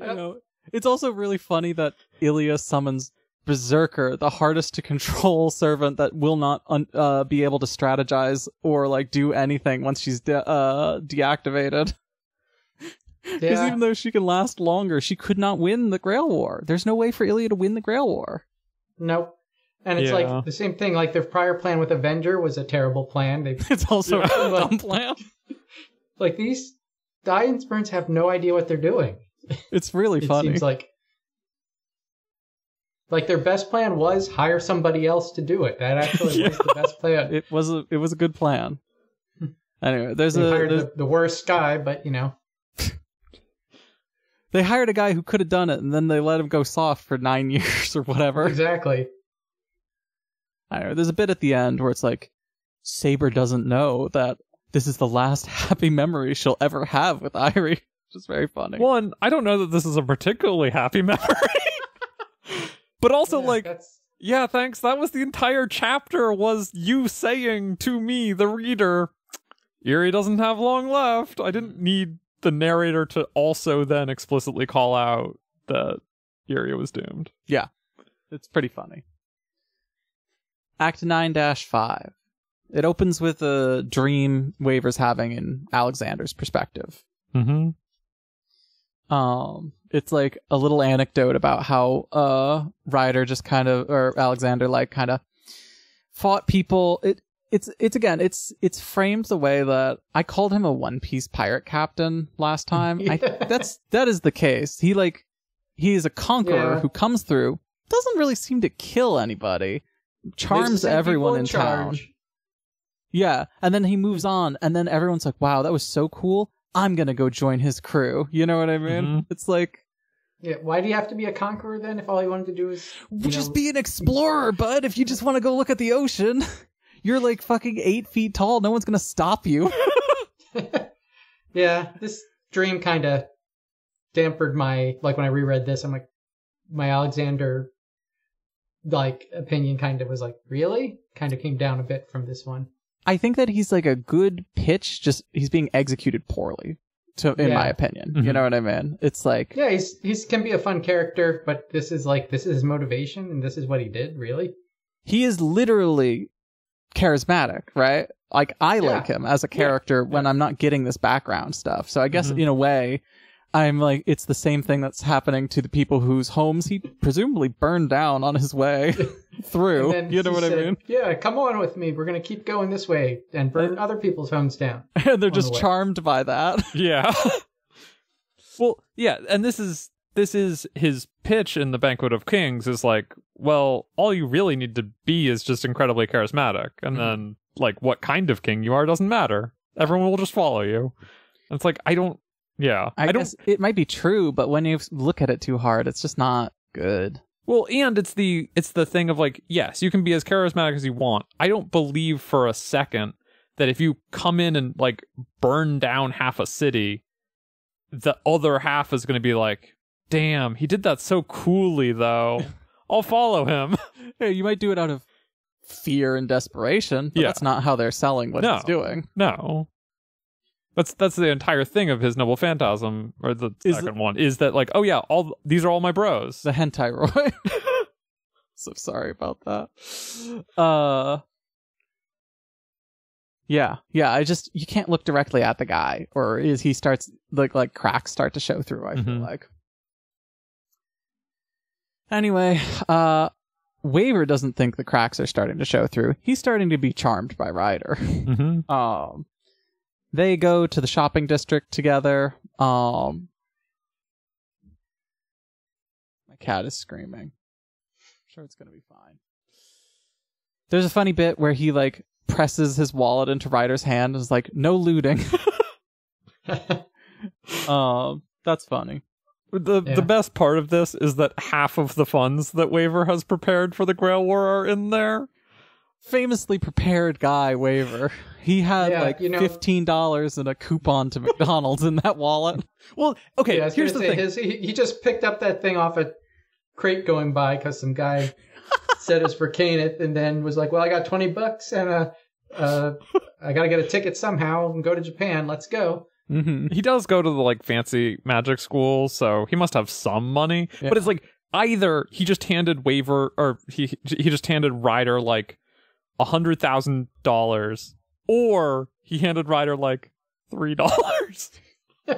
Speaker 2: I know. It's also really funny that Ilya summons Berserker, the hardest to control (laughs) servant that will not un- uh, be able to strategize or like do anything once she's de- uh, deactivated. (laughs) Because
Speaker 3: Yeah.
Speaker 2: even though she can last longer, she could not win the Grail War. There's no way for Ilya to win the Grail War. (laughs)
Speaker 3: Nope. And it's
Speaker 1: Yeah.
Speaker 3: like the same thing. Like their prior plan with Avenger was a terrible plan. They
Speaker 2: It's also a
Speaker 3: Yeah.
Speaker 2: dumb plan.
Speaker 3: like these Dian Spurns have no idea what they're doing.
Speaker 2: It's really
Speaker 3: It
Speaker 2: funny.
Speaker 3: seems like Like their best plan was hire somebody else to do it. That actually was the best plan.
Speaker 2: It was a it was a good
Speaker 3: (laughs)
Speaker 2: plan. Anyway, there's
Speaker 3: They
Speaker 2: a
Speaker 3: hired
Speaker 2: there's,
Speaker 3: the, the worst guy, but you know,
Speaker 2: they hired a guy who could have done it, and then they let him go soft for nine (laughs) years or whatever.
Speaker 3: exactly.
Speaker 2: I don't know. There's a bit at the end where it's like, Saber doesn't know that this is the last (laughs) happy memory she'll ever have with Irie, which is very funny.
Speaker 1: One, I don't know that this is a particularly happy (laughs) memory. but also
Speaker 3: Yeah,
Speaker 1: like
Speaker 3: that's
Speaker 1: Yeah, thanks. That was the entire chapter was you saying to me, the reader, Erie doesn't have long left. I didn't need the narrator to also then explicitly call out that Erie was doomed.
Speaker 2: It's pretty funny. Act 9 5. It opens with a dream Waver's having in Alexander's perspective.
Speaker 1: Mm-hmm.
Speaker 2: um it's like a little anecdote about how uh ryder just kind of or alexander like kind of fought people it it's it's again it's it's framed the way that i called him a one piece pirate captain
Speaker 3: (laughs)
Speaker 2: last time i
Speaker 3: Yeah.
Speaker 2: that's that is the case he like he is a conqueror
Speaker 3: Yeah.
Speaker 2: who comes through doesn't really seem to kill anybody
Speaker 3: There's
Speaker 2: charms
Speaker 3: the same people
Speaker 2: everyone
Speaker 3: in,
Speaker 2: in town
Speaker 3: charge.
Speaker 2: yeah. And then he moves on, and then everyone's like, wow, that was so cool. I'm going to go join his crew. You know what I mean?
Speaker 3: Mm-hmm.
Speaker 1: Mhm.
Speaker 2: It's like,
Speaker 3: Yeah, why do you have to be a conqueror then? If all you wanted to do is you
Speaker 2: just
Speaker 3: know,
Speaker 2: be an explorer, bud. If you just want to go look at the ocean, (laughs) you're like fucking eight feet tall. No one's going to stop you. (laughs)
Speaker 3: Yeah, this dream kind of dampered my like when I reread this. I'm like, my Alexander like opinion kind of was like, really? Kind of came down a bit from this one.
Speaker 2: I think that he's like a good pitch, just he's being executed poorly. To, in
Speaker 3: Yeah. Mm-hmm.
Speaker 2: my opinion, you
Speaker 1: Mhm.
Speaker 2: know what I mean? It's like,
Speaker 3: Yeah, he's he's can be a fun character, but this is like this is his motivation and this is what he did. Really?
Speaker 2: he is literally charismatic, right? Like I like him as a character when I'm not getting this background stuff. So I guess
Speaker 1: Mhm.
Speaker 2: in a way, I'm like it's the same thing that's happening to the people whose homes he presumably burned down on his (laughs) way
Speaker 3: And
Speaker 2: through.
Speaker 3: then
Speaker 2: You know
Speaker 3: he
Speaker 2: what I
Speaker 3: said,
Speaker 2: mean? (laughs)
Speaker 3: Yeah, come on with me. We're gonna keep going this way and burn other people's
Speaker 2: (laughs)
Speaker 3: homes down.
Speaker 2: And they're
Speaker 3: on
Speaker 2: just
Speaker 3: the way.
Speaker 2: charmed by that. (laughs)
Speaker 1: Yeah. well, yeah, and this is this is his pitch in the Banquet of Kings is like, well, all you really need to be is just incredibly charismatic, and then like what kind of king you are doesn't matter. Everyone will just follow you. And it's like I don't. Yeah,
Speaker 2: I,
Speaker 1: I don't
Speaker 2: guess it might be true, but when you look at it too hard, it's just not good.
Speaker 1: Well, and it's the it's the thing of like, yes, you can be as charismatic as you want. I don't believe for a second that if you come in and like burn down half a city, the other half is going to be like, "Damn, he did that so coolly though. I'll follow him." (laughs)
Speaker 2: Hey, you might do it out of fear and desperation, but
Speaker 1: Yeah.
Speaker 2: that's not how they're selling what
Speaker 1: No.
Speaker 2: he's doing.
Speaker 1: no. That's that's the entire thing of his noble phantasm or the
Speaker 2: Is-
Speaker 1: second one is that like, "Oh yeah, all these are all my bros."
Speaker 2: (laughs) the hentai Roy. (laughs) so sorry about that. Uh Yeah, yeah, I just you can't look directly at the guy or is he starts like like cracks start to show through, I feel
Speaker 1: Mhm.
Speaker 2: like. Anyway, uh Waver doesn't think the cracks are starting to show through. He's starting to be charmed by Ryder.
Speaker 1: Mm-hmm.
Speaker 2: Um, they go to the shopping district together. Um, my cat is screaming. I'm sure it's gonna be fine. There's a funny bit where he like presses his wallet into Ryder's hand and is like, "No looting." (laughs) um, that's funny.
Speaker 1: The
Speaker 3: Yeah.
Speaker 1: the best part of this is that half of the funds that Waver has prepared for the Grail War are in there.
Speaker 2: Famously prepared guy waiver. He had
Speaker 3: Yeah,
Speaker 2: like
Speaker 3: you know-
Speaker 2: fifteen dollars and a coupon to McDonald's in that wallet. (laughs)
Speaker 1: Well, okay,
Speaker 3: Yeah, I was
Speaker 1: here's the
Speaker 3: gonna say,
Speaker 1: thing.
Speaker 3: His, he, he just picked up that thing off a crate going by because
Speaker 1: (laughs)
Speaker 3: some guy said it was for Caneth and then was like, well, I got 20 bucks and uh uh, I got to get a ticket somehow and go to Japan. Let's go.
Speaker 2: Mm-hmm.
Speaker 1: he does go to the like fancy magic school, so he must have some money.
Speaker 2: Yeah.
Speaker 1: But it's like either he just handed Waver or he he just handed Ryder like a hundred thousand dollars, or he handed Ryder like three dollars. (laughs)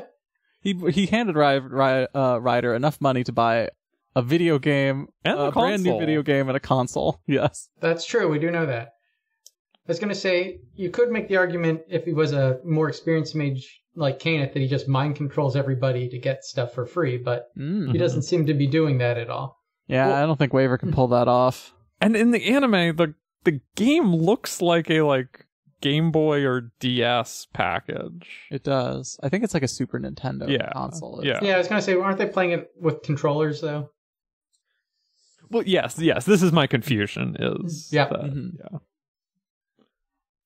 Speaker 2: He he handed Ry- Ry- uh, Ryder enough money to buy a video game,
Speaker 1: And
Speaker 2: a
Speaker 1: a
Speaker 2: brand new
Speaker 1: console.
Speaker 2: video game, and a console. (laughs) Yes,
Speaker 3: That's true. We do know that. I was going to say, you could make the argument if he was a more experienced mage like Caneth that he
Speaker 1: Mm-hmm.
Speaker 3: just mind controls everybody to get stuff for free, but he doesn't seem to be doing that at all.
Speaker 2: Yeah,
Speaker 1: Hmm. Well-
Speaker 2: I don't think Waver
Speaker 1: (laughs)
Speaker 2: can pull that off.
Speaker 1: And in the anime, the the game looks like a like Game Boy or DS package.
Speaker 2: It does. I think it's like a Super Nintendo
Speaker 1: Yeah.
Speaker 2: console.
Speaker 1: Yeah.
Speaker 3: Yeah, I was gonna say, aren't they playing it with controllers though?
Speaker 1: Well, yes, yes. This is my confusion. Is
Speaker 3: Yeah. Mm-hmm.
Speaker 1: that-
Speaker 2: Mhm.
Speaker 1: yeah.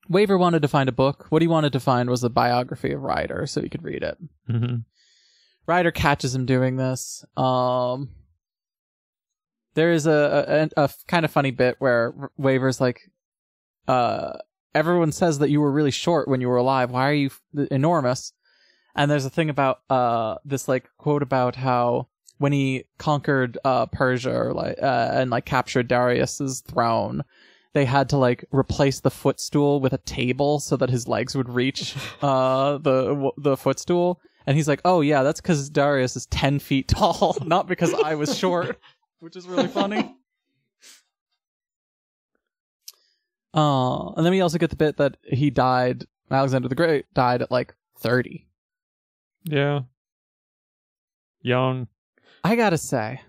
Speaker 2: Waver wanted to find a book. What he wanted to find was the biography of Ryder so he could read it.
Speaker 1: hmm
Speaker 2: Ryder catches him doing this. Um, there is a, a, a f- kind of funny bit where R- Waver's like, uh, everyone says that you were really short when you were alive. Why are you f- th- enormous? And there's a thing about uh, this like quote about how when he conquered uh, Persia or, like uh, and like captured Darius's throne, they had to like replace the footstool with a table so that his legs would reach uh, the w- the footstool. And he's like, "Oh yeah, that's because Darius is ten feet (laughs) tall, not because I was short," which is really funny. Uh, and then we also get the bit that he died. Alexander the Great died at like thirty.
Speaker 1: Yeah. Young.
Speaker 2: I gotta say,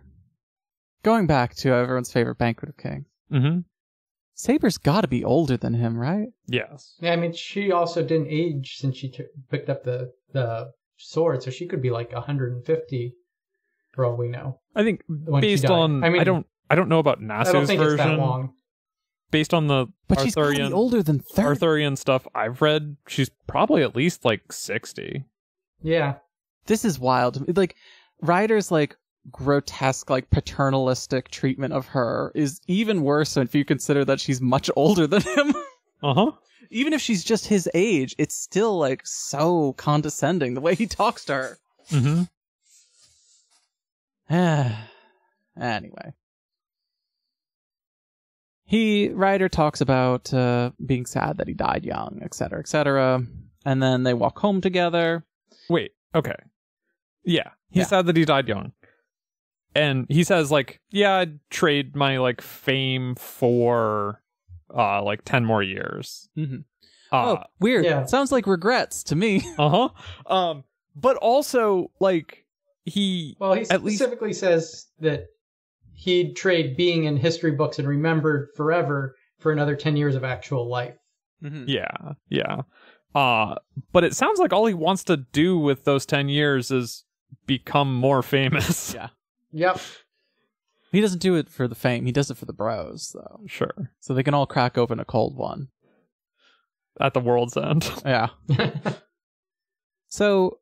Speaker 2: going back to everyone's favorite Banquet of Kings,
Speaker 1: Mm-hmm.
Speaker 2: Saber's gotta be older than him, right?
Speaker 1: Yes.
Speaker 3: Yeah, I mean, she also didn't age since she t- picked up the the sword, so she could be like 150, for all we know.
Speaker 1: I think
Speaker 3: When she
Speaker 1: based
Speaker 3: died.
Speaker 1: on
Speaker 3: I
Speaker 1: I
Speaker 3: mean-
Speaker 1: mean I don't I don't know about Nasu's
Speaker 3: I don't think
Speaker 1: version.
Speaker 3: it's that long.
Speaker 1: Based on the
Speaker 2: But she's gotta
Speaker 1: Arthurian
Speaker 2: be older than thirty.
Speaker 1: Arthurian stuff I've read, she's probably at least like sixty.
Speaker 3: Yeah,
Speaker 2: this is wild. Like Ryder's like grotesque, like paternalistic treatment of her is even worse if you consider that she's much (laughs) older than him.
Speaker 1: Uh huh.
Speaker 2: even if she's just his age, it's still like so condescending the way he talks to her.
Speaker 1: Mm-hmm.
Speaker 2: (sighs) anyway. He Ryder talks about uh, being sad that he died young, etc., etc., and then they walk home together.
Speaker 1: Wait. Okay. Yeah. He's
Speaker 2: Yeah.
Speaker 1: sad that he died young. And he says like, yeah, I'd trade my like fame for uh like 10 more years.
Speaker 3: Mm-hmm.
Speaker 2: Mhm.
Speaker 1: Uh,
Speaker 2: oh, weird!
Speaker 3: yeah.
Speaker 2: Sounds like regrets to me.
Speaker 1: Uh-huh. Um but also like he
Speaker 3: Well, he
Speaker 1: At least-
Speaker 3: specifically says that he'd trade being in history books and remembered forever for another 10 years of actual life.
Speaker 1: Mm-hmm. yeah, yeah. Uh but it sounds like all he wants to do with those 10 years is become more
Speaker 2: (laughs)
Speaker 1: famous.
Speaker 2: Yeah.
Speaker 3: Yep.
Speaker 2: He doesn't do it for the fame. He does it for the bros, though.
Speaker 1: (laughs) Sure.
Speaker 2: So they can all crack open a cold one.
Speaker 1: At the world's end. (laughs)
Speaker 2: Yeah. So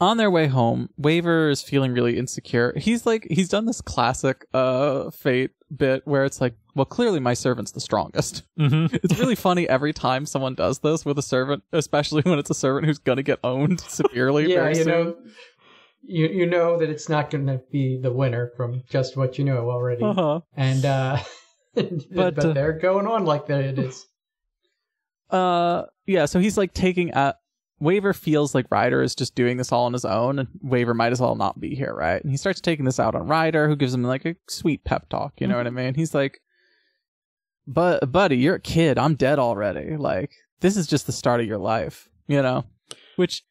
Speaker 2: on their way home, Waver is feeling really insecure. He's like he's done this classic uh fate bit where it's like, well, clearly my servant's the strongest. (laughs)
Speaker 1: mhm.
Speaker 2: It's
Speaker 3: (laughs)
Speaker 2: really funny every time someone does this with a servant, especially when it's a servant who's gonna get owned severely.
Speaker 3: (laughs) yeah,
Speaker 2: very
Speaker 3: you
Speaker 2: soon.
Speaker 3: know, you, you know that it's not going to be the winner from just what you know already.
Speaker 2: (laughs) Uh-huh.
Speaker 3: And, uh, (laughs) but,
Speaker 2: uh,
Speaker 3: they're going on like that it is.
Speaker 2: uh yeah so he's like taking at waver feels like ryder is just doing this all on his own and waver might as well not be here right and he starts taking this out on ryder who gives him like a sweet pep talk
Speaker 1: Mm-hmm.
Speaker 2: you know what i mean he's like but buddy you're a kid i'm dead already like this is just the start of your life you know which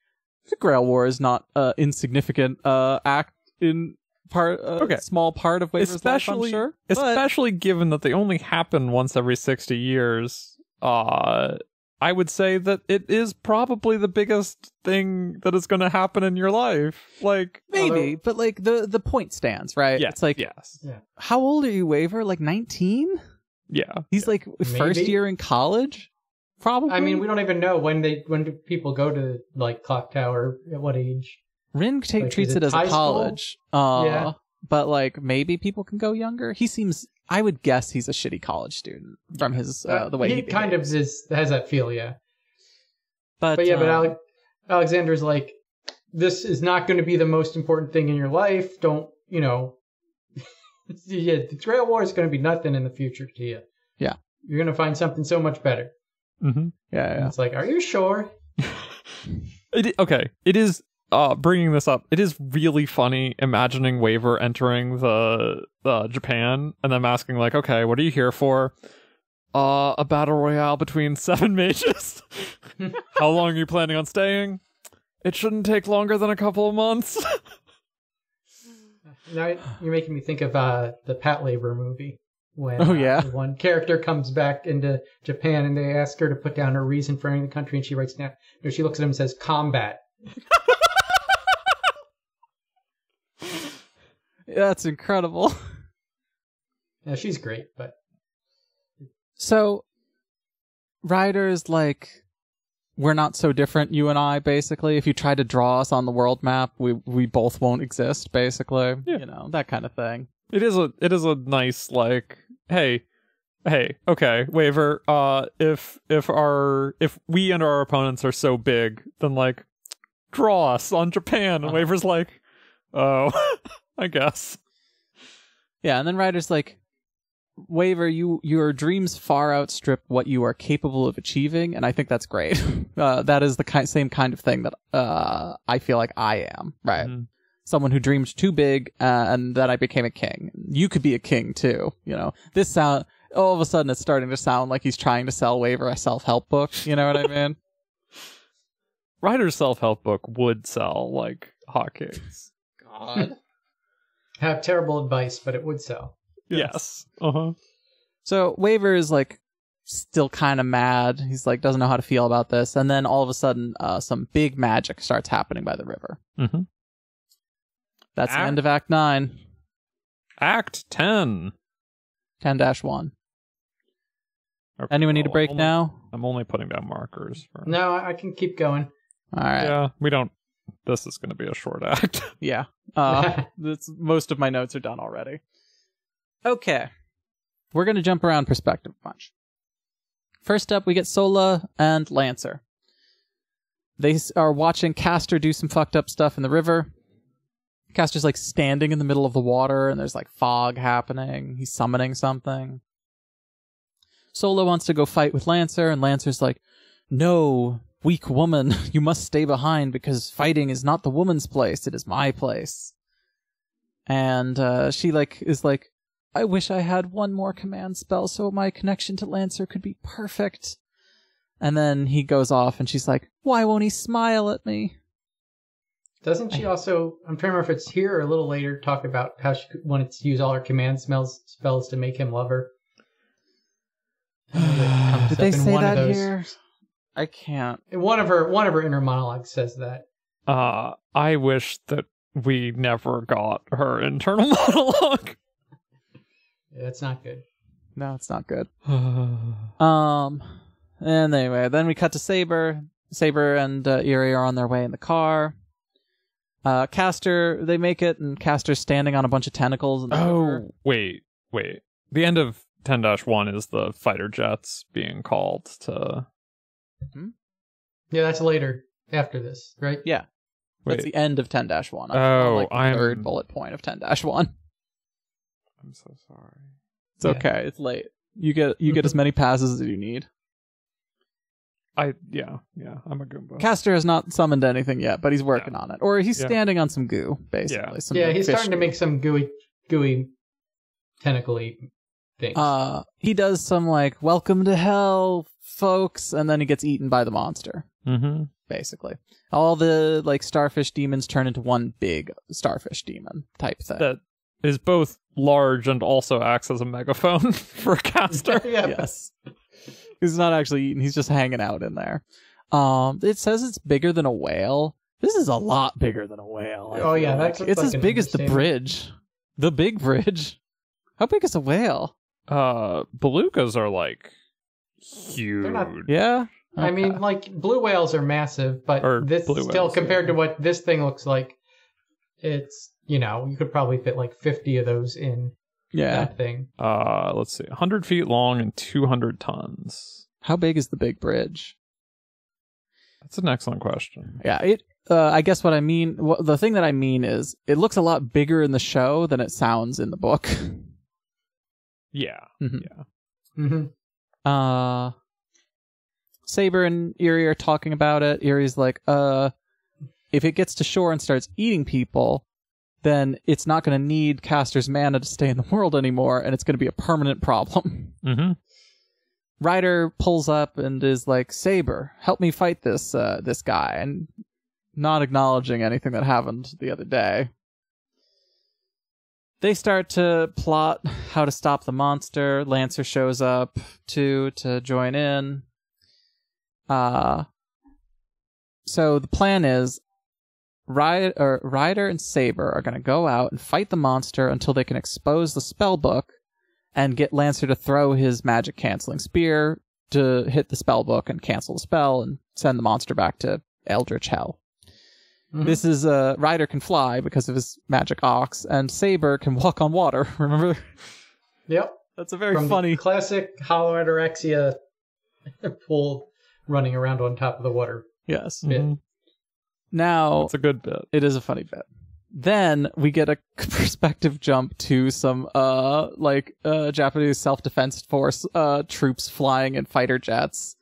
Speaker 2: the grail war is not an uh, insignificant uh act in part uh,
Speaker 1: Okay.
Speaker 2: small part of waver's
Speaker 1: especially
Speaker 2: life, I'm sure but-
Speaker 1: especially given that they only happen once every 60 years uh i would say that it is probably the biggest thing that is going to happen in your life like
Speaker 2: maybe
Speaker 3: although-
Speaker 2: but like the the point stands right
Speaker 1: yeah
Speaker 2: it's like
Speaker 1: yes
Speaker 2: how old are you, Waver? Like 19?
Speaker 1: yeah
Speaker 2: He's like first
Speaker 3: Maybe.
Speaker 2: year in college? Probably.
Speaker 3: I mean, we don't even know when they, when do people go to, like, Clock Tower, at what age.
Speaker 2: Rin take,
Speaker 3: like, is
Speaker 2: treats
Speaker 3: it
Speaker 2: it as
Speaker 3: high
Speaker 2: a
Speaker 3: school?
Speaker 2: college. Uh,
Speaker 3: Yeah.
Speaker 2: But like maybe people can go younger. He seems, I would guess he's a shitty college student from his, uh, the way he,
Speaker 3: he kind
Speaker 2: behaves.
Speaker 3: of is, has that feel, yeah.
Speaker 2: But,
Speaker 3: But yeah, but
Speaker 2: um,
Speaker 3: Ale- Alexander's like, this is not going to be the most important thing in your life. Don't you know? (laughs) yeah, the Grail War is going to be nothing in the future to you.
Speaker 2: Yeah.
Speaker 3: you're going to find something so much better.
Speaker 1: hmm
Speaker 2: Yeah,
Speaker 3: And
Speaker 2: yeah.
Speaker 3: It's like, are you sure?
Speaker 1: it, okay it is uh bringing this up it is really funny imagining waver entering the uh, japan and then asking like okay what are you here for uh a battle royale between seven (laughs) mages how long are you planning on staying it shouldn't take longer than a couple of months
Speaker 3: Now you're making me think of uh, the Pat Labor movie when
Speaker 2: Oh,
Speaker 3: uh,
Speaker 2: yeah.
Speaker 3: the one character comes back into Japan and they ask her to put down her reason for entering the country and she writes down no, she looks at him and says combat.
Speaker 2: That's incredible. (laughs)
Speaker 3: Now she's great, but
Speaker 2: So, riders like we're not so different, you and I. Basically, if you try to draw us on the world map, we we both won't exist. Basically,
Speaker 1: Yeah.
Speaker 2: you know that kind of thing.
Speaker 1: It is a it is a nice like hey hey okay waiver uh if if our if we and our opponents are so big then like draw us on Japan and
Speaker 2: Uh-huh.
Speaker 1: waiver's like oh (laughs) I guess
Speaker 2: Yeah, and then Ryder's like, Waver, you your dreams far outstrip what you are capable of achieving, and I think that's great. (laughs) uh, that is the ki- same kind of thing that uh, I feel like I am, right?
Speaker 1: Mhm.
Speaker 2: Someone who dreamed too big, uh, and then I became a king. You could be a king too, you know. This sound all of a sudden it's starting to sound like he's trying to sell Waver a self help book. You know what I mean?
Speaker 1: Ryder's self help book would sell like hotcakes
Speaker 3: God. (laughs) Have terrible advice, but it would sell.
Speaker 1: yes, uh huh
Speaker 2: So Waver is like still kind of mad. He's like doesn't know how to feel about this, and then all of a sudden, uh, some big magic starts happening by the river.
Speaker 1: mm-hmm.
Speaker 2: That's the
Speaker 1: Ah.
Speaker 2: end of Act Nine,
Speaker 1: Act ten
Speaker 2: 10 1.
Speaker 1: Okay,
Speaker 2: Anyone need a
Speaker 1: well,
Speaker 2: break
Speaker 1: I'm only-
Speaker 2: now?
Speaker 1: I'm only putting down markers for
Speaker 3: No, I I can keep going.
Speaker 2: All right.
Speaker 1: yeah we don't this is going to be a short act (laughs)
Speaker 2: Yeah.
Speaker 3: (laughs)
Speaker 2: Uh, that's, most of my notes are done already. Okay. We're going to jump around perspective a bunch. First up, we get Sola and Lancer. They s- are watching Castor do some fucked up stuff in the river. Castor's like standing in the middle of the water and there's like fog happening. He's summoning something. Sola wants to go fight with Lancer, and Lancer's like, No, weak woman, (laughs) you must stay behind because fighting is not the woman's place, it is my place. And uh, she like is like, I wish I had one more command spell so my connection to Lancer could be perfect. And then he goes off and she's like, Why won't he smile at me?
Speaker 3: Doesn't she also? I'm trying to remember if it's here or a little later. Talk about how she wanted to use all her command smells spells to make him love
Speaker 2: (sighs)
Speaker 3: her. Comes
Speaker 2: Did
Speaker 3: up
Speaker 2: they
Speaker 3: in
Speaker 2: say
Speaker 3: one of
Speaker 2: that
Speaker 3: those-
Speaker 2: here? I can't.
Speaker 3: One of her one of her inner monologues says that.
Speaker 1: uh, I wish that we never got her internal (laughs) monologue.
Speaker 3: That's not good.
Speaker 2: No, it's not good. Um, and anyway, then we cut to Saber. Saber and uh, Eerie are on their way in the car. Uh, Caster, they make it, and Caster's standing on a bunch of tentacles. In the river.
Speaker 1: oh, wait, wait. The end of 10 1 is the fighter jets being called to.
Speaker 3: Yeah, that's later after this, right?
Speaker 2: Yeah.
Speaker 1: Wait,
Speaker 2: that's the end of ten dash one.
Speaker 1: Oh,
Speaker 2: like the
Speaker 1: I'm-
Speaker 2: third bullet point of ten dash one.
Speaker 1: I'm so sorry.
Speaker 2: It's okay. It's late. You get you
Speaker 1: Mm-hmm.
Speaker 2: get as many passes as you need.
Speaker 1: I, yeah, yeah, I'm a Goomba.
Speaker 2: Caster has not summoned anything yet, but he's working on it, or he's
Speaker 1: Yeah.
Speaker 2: standing on some goo, basically. some,
Speaker 3: yeah,
Speaker 2: like,
Speaker 3: he's
Speaker 2: fish
Speaker 3: starting to
Speaker 2: goo.
Speaker 3: make some gooey, gooey, tentacly things.
Speaker 2: Uh, he does some like "Welcome to Hell, folks," and then he gets eaten by the monster.
Speaker 1: mm-hmm.
Speaker 2: basically. All the like starfish demons turn into one big starfish demon type thing.
Speaker 1: That is both large and also acts as a megaphone (laughs) for
Speaker 2: (laughs)
Speaker 1: Caster.
Speaker 3: (laughs) yeah,
Speaker 2: yes. he's not actually eating, he's just hanging out in there. Um it says it's bigger than a whale. This is a lot bigger than a whale. I
Speaker 3: Oh,
Speaker 2: feel
Speaker 3: yeah, that
Speaker 2: like.
Speaker 3: looks
Speaker 2: it's
Speaker 3: like
Speaker 2: as
Speaker 3: an
Speaker 2: big as the
Speaker 3: understatement.
Speaker 2: bridge. The big bridge. How big is a whale?
Speaker 1: Uh, belugas are like huge.
Speaker 3: not-
Speaker 2: Yeah.
Speaker 3: I mean,
Speaker 2: Okay.
Speaker 3: like blue whales are massive, but
Speaker 1: Or
Speaker 3: this
Speaker 1: blue
Speaker 3: still
Speaker 1: whales,
Speaker 3: compared
Speaker 1: yeah.
Speaker 3: to what this thing looks like, it's you know you could probably fit like fifty of those in
Speaker 2: yeah.
Speaker 3: that thing.
Speaker 1: uh let's see 100 feet long and 200 tons
Speaker 2: How big is the big bridge?
Speaker 1: that's an excellent question
Speaker 2: Yeah, it. Uh, I guess what I mean, wha- the thing that I mean is, it looks a lot bigger in the show than it sounds in the book.
Speaker 1: yeah
Speaker 3: hmm
Speaker 2: Uh, Saber and Eerie are talking about it. Eerie's like, "Uh, if it gets to shore and starts eating people, then it's not going to need Caster's mana to stay in the world anymore, and it's going to be a permanent problem." (laughs)
Speaker 1: mm-hmm
Speaker 2: Ryder pulls up and is like, "Saber, help me fight this uh, this guy," and not acknowledging anything that happened the other day. they start to plot how to stop the monster. Lancer shows up too to join in. Uh so the plan is Ryder, or Ryder and Saber are going to go out and fight the monster until they can expose the spell book and get Lancer to throw his magic canceling spear to hit the spell book and cancel the spell and send the monster back to Eldritch Hell.
Speaker 3: Mhm.
Speaker 2: This is uh, Ryder can fly because of his magic ox, and Saber can walk on water. (laughs) Remember,
Speaker 3: Yep.
Speaker 2: that's a very
Speaker 3: From the
Speaker 2: funny.
Speaker 3: classic hollow anorexia (laughs) pool running around on top of the water.
Speaker 2: yes.
Speaker 3: Yeah.
Speaker 1: Mhm.
Speaker 2: Now
Speaker 1: That's a good
Speaker 2: (sighs)
Speaker 1: bit.
Speaker 2: It is a funny bit. Then we get a (laughs) perspective jump to some uh like uh Japanese self-defense force uh troops flying in fighter jets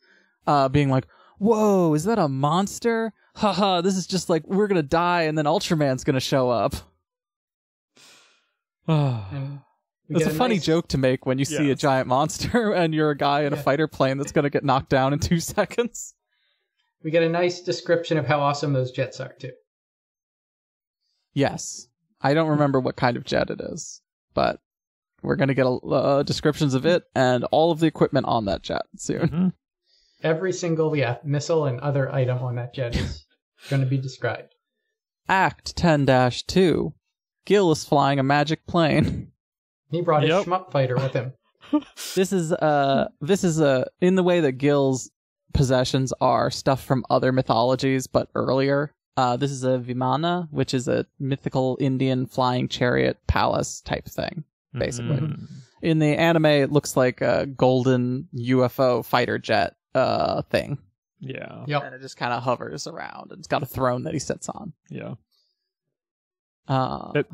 Speaker 2: uh being like, "Whoa, is that a monster? Haha, this is just like we're going to die and then Ultraman's going to show up." Mm-hmm.
Speaker 3: And we
Speaker 2: It's a
Speaker 3: get
Speaker 2: funny
Speaker 3: nice-
Speaker 2: joke to make when you see a
Speaker 1: Yes.
Speaker 2: giant monster (laughs) and you're a guy in a
Speaker 3: Yeah.
Speaker 2: fighter plane that's going to get knocked down in 2 (laughs) seconds.
Speaker 3: We get a nice description of how awesome those jets are too.
Speaker 2: Yes. I don't remember what kind of jet it is, but we're going to get a, uh, descriptions of it and all of the equipment on that jet soon.
Speaker 3: Every single yeah missile and other item on that
Speaker 1: (laughs)
Speaker 3: jet is going to be described.
Speaker 2: Act 10 2. Gil is flying a magic plane.
Speaker 3: He brought
Speaker 1: Yep.
Speaker 3: his shmup fighter
Speaker 1: (laughs)
Speaker 3: with him.
Speaker 2: This is uh this is uh, in the way that Gil's possessions are stuff from other mythologies but earlier. Uh, this is a vimana, which is a mythical Indian flying chariot palace type thing. basically.
Speaker 1: Mhm.
Speaker 2: in the anime it looks like a golden ufo fighter jet uh thing
Speaker 1: Yeah.
Speaker 3: Yep.
Speaker 2: and it just kind of hovers around and it's got a throne that he sits on
Speaker 1: Yeah.
Speaker 2: uh
Speaker 1: It-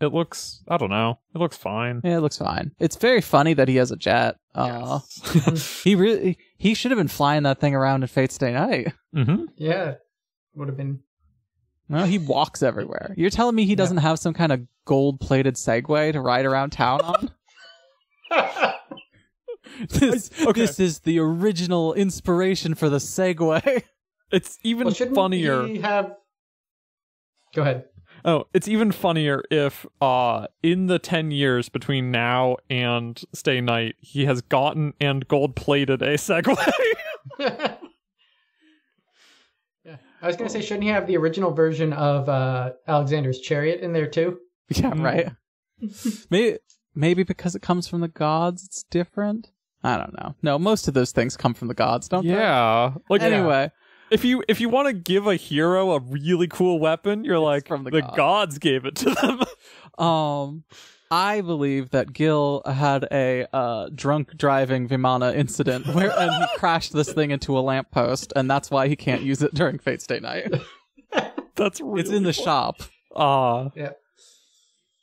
Speaker 1: It looks, I don't know. It looks fine.
Speaker 2: yeah, it looks fine it's very funny that he has a jet uh
Speaker 1: (laughs)
Speaker 2: he really he should have been flying that thing around in fate's day night
Speaker 1: hmm
Speaker 3: Yeah. Would have been
Speaker 2: no he walks everywhere you're telling me he doesn't have some kind of gold plated segway to ride around town on (laughs) this,
Speaker 1: Okay.
Speaker 2: this is the original inspiration for the segway
Speaker 1: It's (laughs) even
Speaker 3: Well, shouldn't
Speaker 1: funnier.
Speaker 3: he have Go ahead. (laughs)
Speaker 1: Oh, it's even funnier if uh in the 10 years between now and Stay Night, he has gotten and gold plated a
Speaker 2: (laughs)
Speaker 1: Segway.
Speaker 3: yeah. I was gonna say, shouldn't he have the original version of uh, Alexander's chariot in there too?
Speaker 2: (laughs) Yeah,
Speaker 1: Mm.
Speaker 2: right.
Speaker 1: (laughs)
Speaker 2: maybe maybe because it comes from the gods, it's different. I don't know. No, most of those things come from the gods, don't
Speaker 1: yeah. Like
Speaker 2: they? Anyway,
Speaker 1: if you if you want to give a hero a really cool weapon, you're like
Speaker 2: from the
Speaker 1: the
Speaker 2: gods."
Speaker 1: gods gave it to them. (laughs)
Speaker 2: um, I believe that Gil had a uh, drunk driving Vimana incident where and
Speaker 1: (laughs)
Speaker 2: he crashed this thing into a lamppost, and that's why he can't use it during Fate's Day Night.
Speaker 1: That's really
Speaker 2: It's
Speaker 1: (laughs)
Speaker 2: in the shop.
Speaker 1: Ah.
Speaker 3: Yeah.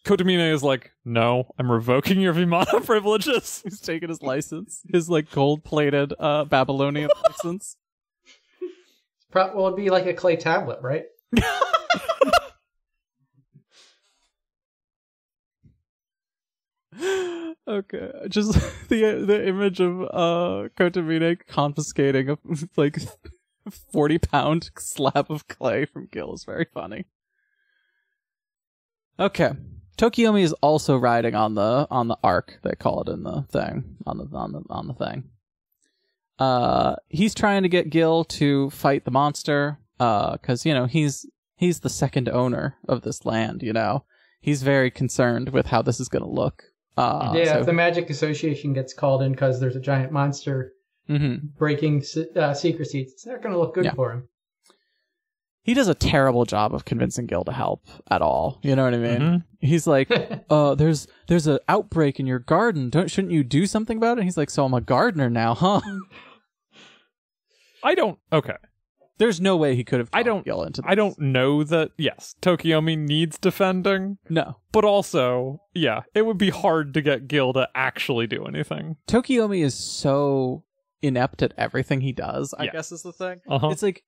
Speaker 1: Kotamine is like, "No, I'm revoking your Vimana (laughs) privileges."
Speaker 2: He's taken his license, his like gold plated uh, Babylonian (laughs) license.
Speaker 3: Pro- well, it'd be like a clay tablet, right?
Speaker 2: okay, just (laughs) the the image of uh Kotamine confiscating a (laughs) like forty pound (laughs) slab of clay from Gil is very funny. Okay, Tokiomi is also riding on the on the arc they call it in the thing on the on the on the thing. Uh, he's trying to get Gil to fight the monster. Uh, because you know he's he's the second owner of this land. You know, he's very concerned with how this is going to look.
Speaker 1: Ah,
Speaker 2: Uh,
Speaker 3: yeah.
Speaker 2: so-
Speaker 3: if the Magic Association gets called in because there's a giant monster
Speaker 2: Mhm.
Speaker 3: breaking se- uh, secrecy, it's not gonna look good
Speaker 2: Yeah.
Speaker 3: for him.
Speaker 2: He does a terrible job of convincing Gil to help at all. You know what I mean?
Speaker 1: Mhm.
Speaker 2: He's like,
Speaker 3: (laughs)
Speaker 2: "Uh, there's there's an outbreak in your garden. Don't shouldn't you do something about it?" And he's like, "So I'm a gardener now, huh?" (laughs)
Speaker 1: I don't Okay.
Speaker 2: there's no way he could have.
Speaker 1: I
Speaker 2: talked
Speaker 1: don't-
Speaker 2: Gil into. This.
Speaker 1: I don't know that. Yes, Tokiomi needs defending,
Speaker 2: No,
Speaker 1: but also, yeah, it would be hard to get Gil to actually do anything.
Speaker 2: Tokiomi is so inept at everything he does. I
Speaker 1: Yeah.
Speaker 2: guess is the thing.
Speaker 1: Uh-huh.
Speaker 2: It's like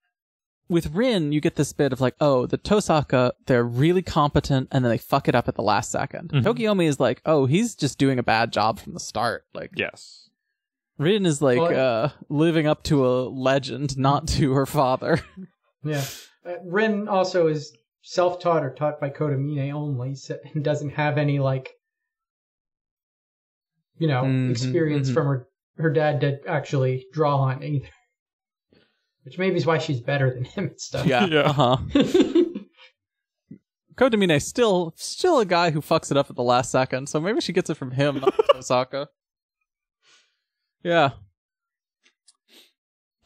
Speaker 2: with Rin, you get this bit of like, oh, the Tosaka, they're really competent, and then they fuck it up at the last 2nd
Speaker 1: Mhm.
Speaker 2: Tokiomi is like, oh, he's just doing a bad job from the start. Like
Speaker 1: yes.
Speaker 2: Rin is like
Speaker 3: Well-
Speaker 2: uh, living up to a legend, not to her father.
Speaker 3: Yeah. Uh, Rin also is self-taught or taught by Kodamine only, so, and doesn't have any like, you know,
Speaker 2: Mhm,
Speaker 3: experience
Speaker 2: mhm.
Speaker 3: from her her dad to actually draw on either. Which maybe is why she's better than him and stuff.
Speaker 2: Yeah.
Speaker 1: (laughs) Yeah.
Speaker 2: (laughs) Uh-huh. Kodamine still still a guy who fucks it up at the last second, so maybe she gets it from him, not (laughs) from Osaka. Yeah.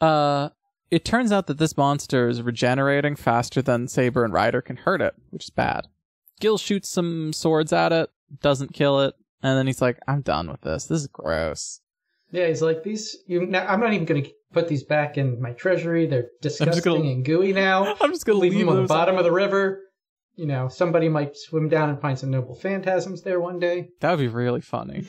Speaker 2: Uh it turns out that this monster is regenerating faster than Saber and Ryder can hurt it, which is bad. Gil shoots some swords at it, doesn't kill it, and then he's like, I'm done with this. This is gross.
Speaker 3: (laughs) yeah, he's like these. You, now, I'm not even going to put these back in my treasury. They're
Speaker 2: gonna-
Speaker 3: disgusting and gooey now.
Speaker 2: (laughs) I'm just gonna
Speaker 3: leave them on the
Speaker 2: those-
Speaker 3: bottom of the river. You know, somebody might swim down and find some noble phantasms there one day.
Speaker 2: That would be really (laughs) funny.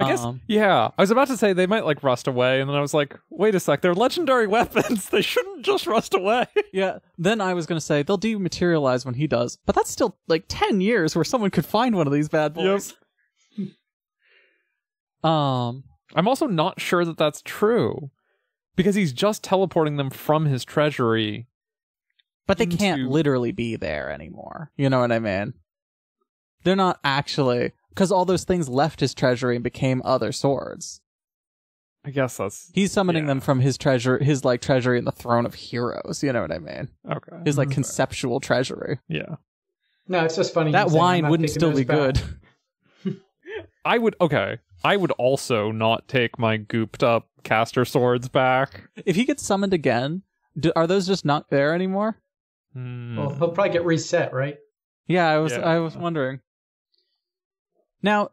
Speaker 1: I guess,
Speaker 2: Um,
Speaker 1: yeah. I was about to say they might like rust away, and then I was like, wait a sec, they're legendary (laughs) weapons. They shouldn't just rust (laughs) away.
Speaker 2: Yeah, then I was gonna say they'll dematerialize when he does, but that's still like ten years where someone could find one of these bad boys. Um,
Speaker 1: I'm also not sure that that's true because he's just teleporting them from his treasury.
Speaker 2: but they can't
Speaker 1: Into-
Speaker 2: literally be there anymore. You know what I mean? They're not actually because all those things left his treasury and became other swords.
Speaker 1: I guess that's
Speaker 2: He's summoning
Speaker 1: Yeah.
Speaker 2: them from his treasure, his like treasury in the throne of heroes. You know what I mean?
Speaker 1: okay.
Speaker 2: His like
Speaker 1: Okay.
Speaker 2: conceptual treasury.
Speaker 1: yeah.
Speaker 3: No, it's just funny. you
Speaker 2: That
Speaker 3: saying I'm
Speaker 2: wine
Speaker 3: not
Speaker 2: wouldn't
Speaker 3: taking
Speaker 2: still
Speaker 3: those
Speaker 2: be
Speaker 3: back.
Speaker 2: good. (laughs)
Speaker 1: I would okay. I would also not take my gooped up caster swords back.
Speaker 2: if he gets summoned again, do, are those just not there anymore?
Speaker 1: Hmm.
Speaker 3: Well, he'll probably get reset, right?
Speaker 2: Yeah, I was
Speaker 1: Yeah.
Speaker 2: I was wondering. Now,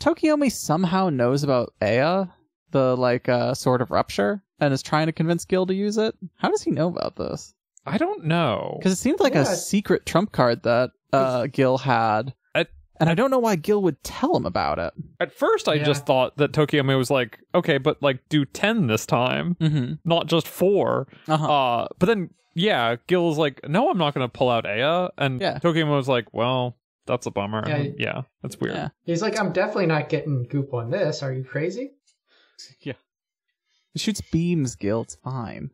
Speaker 2: Tokiomi somehow knows about Ea, the like uh, sword of rupture, and is trying to convince Gil to use it. How does he know about this?
Speaker 1: I don't know.
Speaker 2: Because it seems like
Speaker 3: Yeah.
Speaker 2: a secret trump card that uh, Gil had,
Speaker 1: I-
Speaker 2: and I don't know why Gil would tell him about it.
Speaker 1: At first, I
Speaker 3: Yeah.
Speaker 1: just thought that Tokiyama was like, okay, but like do ten this time,
Speaker 2: Mm-hmm.
Speaker 1: not just four.
Speaker 2: Uh-huh.
Speaker 1: Uh, but then, yeah, Gil's like, no, I'm not going to pull out Aya. And
Speaker 2: Yeah.
Speaker 1: Tokiyama was like, well, that's a bummer.
Speaker 3: Yeah.
Speaker 1: Yeah, that's weird.
Speaker 2: Yeah.
Speaker 3: He's like, I'm definitely not getting goop on this. Are
Speaker 2: (laughs)
Speaker 3: you crazy?
Speaker 2: It shoots beams, Gil. It's fine.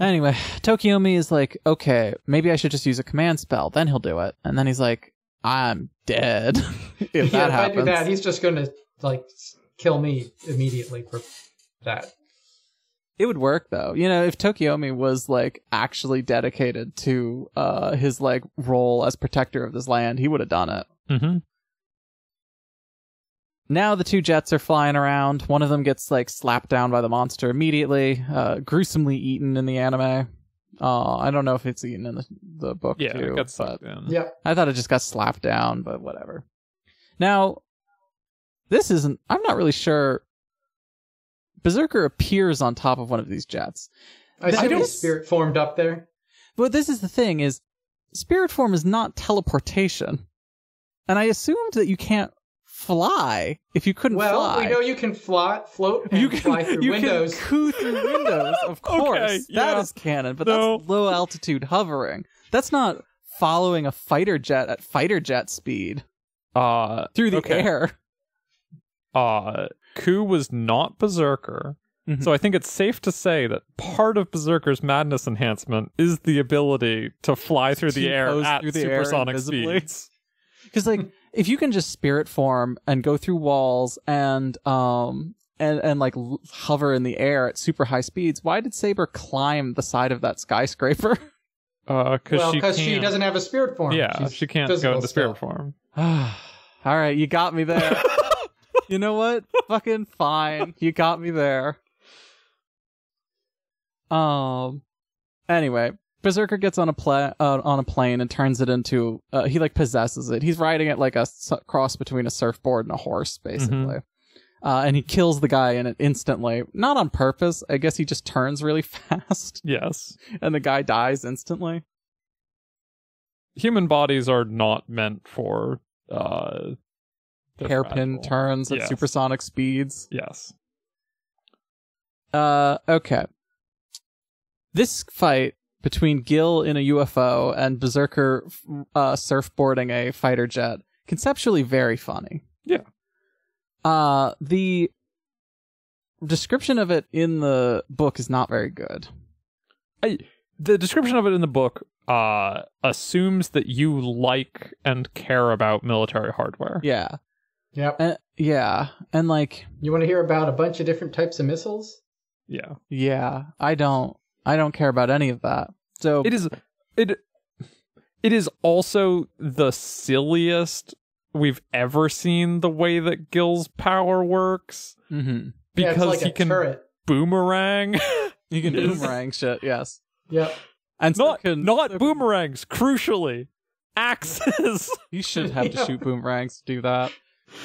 Speaker 2: Anyway, Tokiomi is like, okay, maybe I should just use a command spell. Then he'll do it. And then he's like, I'm dead. (laughs) if that
Speaker 3: yeah, if
Speaker 2: happens.
Speaker 3: I do that, he's just going to like s- kill me immediately for that.
Speaker 2: It would work though. You know, if Tokiomi was like actually dedicated to uh his like role as protector of this land, he would have done it.
Speaker 1: Mm-hmm.
Speaker 2: Now the two jets are flying around. One of them gets like slapped down by the monster immediately, uh, gruesomely eaten in the anime. Uh, I don't know if it's eaten in the, the book
Speaker 1: Yeah,
Speaker 2: too.
Speaker 1: it got
Speaker 2: but
Speaker 1: sucked in.
Speaker 3: Yep.
Speaker 2: I thought it just got slapped down, but whatever. Now, this isn't. I'm not really sure. Berserker appears on top of one of these jets.
Speaker 3: I assume
Speaker 2: don't-
Speaker 3: his spirit formed up there.
Speaker 2: But this is the thing is spirit form is not teleportation. And I assumed that you can't fly if you couldn't
Speaker 3: Well,
Speaker 2: fly.
Speaker 3: we know you can fly, float, and
Speaker 2: you can
Speaker 3: fly
Speaker 2: (laughs)
Speaker 3: through
Speaker 2: you
Speaker 3: windows.
Speaker 2: can coo through windows, of
Speaker 1: Okay,
Speaker 2: course. That
Speaker 1: yeah.
Speaker 2: is canon, but
Speaker 1: No.
Speaker 2: that's low altitude hovering. That's not following a fighter jet at fighter jet speed
Speaker 1: Uh,
Speaker 2: through the
Speaker 1: okay.
Speaker 2: air.
Speaker 1: Uh, Ku was not Berserker.
Speaker 2: Mhm.
Speaker 1: So I think it's safe to say that part of Berserker's madness enhancement is the ability to fly through the
Speaker 2: To
Speaker 1: air
Speaker 2: pose
Speaker 1: at
Speaker 2: through the air
Speaker 1: supersonic
Speaker 2: invisibly. (laughs)
Speaker 1: speeds.
Speaker 2: Because like if you can just spirit form and go through walls and um and and like l- hover in the air at super high speeds, why did Saber climb the side of that skyscraper?
Speaker 1: Because Uh,
Speaker 3: well,
Speaker 1: she,
Speaker 3: because she,
Speaker 1: can't-
Speaker 3: doesn't have a spirit form.
Speaker 1: Yeah,
Speaker 3: She's
Speaker 1: she can't go
Speaker 3: physical
Speaker 1: into spirit
Speaker 3: still.
Speaker 1: form.
Speaker 2: (sighs) All right, you got me there. you know what? Fucking fine. You got me there. Um. Anyway, Berserker gets on a pla- uh, on a plane and turns it into uh, he like possesses it. He's riding it like a s- cross between a surfboard and a horse, basically. Uh, and he kills the guy in it instantly, not on purpose. I guess he just turns really (laughs) fast,
Speaker 1: Yes.
Speaker 2: and the guy dies instantly.
Speaker 1: Human bodies are not meant for. Uh, they're
Speaker 2: Hairpin
Speaker 1: fragile.
Speaker 2: turns at
Speaker 1: Yes.
Speaker 2: supersonic speeds.
Speaker 1: Yes.
Speaker 2: Uh, okay. This fight between Gil in a UFO and Berserker uh, surfboarding a fighter jet conceptually very funny.
Speaker 1: Yeah.
Speaker 2: Uh, the description of it in the book is not very good.
Speaker 1: I the description of it in the book uh, assumes that you like and care about military hardware.
Speaker 2: Yeah.
Speaker 3: Yep.
Speaker 2: And, yeah. And like,
Speaker 3: You want to hear about a bunch of different types of missiles?
Speaker 1: Yeah.
Speaker 2: yeah, I don't, I don't care about any of that. So
Speaker 1: It is it it is also the silliest we've ever seen the way that Gill's power works
Speaker 2: Mhm.
Speaker 3: Yeah,
Speaker 1: because
Speaker 3: it's like
Speaker 1: he
Speaker 3: a
Speaker 1: can
Speaker 3: turret. (laughs)
Speaker 1: boomerang.
Speaker 2: you can
Speaker 1: It is-
Speaker 2: boomerang shit. Yes.
Speaker 3: Yep.
Speaker 2: And so
Speaker 1: not
Speaker 2: can-
Speaker 1: not
Speaker 3: (laughs)
Speaker 2: so-
Speaker 1: boomerangs, crucially. Axes. (laughs)
Speaker 2: You should have to
Speaker 3: (laughs) Yeah.
Speaker 2: shoot boomerangs to do that.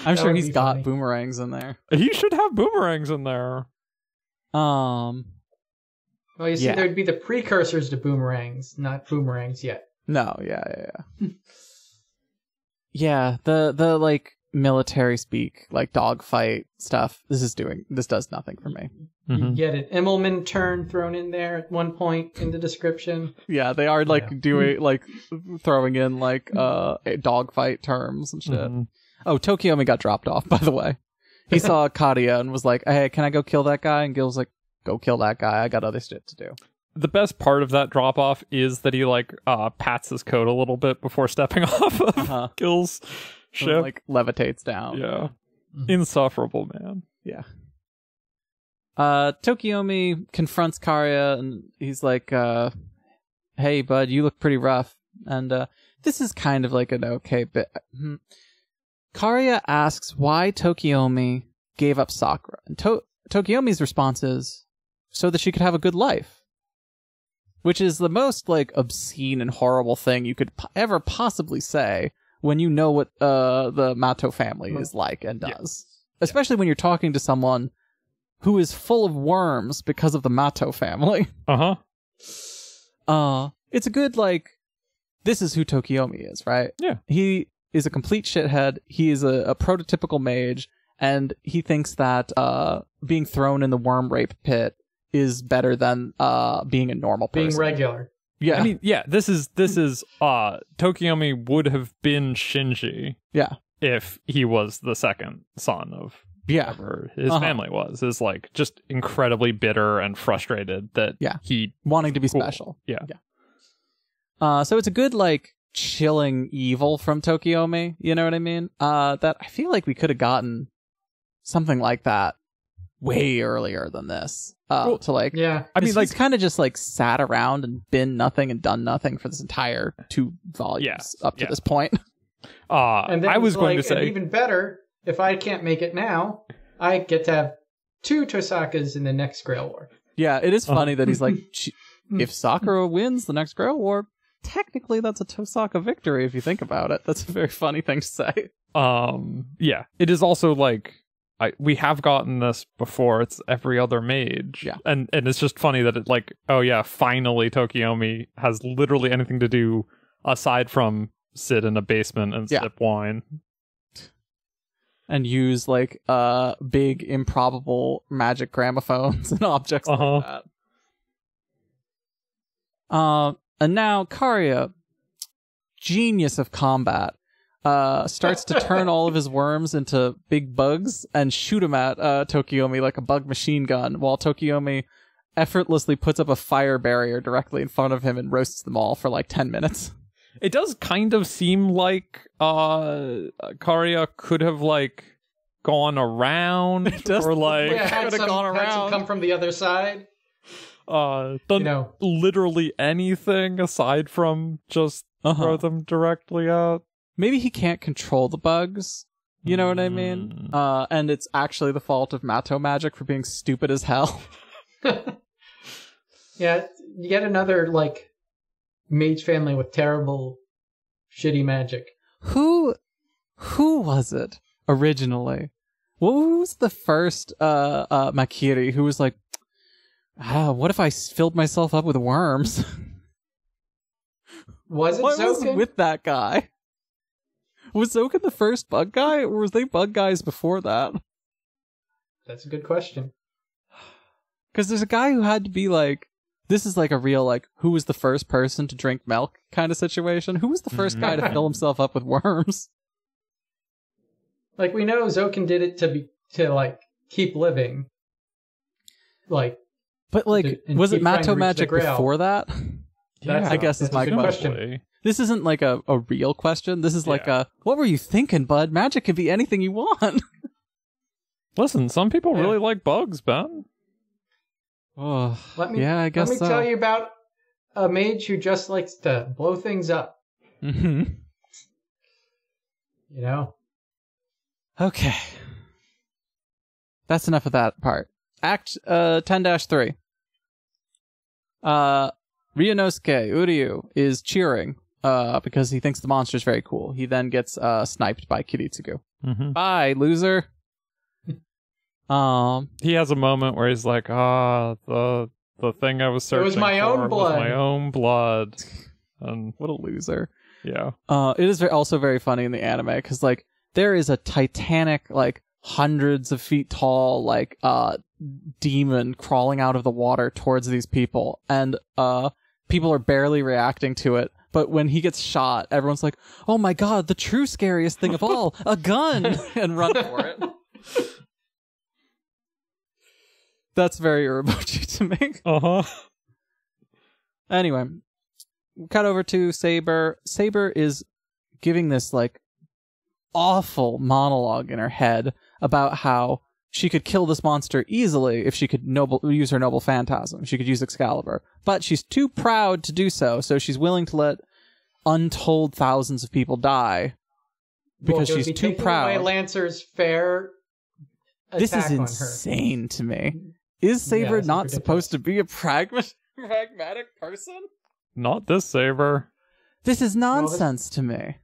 Speaker 2: I'm
Speaker 3: That
Speaker 2: sure
Speaker 3: would
Speaker 2: he's
Speaker 3: be
Speaker 2: got
Speaker 3: funny.
Speaker 2: boomerangs in there.
Speaker 1: he should have boomerangs in there.
Speaker 2: Um,
Speaker 3: Well, you see,
Speaker 2: Yeah.
Speaker 3: there'd be the precursors to boomerangs, not boomerangs yet.
Speaker 2: no, yeah, yeah, yeah. yeah, the the like military speak, like dogfight stuff. This is doing this does nothing for me.
Speaker 1: Mm-hmm.
Speaker 3: You get an Immelman turn thrown in there at one point in the description.
Speaker 2: Yeah, they are like
Speaker 1: Yeah.
Speaker 2: doing like throwing in like uh dogfight terms and shit.
Speaker 3: Mm-hmm.
Speaker 1: Mhm.
Speaker 2: Oh, Tokiomi got dropped off, (laughs) by the way. He
Speaker 3: (laughs)
Speaker 2: saw Katia and was like, Hey, can I go kill that guy? And Gil was like, Go kill that guy, I got other shit to
Speaker 3: (laughs)
Speaker 2: do.
Speaker 1: The best part of that drop off is that he like uh pats his coat a little bit before stepping (laughs) off of
Speaker 2: Uh-huh.
Speaker 1: Gill's
Speaker 2: And,
Speaker 1: ship.
Speaker 2: like levitates down.
Speaker 1: yeah.
Speaker 3: Mhm.
Speaker 1: Insufferable man.
Speaker 2: Uh, Tokiomi confronts Karya and he's like, uh, "Hey, bud, you look pretty rough." And uh, this is kind of like an okay bit. Hmm. Karya asks why Tokiomi gave up Sakura, and to- Tokiomi's response is, "So that she could have a good life," which is the most like obscene and horrible thing you could po- ever possibly say when you know what uh, the Mato family is like and does, especially when you're talking to someone who is full of worms because of the Mato family. (laughs)
Speaker 1: Uh-huh.
Speaker 2: Uh, it's a good like this is who Tokiomi is, right?
Speaker 1: Yeah.
Speaker 2: He is a complete shithead. He is a, a prototypical mage, and he thinks that uh being thrown in the worm rape pit is better than uh being a normal person.
Speaker 3: Being regular.
Speaker 2: Yeah.
Speaker 1: I mean, yeah, this is this is uh Tokiomi would have been Shinji.
Speaker 2: Yeah.
Speaker 1: If he was the second son of
Speaker 2: yeah.
Speaker 1: whatever his
Speaker 2: Uh-huh.
Speaker 1: family was, is like just incredibly bitter and frustrated that
Speaker 2: Yeah.
Speaker 1: he
Speaker 2: Wanting to be
Speaker 1: Cool.
Speaker 2: special.
Speaker 1: Yeah.
Speaker 2: Yeah. Uh so it's a good like chilling evil from Tokiomi, you know what I mean? Uh that I feel like we could have gotten something like that way earlier than this. Uh
Speaker 1: Well,
Speaker 2: to like
Speaker 3: Yeah.
Speaker 1: I mean, like,
Speaker 2: he's kind of just like sat around and been nothing and done nothing for this entire two volumes
Speaker 1: Yeah,
Speaker 2: up to
Speaker 1: yeah.
Speaker 2: this point. (laughs)
Speaker 1: uh,
Speaker 3: And then
Speaker 1: I was
Speaker 3: it's
Speaker 1: going to
Speaker 3: like, and
Speaker 1: say,
Speaker 3: even better, if I can't make it now, I get to have two Tosakas in the next Grail War.
Speaker 2: yeah, it is
Speaker 1: Uh-huh.
Speaker 2: funny that he's
Speaker 1: (laughs)
Speaker 2: like, "Ch- if Sakura wins the next Grail War, technically that's a Tosaka victory if you think about it. That's a very funny thing to say.
Speaker 1: um, yeah, it is also like I we have gotten this before. It's every other mage,
Speaker 2: Yeah.
Speaker 1: and and it's just funny that it like, oh yeah, finally Tokiomi has literally anything to do aside from sit in a basement and
Speaker 2: Yeah.
Speaker 1: sip wine.
Speaker 2: And use like uh big improbable magic gramophones (laughs) and objects
Speaker 1: Uh-huh.
Speaker 2: like that. Uh, and now Karya, genius of combat, uh, starts to turn all of his worms into big bugs and shoot them at uh, Tokiomi like a bug machine gun, while Tokiomi effortlessly puts up a fire barrier directly in front of him and roasts them all for like 10 minutes.
Speaker 1: It does kind of seem like uh Karya could have like gone
Speaker 2: (laughs)
Speaker 1: around
Speaker 2: does
Speaker 1: or
Speaker 2: look
Speaker 1: like
Speaker 2: like-
Speaker 3: yeah, had
Speaker 2: could've
Speaker 3: some,
Speaker 2: gone
Speaker 3: had some
Speaker 2: around.
Speaker 3: come from the other side.
Speaker 1: uh done
Speaker 3: You know,
Speaker 1: literally anything aside from just throw
Speaker 2: Uh-huh.
Speaker 1: them directly out.
Speaker 2: Maybe he can't control the bugs. You know what I mean?
Speaker 1: Mm.
Speaker 2: Uh, and it's actually the fault of Mato Magic for being stupid as hell. (laughs)
Speaker 3: yeah, you get another like mage family with terrible, shitty magic.
Speaker 2: who who was it originally what was the first uh uh makiri who was like ah what if i s- filled myself up with worms (laughs)
Speaker 3: Was it
Speaker 2: what was
Speaker 3: Zoken?
Speaker 2: with that guy was Zoken the first bug guy or was they bug guys before that
Speaker 3: That's a good question.
Speaker 2: because there's a guy who had to be like this is like a real like who was the first person to drink milk kind of situation who was the 1st
Speaker 3: Mm-hmm.
Speaker 2: guy to
Speaker 1: Mhm.
Speaker 2: fill himself up with (laughs) worms
Speaker 3: Like we know Zoken did it to be to like keep living. Like
Speaker 2: but like
Speaker 3: And- and
Speaker 2: was it
Speaker 3: keep trying to
Speaker 2: mato
Speaker 3: reach the
Speaker 2: magic
Speaker 3: Grail.
Speaker 2: before that (laughs) I guess is my
Speaker 1: Presumably.
Speaker 2: question. This isn't like a, a real question. This is like
Speaker 1: Yeah.
Speaker 2: a what were you thinking, bud? Magic can be anything you want.
Speaker 1: Listen, some people
Speaker 3: Yeah.
Speaker 1: really like bugs, Ben.
Speaker 2: oh,
Speaker 3: Let me-
Speaker 2: yeah, I guess
Speaker 3: Let me
Speaker 2: so.
Speaker 3: tell you about a mage who just likes to blow things up.
Speaker 2: Mhm.
Speaker 3: You know,
Speaker 2: Okay. That's enough of that part. Act uh 10-3. Uh Ryunosuke Uryu is cheering uh because he thinks the monster's very cool. He then gets uh sniped by Kiritsugu.
Speaker 1: Mm-hmm.
Speaker 2: Bye, loser. um
Speaker 1: He has a moment where he's like, "Ah, the the thing I was
Speaker 3: It
Speaker 1: searching
Speaker 3: was my own
Speaker 1: for
Speaker 3: blood."
Speaker 1: was my own blood." And
Speaker 2: what a loser.
Speaker 1: yeah,
Speaker 2: Uh it is ve- also very funny in the anime cuz like there is a titanic like hundreds of feet tall like uh demon crawling out of the water towards these people and uh people are barely reacting to it but when he gets shot everyone's like oh my god the true scariest thing of all a gun and run (laughs) for it that's very urobuchi to make
Speaker 1: uh huh.
Speaker 2: Anyway, cut over to Saber. Saber is giving this like awful monologue in her head about how she could kill this monster easily if she could noble use her noble phantasm. She could use Excalibur, but she's too proud to do so. So she's willing to let untold thousands of people die because
Speaker 3: Well, it would
Speaker 2: she's
Speaker 3: be
Speaker 2: too
Speaker 3: taking
Speaker 2: proud.
Speaker 3: Away Lancer's fair.
Speaker 2: this is
Speaker 3: attack on her.
Speaker 2: insane to me. Is Saber
Speaker 3: it's
Speaker 2: not
Speaker 3: ridiculous.
Speaker 2: supposed to be a pragma- (laughs) pragmatic person?
Speaker 1: Not this saber.
Speaker 2: This is
Speaker 3: this-
Speaker 2: nonsense to me.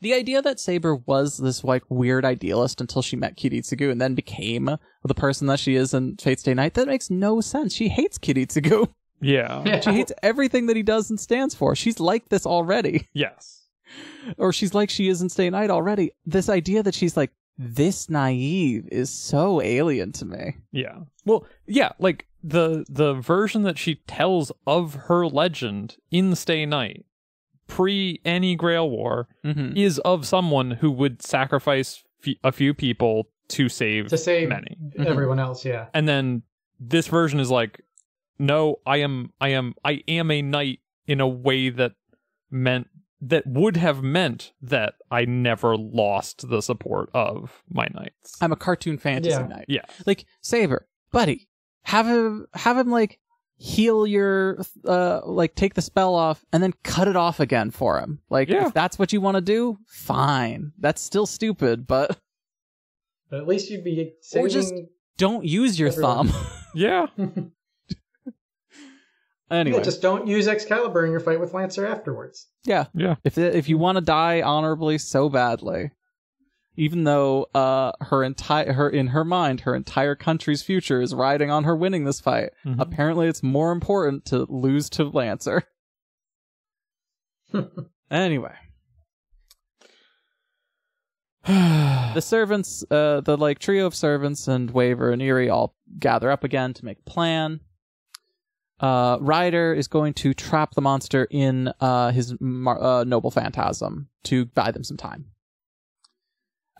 Speaker 2: The idea that Saber was this like weird idealist until she met Kiritsugu and then became the person that she is in Fate's Day Night, that makes no sense. She hates Kiritsugu.
Speaker 1: Yeah.
Speaker 3: Yeah.
Speaker 2: She hates everything that he does and stands for. She's like this already.
Speaker 1: yes.
Speaker 2: Or she's like she is in Stay Night already. This idea that she's like this naive is so alien to me.
Speaker 1: Yeah. Well, yeah, like the the version that she tells of her legend in Stay Night pre any Grail War
Speaker 2: Mm-hmm.
Speaker 1: is of someone who would sacrifice f- a few people to save
Speaker 3: (laughs) to save
Speaker 1: many.
Speaker 2: Mm-hmm.
Speaker 3: everyone else. Yeah,
Speaker 1: And then this version is like no, I am I am I am a knight in a way that meant that would have meant that I never lost the support of my knights.
Speaker 2: I'm a cartoon fantasy
Speaker 3: Yeah.
Speaker 2: knight.
Speaker 1: Yeah.
Speaker 2: like Saber, buddy, have him have him like heal your uh like take the spell off and then cut it off again for him. Like
Speaker 1: Yeah.
Speaker 2: if that's what you want to do, fine. That's still stupid, but (laughs)
Speaker 3: but at least you'd be
Speaker 2: Or
Speaker 3: saving.
Speaker 2: just- don't use your
Speaker 3: Everyone.
Speaker 2: thumb. (laughs)
Speaker 1: Yeah. (sighs)
Speaker 2: anyway,
Speaker 3: Yeah, just don't use Excalibur in your fight with Lancer afterwards.
Speaker 2: yeah.
Speaker 1: Yeah.
Speaker 2: If if you want to die honorably so badly, even though uh her entire her in her mind her entire country's future is riding on her winning this fight.
Speaker 1: Mhm.
Speaker 2: Apparently, it's more important to lose to Lancer. anyway, the servants, uh, the like trio of servants and Waver and Eerie all gather up again to make a plan. Uh, Ryder is going to trap the monster in uh, his mar- uh, noble phantasm to buy them some time.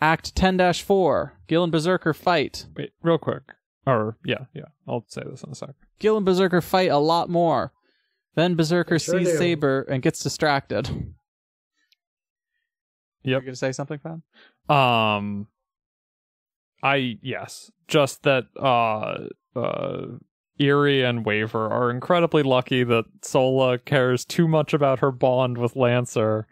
Speaker 2: Act 10 4 Gil and Berserker fight.
Speaker 1: Wait, real quick. Or yeah, yeah. I'll say this in a sec.
Speaker 2: Gil and Berserker fight a lot more. Then Berserker
Speaker 3: Sure
Speaker 2: sees
Speaker 3: do.
Speaker 2: Saber and gets distracted. You're
Speaker 1: Yep.
Speaker 2: going to say something, Fan?
Speaker 1: Um I yes. Just that uh uh Erie and Waver are incredibly lucky that Sola cares too much about her bond with Lancer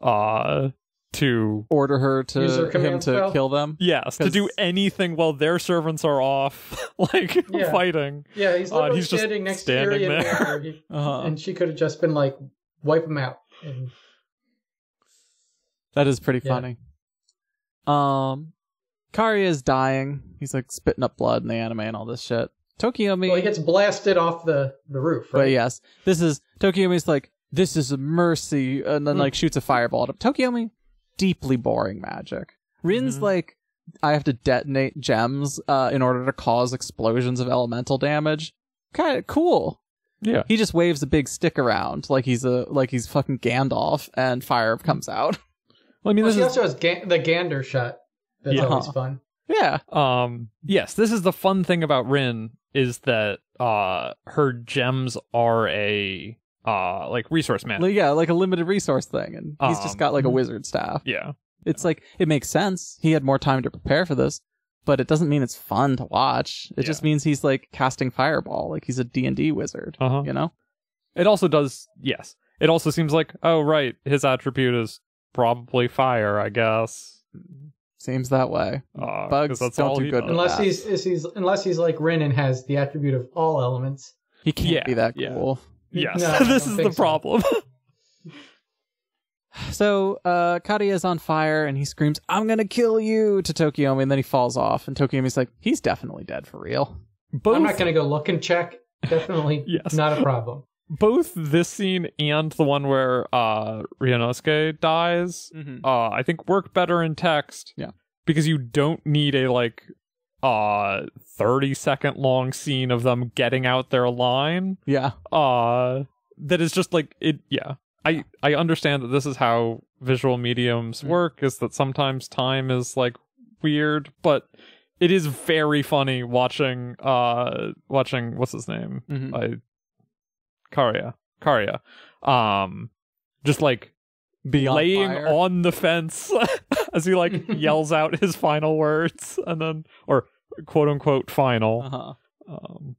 Speaker 1: uh to
Speaker 2: Order her to
Speaker 3: Use her
Speaker 2: him
Speaker 3: command
Speaker 2: to
Speaker 3: spell?
Speaker 2: kill
Speaker 1: (laughs)
Speaker 2: them.
Speaker 1: yes, to
Speaker 2: 'Cause-
Speaker 1: do anything while their servants are off (laughs) like
Speaker 3: Yeah.
Speaker 1: fighting.
Speaker 3: Yeah, he's
Speaker 1: Uh,
Speaker 3: literally
Speaker 1: he's just
Speaker 3: standing next
Speaker 1: standing
Speaker 3: to Irian
Speaker 1: there.
Speaker 3: Lancer,
Speaker 1: (laughs)
Speaker 3: he-
Speaker 2: Uh-huh.
Speaker 3: and she could have just been like, "Wipe him out." And
Speaker 2: That is pretty
Speaker 3: Yeah.
Speaker 2: funny. Um, Kari is dying. He's like spitting up blood in the anime and all this shit. Tokiomi,
Speaker 3: well, he gets blasted off the the roof.
Speaker 2: but
Speaker 3: Right?
Speaker 2: yes, this is Tokiomi's like this is a mercy, and then
Speaker 3: Hmm.
Speaker 2: like shoots a fireball at him. Tokiomi, deeply boring magic. Rin's
Speaker 1: Mhm.
Speaker 2: like I have to detonate gems uh, in order to cause explosions of elemental damage. Kind of cool.
Speaker 1: Yeah.
Speaker 2: He just waves a big stick around like he's a like he's fucking Gandalf, and fire comes out. (laughs)
Speaker 1: Well, I mean
Speaker 3: Well,
Speaker 1: this
Speaker 3: she
Speaker 1: is
Speaker 3: also has ga- the gander shot. That's
Speaker 1: Yeah.
Speaker 3: always fun.
Speaker 2: yeah,
Speaker 1: um yes this is the fun thing about rin is that uh her gems are a uh like resource man.
Speaker 2: Like, yeah, like a limited resource thing, and he's
Speaker 1: Um,
Speaker 2: just got like a wizard staff.
Speaker 1: yeah.
Speaker 2: It's like it makes sense. He had more time to prepare for this, but it doesn't mean it's fun to watch. It just means he's like casting fireball, like he's a D and D wizard.
Speaker 1: Uh-huh.
Speaker 2: You know?
Speaker 1: It also does yes. It also seems like, oh right, his attribute is probably fire, I guess.
Speaker 2: Seems that way.
Speaker 1: Uh, 'cause
Speaker 2: Bugs
Speaker 1: that's
Speaker 2: don't
Speaker 1: all
Speaker 2: do
Speaker 1: he does.
Speaker 2: good with
Speaker 3: Unless
Speaker 2: that.
Speaker 3: he's, is he's unless he's like Ren and has the attribute of all elements.
Speaker 2: He can't
Speaker 1: Yeah,
Speaker 2: be that
Speaker 1: yeah.
Speaker 2: cool.
Speaker 1: Yes, (laughs)
Speaker 3: No, I
Speaker 1: this
Speaker 3: don't
Speaker 1: is the
Speaker 3: think so.
Speaker 1: problem. (laughs)
Speaker 2: So uh Karia is on fire and he screams, I'm gonna kill you to Tokiomi, and then he falls off, and Tokiomi's like, He's definitely dead for real.
Speaker 1: Both
Speaker 3: I'm not going to go look and check. Definitely
Speaker 1: (laughs) Yes.
Speaker 3: not a problem.
Speaker 1: both this scene and the one where uh Ryanosuke dies
Speaker 2: Mm-hmm.
Speaker 1: uh I think work better in text.
Speaker 2: Yeah.
Speaker 1: Because you don't need a like uh 30 second long scene of them getting out their line.
Speaker 2: Yeah.
Speaker 1: Uh that is just like it yeah. I I understand that this is how visual mediums
Speaker 2: Mm.
Speaker 1: work is that sometimes time is like weird, but it is very funny watching uh watching what's his name?
Speaker 2: Mhm.
Speaker 1: I Karia. Karia. Um just like
Speaker 2: Be on
Speaker 1: laying
Speaker 2: fire.
Speaker 1: on the fence (laughs) as he
Speaker 2: (laughs)
Speaker 1: like yells out his final words and then or quote unquote final.
Speaker 2: Uh-huh.
Speaker 1: Um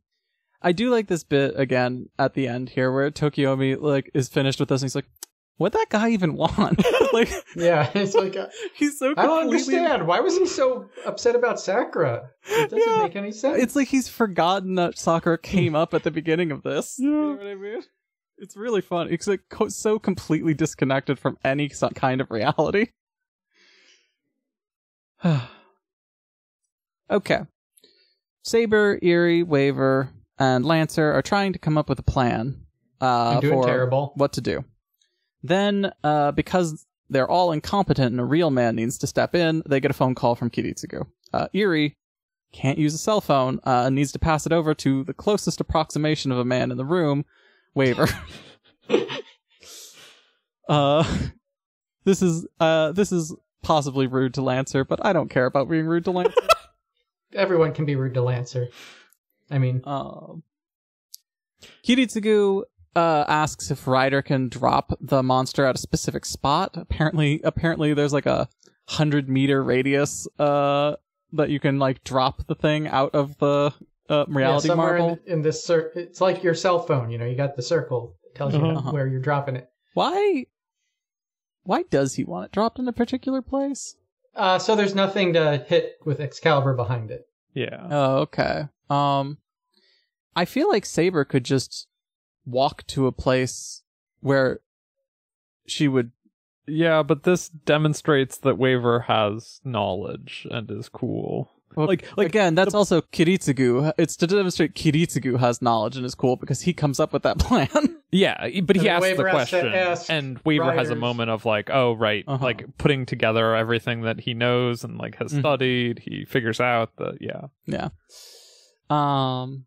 Speaker 2: I do like this bit again at the end here where Tokiomi like is finished with us and he's like, What'd that guy even want? (laughs) like
Speaker 3: Yeah, (laughs) it's
Speaker 1: (laughs)
Speaker 3: like uh,
Speaker 2: he's so
Speaker 3: I don't
Speaker 2: completely-
Speaker 3: understand. Why was he so upset about Sakura? It doesn't
Speaker 2: Yeah.
Speaker 3: make any sense.
Speaker 2: It's like he's forgotten that soccer came up at the beginning of
Speaker 3: (laughs)
Speaker 2: this. You know what I mean? It's really fun. It's like co- so completely disconnected from any so- kind of reality. (sighs) okay. Saber, Eerie, Waver, and Lancer are trying to come up with a plan uh,
Speaker 3: I'm doing
Speaker 2: for
Speaker 3: terrible.
Speaker 2: what to do. Then, uh, because they're all incompetent and a real man needs to step in, they get a phone call from Kiritsugu. Uh, Eerie can't use a cell phone uh, and needs to pass it over to the closest approximation of a man in the room, Waver. uh, this is uh, this is possibly rude to Lancer, but I don't care about being rude to Lancer.
Speaker 3: Everyone can be rude to Lancer. I mean,
Speaker 2: Um, Kiritsugu uh, asks if Ryder can drop the monster at a specific spot. Apparently, apparently there's like a hundred meter radius uh, that you can like drop the thing out of the uh,
Speaker 3: yeah,
Speaker 2: reality
Speaker 3: somewhere
Speaker 2: marble.
Speaker 3: in, in this cir- it's like your cell phone. You know, you got the circle it tells you
Speaker 2: Uh-huh.
Speaker 3: where you're dropping it.
Speaker 2: Why? Why does he want it dropped in a particular place?
Speaker 3: Uh, so there's nothing to hit with Excalibur behind it.
Speaker 1: yeah.
Speaker 2: Oh, okay. Um, I feel like Saber could just walk to a place where she would.
Speaker 1: Yeah, but this demonstrates that Waver has knowledge and is cool.
Speaker 2: like, like again, that's also Kiritsugu. It's to demonstrate Kiritsugu has knowledge and is cool because he comes up with that (laughs) plan.
Speaker 1: Yeah, but
Speaker 3: And
Speaker 1: he
Speaker 3: then
Speaker 1: asks
Speaker 3: Waver
Speaker 1: the
Speaker 3: has to
Speaker 1: question,
Speaker 3: ask
Speaker 1: and Waver has a
Speaker 3: writers-
Speaker 1: moment of like, oh right,
Speaker 2: Uh-huh.
Speaker 1: like putting together everything that he knows and like has
Speaker 3: Mm-hmm.
Speaker 2: Mhm.
Speaker 1: studied. He figures out that yeah,
Speaker 2: yeah. Um,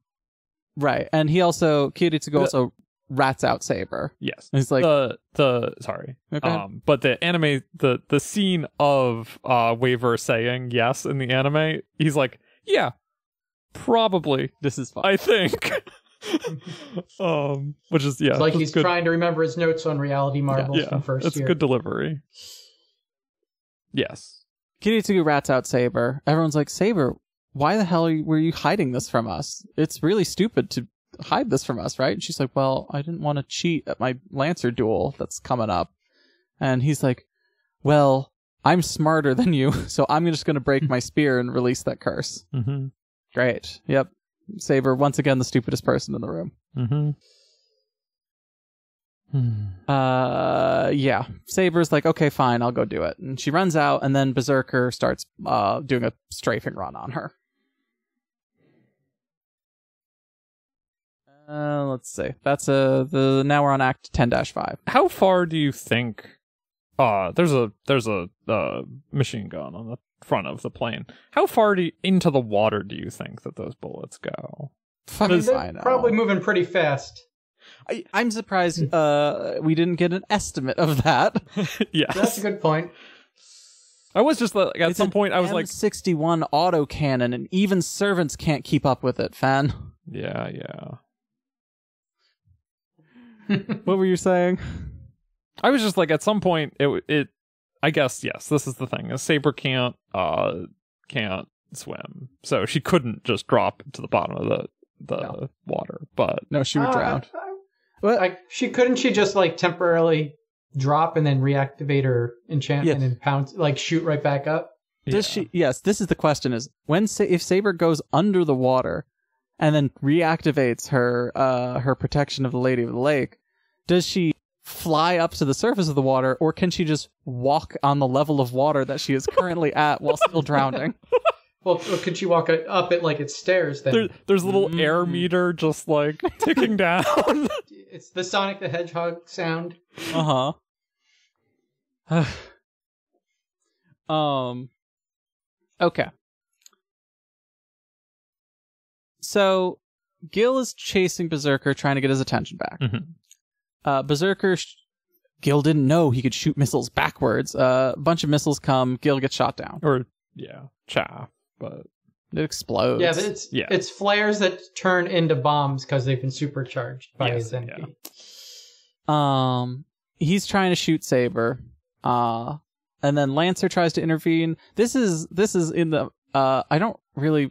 Speaker 2: right, and he also Kiritsugu
Speaker 1: The-
Speaker 2: also rats out Saber.
Speaker 1: yes.
Speaker 2: He's like,
Speaker 1: the the sorry,
Speaker 2: okay.
Speaker 1: um, but the anime the the scene of uh Waver saying yes in the anime, he's like, yeah, probably,
Speaker 2: this is fun.
Speaker 1: I
Speaker 3: (laughs)
Speaker 1: think. (laughs) um, which is yeah,
Speaker 3: It's like
Speaker 1: just
Speaker 3: he's
Speaker 1: good,
Speaker 3: trying to remember his notes on reality marbles
Speaker 1: yeah,
Speaker 3: from first
Speaker 1: it's
Speaker 3: year.
Speaker 1: good delivery. Yes.
Speaker 2: Kiritsugu rats out Saber. Everyone's like, Saber, why the hell are you, were you hiding this from us? It's really stupid to hide this from us, right? And she's like, Well, I didn't want to cheat at my Lancer duel that's coming up. And he's like, Well, I'm smarter than you, (laughs) so I'm just going to break my spear and release that curse.
Speaker 1: Mm-hmm.
Speaker 2: Great. Yep. Saber, once again, the stupidest person in the room.
Speaker 1: Mm-hmm. Hmm.
Speaker 2: Uh, yeah. Saber's like, okay, fine, I'll go do it. And she runs out, and then Berserker starts uh doing a strafing run on her. Uh, let's see. That's uh the now we're on Act ten dash five.
Speaker 1: How far do you think? Uh, there's a there's a uh, machine gun on the front of the plane. How far do you, into the water do you think that those bullets go? (laughs)
Speaker 3: I mean,
Speaker 2: Fucking
Speaker 3: they're
Speaker 2: fine.
Speaker 3: probably moving pretty
Speaker 2: (laughs)
Speaker 3: fast.
Speaker 2: I, I'm surprised. Uh, we didn't get an estimate of that.
Speaker 3: That's a
Speaker 1: yes,
Speaker 3: good point.
Speaker 1: I was just like at some point I was like,
Speaker 2: sixty one auto cannon, and even servants can't keep up with it. Fan.
Speaker 1: Yeah, yeah.
Speaker 2: What were you saying?
Speaker 1: I was just like, at some point, it w- it. I guess yes, this is the thing. A saber can't uh can't swim, so she couldn't just drop to the bottom of the the
Speaker 2: No.
Speaker 1: water. But
Speaker 2: No, she would
Speaker 3: Ah,
Speaker 2: drown.
Speaker 3: I-
Speaker 2: What?
Speaker 3: I- she couldn't she just like temporarily drop and then reactivate her enchantment
Speaker 2: Yeah.
Speaker 3: and pounce like shoot right back up?
Speaker 2: Does she? Yes. This is the question: Is when Sa- if Saber goes under the water, and then reactivates her uh her protection of the Lady of the Lake, does she fly up to the surface of the water, or can she just walk on the level of water that she is currently at while still drowning?
Speaker 3: Well, or could she walk it up it like it stairs then?
Speaker 1: There, there's a little air
Speaker 2: Mm.
Speaker 1: meter just
Speaker 2: (laughs)
Speaker 1: like ticking down.
Speaker 3: It's the Sonic the Hedgehog sound.
Speaker 2: Uh huh. (sighs) um. Okay. So, Gil is chasing Berserker, trying to get his attention back.
Speaker 1: Mhm.
Speaker 2: Uh, Berserker. Sh- Gil didn't know he could shoot missiles backwards. Uh, a bunch of missiles come. Gil gets shot down.
Speaker 1: or yeah, cha. But
Speaker 2: It explodes.
Speaker 3: Yeah, but it's
Speaker 1: yeah.
Speaker 3: it's flares that turn into bombs because they've been supercharged by
Speaker 1: Yes,
Speaker 3: his envy.
Speaker 1: yeah.
Speaker 2: Um, he's trying to shoot Saber. Uh, and then Lancer tries to intervene. This is this is in the uh I don't really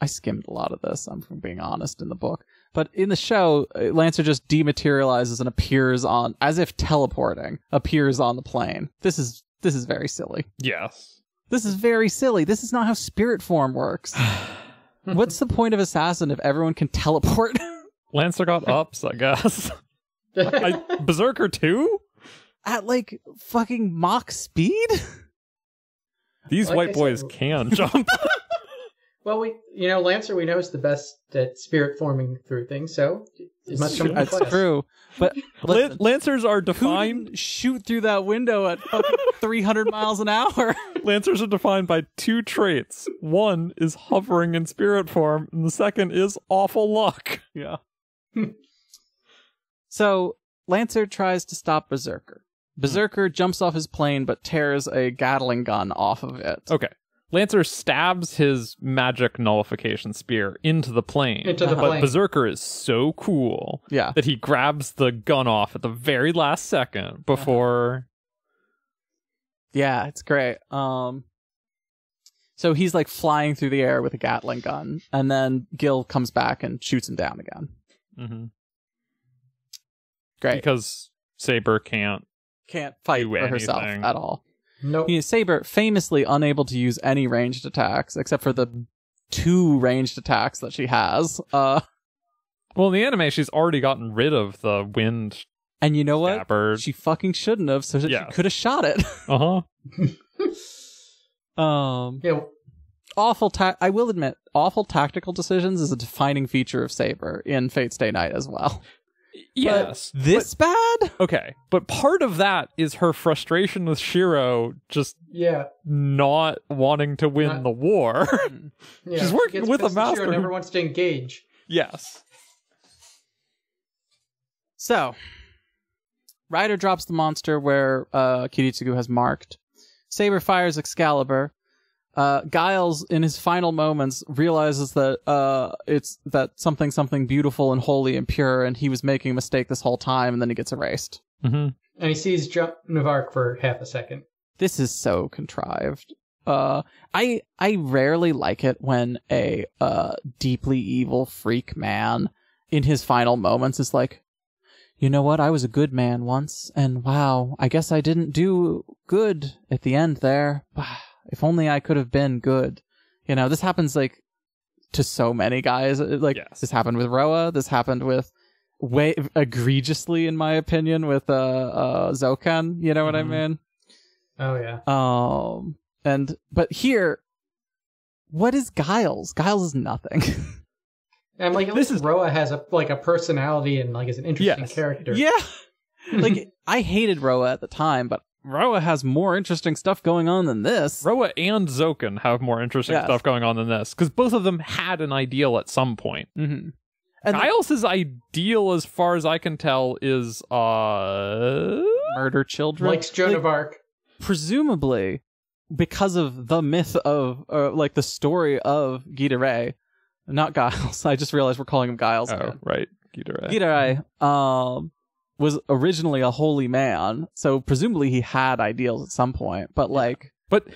Speaker 2: I skimmed a lot of this, I'm from being honest in the book. But in the show, uh, Lancer just dematerializes and appears on as if teleporting, appears on the plane. This is this is very silly.
Speaker 1: yes,
Speaker 2: This is very silly. This is not how spirit form works. What's the point of assassin if everyone can teleport? (laughs)
Speaker 1: Lancer got ups, I guess.
Speaker 2: (laughs)
Speaker 1: I, Berserker too.
Speaker 2: At like fucking Mach speed? (laughs)
Speaker 1: These
Speaker 3: Like I
Speaker 1: white boys
Speaker 3: said-
Speaker 1: can jump.
Speaker 3: (laughs) well, we you know Lancer we know is the best at spirit forming through things, so it must come from
Speaker 2: That's
Speaker 3: class.
Speaker 2: true. But
Speaker 1: Lan-
Speaker 2: listen,
Speaker 1: Lancers are
Speaker 2: who
Speaker 1: defined.
Speaker 2: didn't shoot through that window at (laughs) fucking 300 miles an hour?
Speaker 1: Lancers are defined by two traits. One is hovering in spirit form, and the second is awful luck.
Speaker 2: Yeah. so Lancer tries to stop Berserker. Berserker jumps off his plane but tears a Gatling gun off of it.
Speaker 1: Okay. Lancer stabs his magic nullification spear into the plane.
Speaker 3: Into the
Speaker 1: but
Speaker 3: plane.
Speaker 1: Berserker is so cool
Speaker 2: Yeah.
Speaker 1: that he grabs the gun off at the very last second before.
Speaker 2: Yeah, it's great. Um So he's like flying through the air with a Gatling gun and then Gil comes back and shoots him down again.
Speaker 1: Mhm.
Speaker 2: Great.
Speaker 1: Because Saber can't.
Speaker 2: Can't fight
Speaker 1: Do
Speaker 2: for herself
Speaker 1: anything.
Speaker 2: at all.
Speaker 3: Nope.
Speaker 2: You know, Saber famously unable to use any ranged attacks except for the two ranged attacks that she has. Uh,
Speaker 1: Well, in the anime, she's already gotten rid of the wind
Speaker 2: and you know what?
Speaker 1: stabber.
Speaker 2: She fucking shouldn't have, so that
Speaker 1: Yeah.
Speaker 2: she could have shot it. (laughs)
Speaker 1: Uh huh.
Speaker 2: um,
Speaker 3: Yeah,
Speaker 2: awful. Ta- I will admit, awful tactical decisions is a defining feature of Saber in Fate's Day Night as well.
Speaker 1: Yes.
Speaker 2: But this bad?
Speaker 1: Okay. But part of that is her frustration with Shiro just
Speaker 3: yeah,
Speaker 1: not wanting to win
Speaker 3: Not-
Speaker 1: the war. (laughs)
Speaker 2: Hmm.
Speaker 3: yeah.
Speaker 1: She's working
Speaker 3: Gets
Speaker 1: with a
Speaker 3: pissed that Shiro
Speaker 1: master who-
Speaker 3: Never wants to engage.
Speaker 1: yes.
Speaker 2: So, Ryder drops the monster where uh, Kiritsugu has marked. Saber fires Excalibur. Uh, Giles, in his final moments, realizes that uh, it's that something something beautiful and holy and pure, and he was making a mistake this whole time, and then he gets erased.
Speaker 1: Mm-hmm.
Speaker 3: And he sees Jump Navark for half a second.
Speaker 2: This is so contrived. Uh, I I rarely like it when a uh, deeply evil freak man in his final moments is like, you know what? I was a good man once, and wow, I guess I didn't do good at the end there. if only I could have been good. You know, this happens like to so many guys. It- Like
Speaker 1: Yes.
Speaker 2: this happened with Roa. This happened with way egregiously, in my opinion, with uh, uh Zokan. You know what
Speaker 1: Mhm.
Speaker 2: I mean?
Speaker 3: Oh yeah.
Speaker 2: Um, and but here, what is Giles? Giles is nothing.
Speaker 3: And like at
Speaker 1: This
Speaker 3: least
Speaker 1: is-
Speaker 3: Roa has a like a personality and like is an interesting
Speaker 1: Yes.
Speaker 3: character.
Speaker 2: (laughs)
Speaker 3: (laughs)
Speaker 2: yeah, like I hated Roa at the time, but Roa has more interesting stuff going on than this.
Speaker 1: Roa and Zoken have more interesting
Speaker 2: Yes.
Speaker 1: stuff going on than this because both of them had an ideal at some point.
Speaker 2: mm-hmm. And
Speaker 1: Giles' ideal, as far as I can tell, is uh
Speaker 2: murder children,
Speaker 3: Likes Joan
Speaker 2: Like,
Speaker 3: of Arc.
Speaker 2: presumably because of the myth of, uh, like the story of Gita Ray, not Giles. (laughs) I just realized we're calling him Giles.
Speaker 1: Oh, right. Ghidorah.
Speaker 2: Giderai um, was originally a holy man, so presumably he had ideals at some point. But like,
Speaker 1: But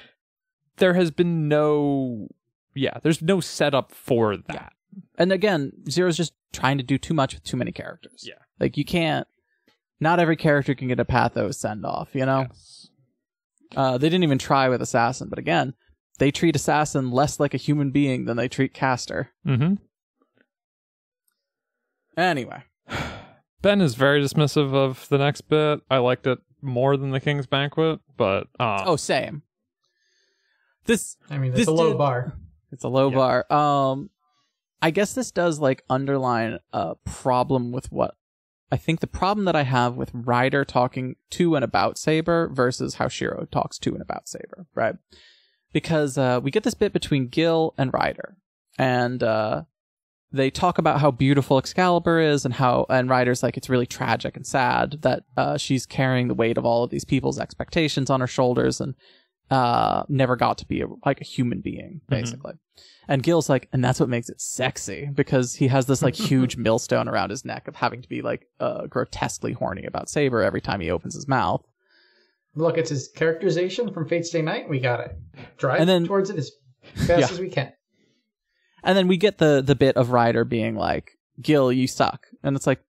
Speaker 1: there has been no, yeah, there's no setup for that.
Speaker 2: and again, Zero's just trying to do too much with too many characters.
Speaker 1: Yeah.
Speaker 2: like you can't. Not every character can get a pathos send off. You know,
Speaker 1: Yes.
Speaker 2: uh, they didn't even try with Assassin. But again, they treat Assassin less like a human being than they treat Caster.
Speaker 1: Mm-hmm.
Speaker 2: Anyway,
Speaker 1: Ben is very dismissive of the next bit. I liked it more than the King's Banquet, but uh,
Speaker 2: oh, same. This
Speaker 3: I mean,
Speaker 2: This
Speaker 3: it's a low
Speaker 2: dude-
Speaker 3: bar.
Speaker 2: It's a low
Speaker 1: Yeah.
Speaker 2: bar. Um, I guess this does like underline a problem with what I think the problem that I have with Ryder talking to and about Saber versus how Shiro talks to and about Saber, right? Because uh, we get this bit between Gil and Ryder, and uh, they talk about how beautiful Excalibur is, and how and Ryder's like it's really tragic and sad that uh, she's carrying the weight of all of these people's expectations on her shoulders, and uh never got to be a, like a human being basically and gil's like and that's what makes it sexy because he has this like huge millstone around his neck of having to be like uh grotesquely horny about saber every time he opens his mouth
Speaker 3: Look, it's his characterization from Fate's Day Night. We got it. Drive
Speaker 2: And then-
Speaker 3: towards it as fast
Speaker 2: Yeah.
Speaker 3: as we can.
Speaker 2: and then we get the the bit of ryder being like gil you suck and it's like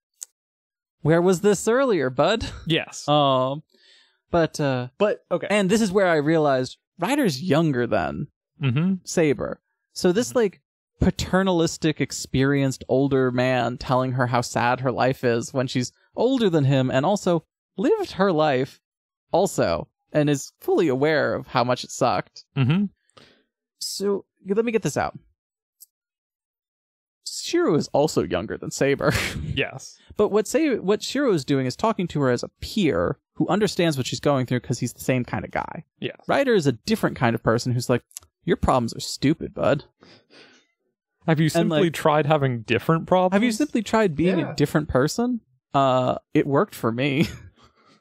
Speaker 2: where was this earlier bud (laughs)
Speaker 1: yes.
Speaker 2: um but uh
Speaker 1: but okay.
Speaker 2: and this is where i realized ryder's younger then
Speaker 1: mm-hmm.
Speaker 2: Saber. So this like paternalistic, experienced older man telling her how sad her life is when she's older than him and also lived her life also and is fully aware of how much it sucked.
Speaker 1: Mm-hmm.
Speaker 2: So let me get this out. Shiro is also younger than Saber. (laughs)
Speaker 1: Yes.
Speaker 2: But what say what Shiro is doing is talking to her as a peer who understands what she's going through because he's the same kind of guy.
Speaker 1: Yeah.
Speaker 2: Ryder is a different kind of person who's like, Your problems are stupid, bud.
Speaker 1: Have you simply
Speaker 2: like-
Speaker 1: tried having different problems?
Speaker 2: Have you simply tried being
Speaker 3: Yeah.
Speaker 2: a different person? Uh, it worked for me,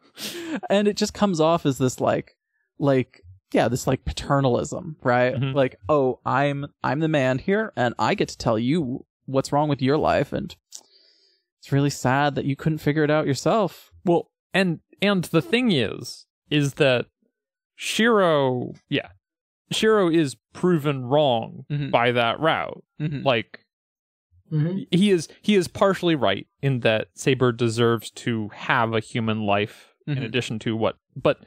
Speaker 2: (laughs) and it just comes off as this like, like yeah, this like paternalism, right?
Speaker 1: Mhm.
Speaker 2: Like, oh, I'm I'm the man here, and I get to tell you what's wrong with your life, and it's really sad that you couldn't figure it out yourself.
Speaker 1: Well, and and the thing is, is that Shiro, yeah, Shiro is proven wrong
Speaker 2: Mhm.
Speaker 1: by that route.
Speaker 2: Mhm.
Speaker 1: Like
Speaker 3: hmm
Speaker 1: he is, he is partially right in that Saber deserves to have a human life in
Speaker 2: Mhm.
Speaker 1: addition to what, but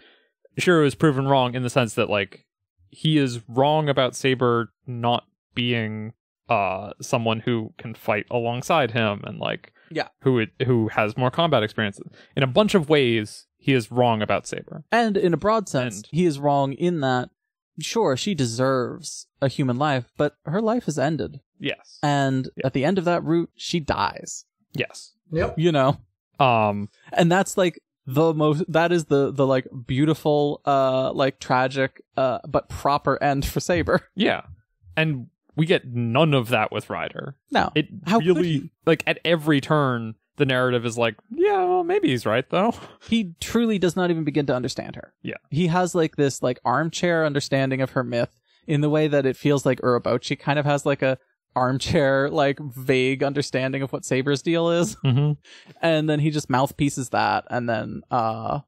Speaker 1: Shiro is proven wrong in the sense that like he is wrong about Saber not being uh someone who can fight alongside him and like
Speaker 2: Yeah.
Speaker 1: who it, who has more combat experience in a bunch of ways he is wrong about saber
Speaker 2: And in a broad sense,
Speaker 1: And-
Speaker 2: he is wrong in that. Sure, she deserves a human life, but her life has ended,
Speaker 1: yes
Speaker 2: and
Speaker 1: Yeah.
Speaker 2: at the end of that route, she dies.
Speaker 1: yes
Speaker 3: Yep.
Speaker 2: You know.
Speaker 1: um
Speaker 2: and that's like the most that is the the like beautiful uh like tragic uh but proper end for saber (laughs)
Speaker 1: yeah and we get none of that with ryder
Speaker 2: no
Speaker 1: it
Speaker 2: How could
Speaker 1: really
Speaker 2: he?
Speaker 1: like at every turn the narrative is like yeah well maybe he's right though
Speaker 2: he truly does not even begin to understand her
Speaker 1: Yeah.
Speaker 2: he has like this like armchair understanding of her myth in the way that it feels like urobochi kind of has like a armchair like vague understanding of what saber's deal is
Speaker 1: mm-hmm.
Speaker 2: and then he just mouthpieces that and then uh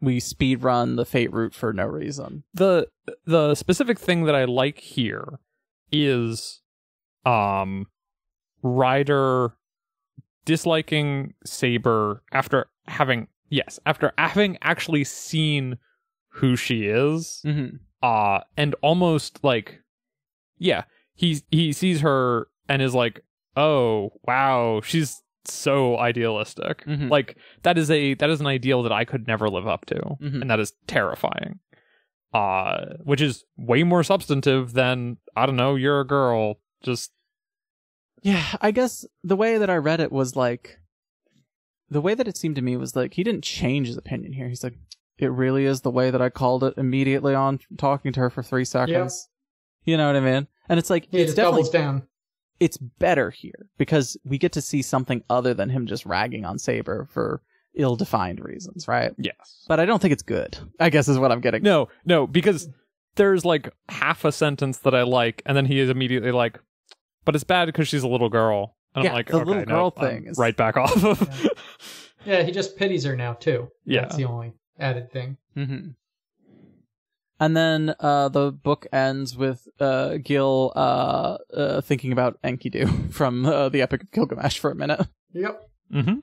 Speaker 2: we speed run the fate route for no reason
Speaker 1: the the specific thing that I like here is um Ryder disliking Saber after having yes, after having actually seen who she is
Speaker 2: mm-hmm.
Speaker 1: uh and almost like yeah he he sees her and is like oh wow she's so idealistic
Speaker 2: Mhm.
Speaker 1: like that is a that is an ideal that i could never live up to
Speaker 2: Mhm.
Speaker 1: and that is terrifying uh which is way more substantive than i don't know you're a girl just
Speaker 2: Yeah, (sighs) I guess the way that I read it was like the way that it seemed to me was like he didn't change his opinion here. He's like, it really is the way that I called it immediately on talking to her for three seconds. You know what I mean? And it's like
Speaker 3: He
Speaker 2: it's
Speaker 3: just
Speaker 2: definitely
Speaker 3: doubles down.
Speaker 2: it's better here because we get to see something other than him just ragging on Saber for ill-defined reasons, right?
Speaker 1: yes
Speaker 2: But I don't think it's good. I guess is what I'm getting.
Speaker 1: no no because there's like half a sentence that i like and then he is immediately like But it's bad because she's a little girl. And
Speaker 2: Yeah,
Speaker 1: I'm like,
Speaker 2: the
Speaker 1: okay,
Speaker 2: little
Speaker 1: no,
Speaker 2: girl
Speaker 1: I'm
Speaker 2: thing is-
Speaker 1: right back off of. (laughs)
Speaker 3: Yeah. Yeah, he just pities her now too.
Speaker 1: Yeah.
Speaker 3: That's the only added thing.
Speaker 2: Mm-hmm. And then uh, the book ends with uh, Gil uh, uh, thinking about Enkidu (laughs) from uh, the Epic of Gilgamesh for a minute. (laughs)
Speaker 3: Yep.
Speaker 1: hmm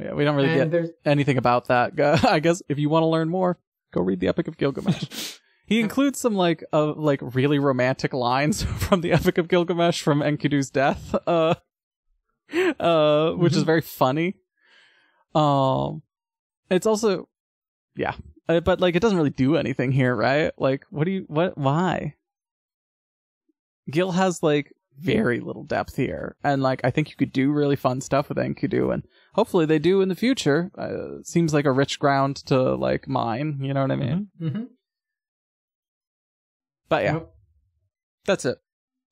Speaker 2: Yeah, we don't really get
Speaker 3: and there's
Speaker 2: anything about that. (laughs) I guess if you want to learn more, go read the Epic of Gilgamesh. he includes some like uh, like really romantic lines (laughs) from the Epic of Gilgamesh from Enkidu's death, uh, uh, which is very funny. Um, it's also, yeah, Uh, but like it doesn't really do anything here, right? Like, what do you what why? Gil has like very little depth here, and like I think you could do really fun stuff with Enkidu, and hopefully they do in the future. Uh, seems like a rich ground to like mine. You know what I
Speaker 1: Mm-hmm.
Speaker 2: mean?
Speaker 3: hmm
Speaker 2: But yeah,
Speaker 3: Yep.
Speaker 2: that's it.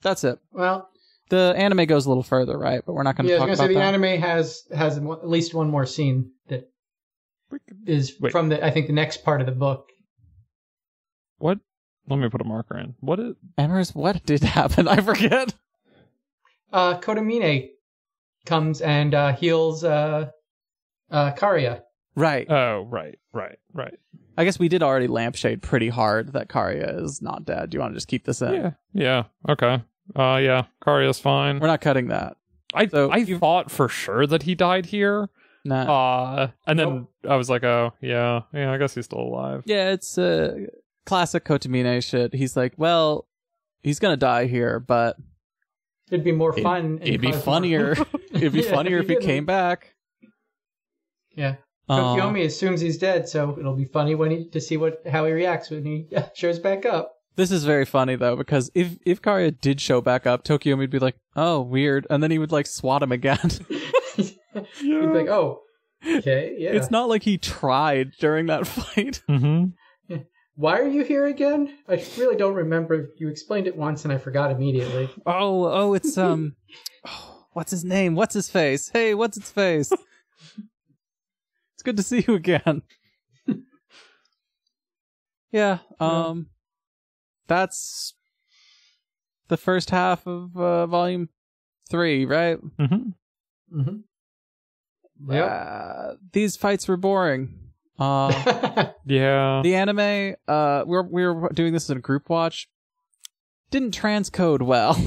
Speaker 2: That's it.
Speaker 3: Well,
Speaker 2: The anime goes a little further, right? But we're not going to
Speaker 3: yeah, I
Speaker 2: talk
Speaker 3: was gonna
Speaker 2: about
Speaker 3: say the
Speaker 2: that.
Speaker 3: anime has has one- at least one more scene that is
Speaker 1: Wait.
Speaker 3: from the I think the next part of the book.
Speaker 1: What? Let me put a marker in. What is?
Speaker 2: Amherst, what did (laughs) happen? I forget.
Speaker 3: Uh, Kodamine comes and uh, heals uh, uh, Karya.
Speaker 2: (laughs) Right.
Speaker 1: Oh, right, right, right.
Speaker 2: I guess we did already lampshade pretty hard that Karya is not dead. Do you want to just keep this in?
Speaker 1: Yeah, yeah. Okay. Uh, yeah. Karya's fine.
Speaker 2: We're not cutting that.
Speaker 1: I
Speaker 2: So
Speaker 1: I thought for sure that he died here.
Speaker 2: Nah.
Speaker 1: Uh, and then
Speaker 3: Nope.
Speaker 1: I was like, oh yeah, yeah. I guess he's still alive.
Speaker 2: Yeah, it's uh, classic Kotamine shit. He's like, well, he's gonna die here, but
Speaker 3: It'd be more
Speaker 2: It-
Speaker 3: fun. and
Speaker 2: it'd be
Speaker 3: cause more- (laughs)
Speaker 2: funnier. (laughs) it'd be
Speaker 3: Yeah,
Speaker 2: funnier if he
Speaker 3: didn't.
Speaker 2: came back.
Speaker 3: Yeah.
Speaker 2: Um,
Speaker 3: Tokyomi assumes he's dead, so it'll be funny when he to see what how he reacts when he (laughs) shows back up. (laughs)
Speaker 2: this is very funny though because if if Karya did show back up, Tokyomi would be like, oh, weird, and then he would like swat him again. (laughs)
Speaker 3: He'd be like, "Oh, okay, yeah.
Speaker 2: It's not like he tried during that (laughs) fight.
Speaker 1: Mm-hmm.
Speaker 3: Why are you here again? I really don't remember. You explained it once, and I forgot immediately.
Speaker 2: Oh, oh, it's um, (sighs) oh, what's his name? What's his face? Hey, what's its (laughs) face? it's good to see you again. (laughs) yeah, um, that's the first half of uh, volume three, right?
Speaker 1: Mm-hmm.
Speaker 3: hmm
Speaker 2: Uh, these fights were boring. Uh,
Speaker 3: (laughs)
Speaker 1: Yeah.
Speaker 2: the anime, uh, we we're we we're doing this in a group watch. Didn't
Speaker 1: (laughs)
Speaker 2: transcode well. (laughs)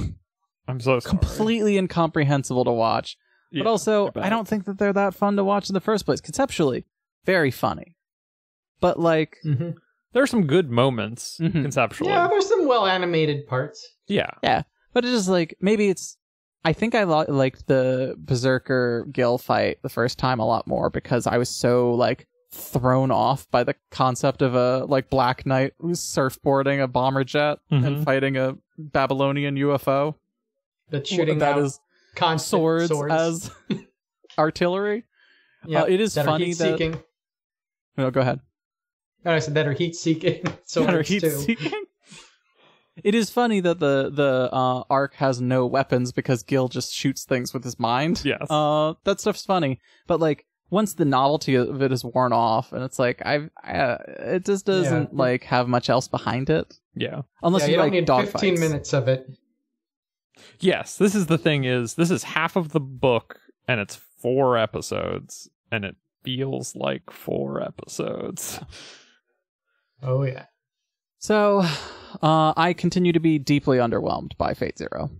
Speaker 1: I'm so sorry.
Speaker 2: completely incomprehensible to watch.
Speaker 1: Yeah,
Speaker 2: but also,
Speaker 1: bet.
Speaker 2: I don't think that they're that fun to watch in the first place. Conceptually, very funny. But like,
Speaker 3: hmm
Speaker 1: There are some good moments
Speaker 2: Mhm.
Speaker 1: conceptually.
Speaker 3: Yeah, there's some well animated parts.
Speaker 1: yeah.
Speaker 2: but it's just like maybe it's. I think I lo- liked the Berserker Gill fight the first time a lot more because I was so like thrown off by the concept of a like Black Knight who's surfboarding a bomber jet
Speaker 1: Mhm.
Speaker 2: and fighting a Babylonian UFO.
Speaker 3: That shooting
Speaker 2: that
Speaker 3: out
Speaker 2: is
Speaker 3: constant
Speaker 2: swords, as (laughs) artillery.
Speaker 3: Yep,
Speaker 2: uh, it is
Speaker 3: that
Speaker 2: funny
Speaker 3: are heat
Speaker 2: that-
Speaker 3: seeking.
Speaker 2: No, go ahead.
Speaker 3: No, I said that are heat seeking (laughs) swords
Speaker 2: Better heat
Speaker 3: too.
Speaker 2: seeking. It is funny that the the uh, arc has no weapons because Gil just shoots things with his mind.
Speaker 1: Yes.
Speaker 2: Uh, that stuff's funny, but like once the novelty of it is worn off, and it's like I've I, uh, it just doesn't
Speaker 3: Yeah.
Speaker 2: like have much else behind it
Speaker 1: yeah.
Speaker 2: unless
Speaker 3: yeah,
Speaker 2: you,
Speaker 3: you don't
Speaker 2: like
Speaker 3: need
Speaker 2: dog
Speaker 3: 15
Speaker 2: fights.
Speaker 3: minutes of it.
Speaker 1: Yes. This is the thing. Is this is half of the book and it's four episodes and it feels like four episodes.
Speaker 3: Oh yeah.
Speaker 2: So, uh, I continue to be deeply underwhelmed by Fate Zero.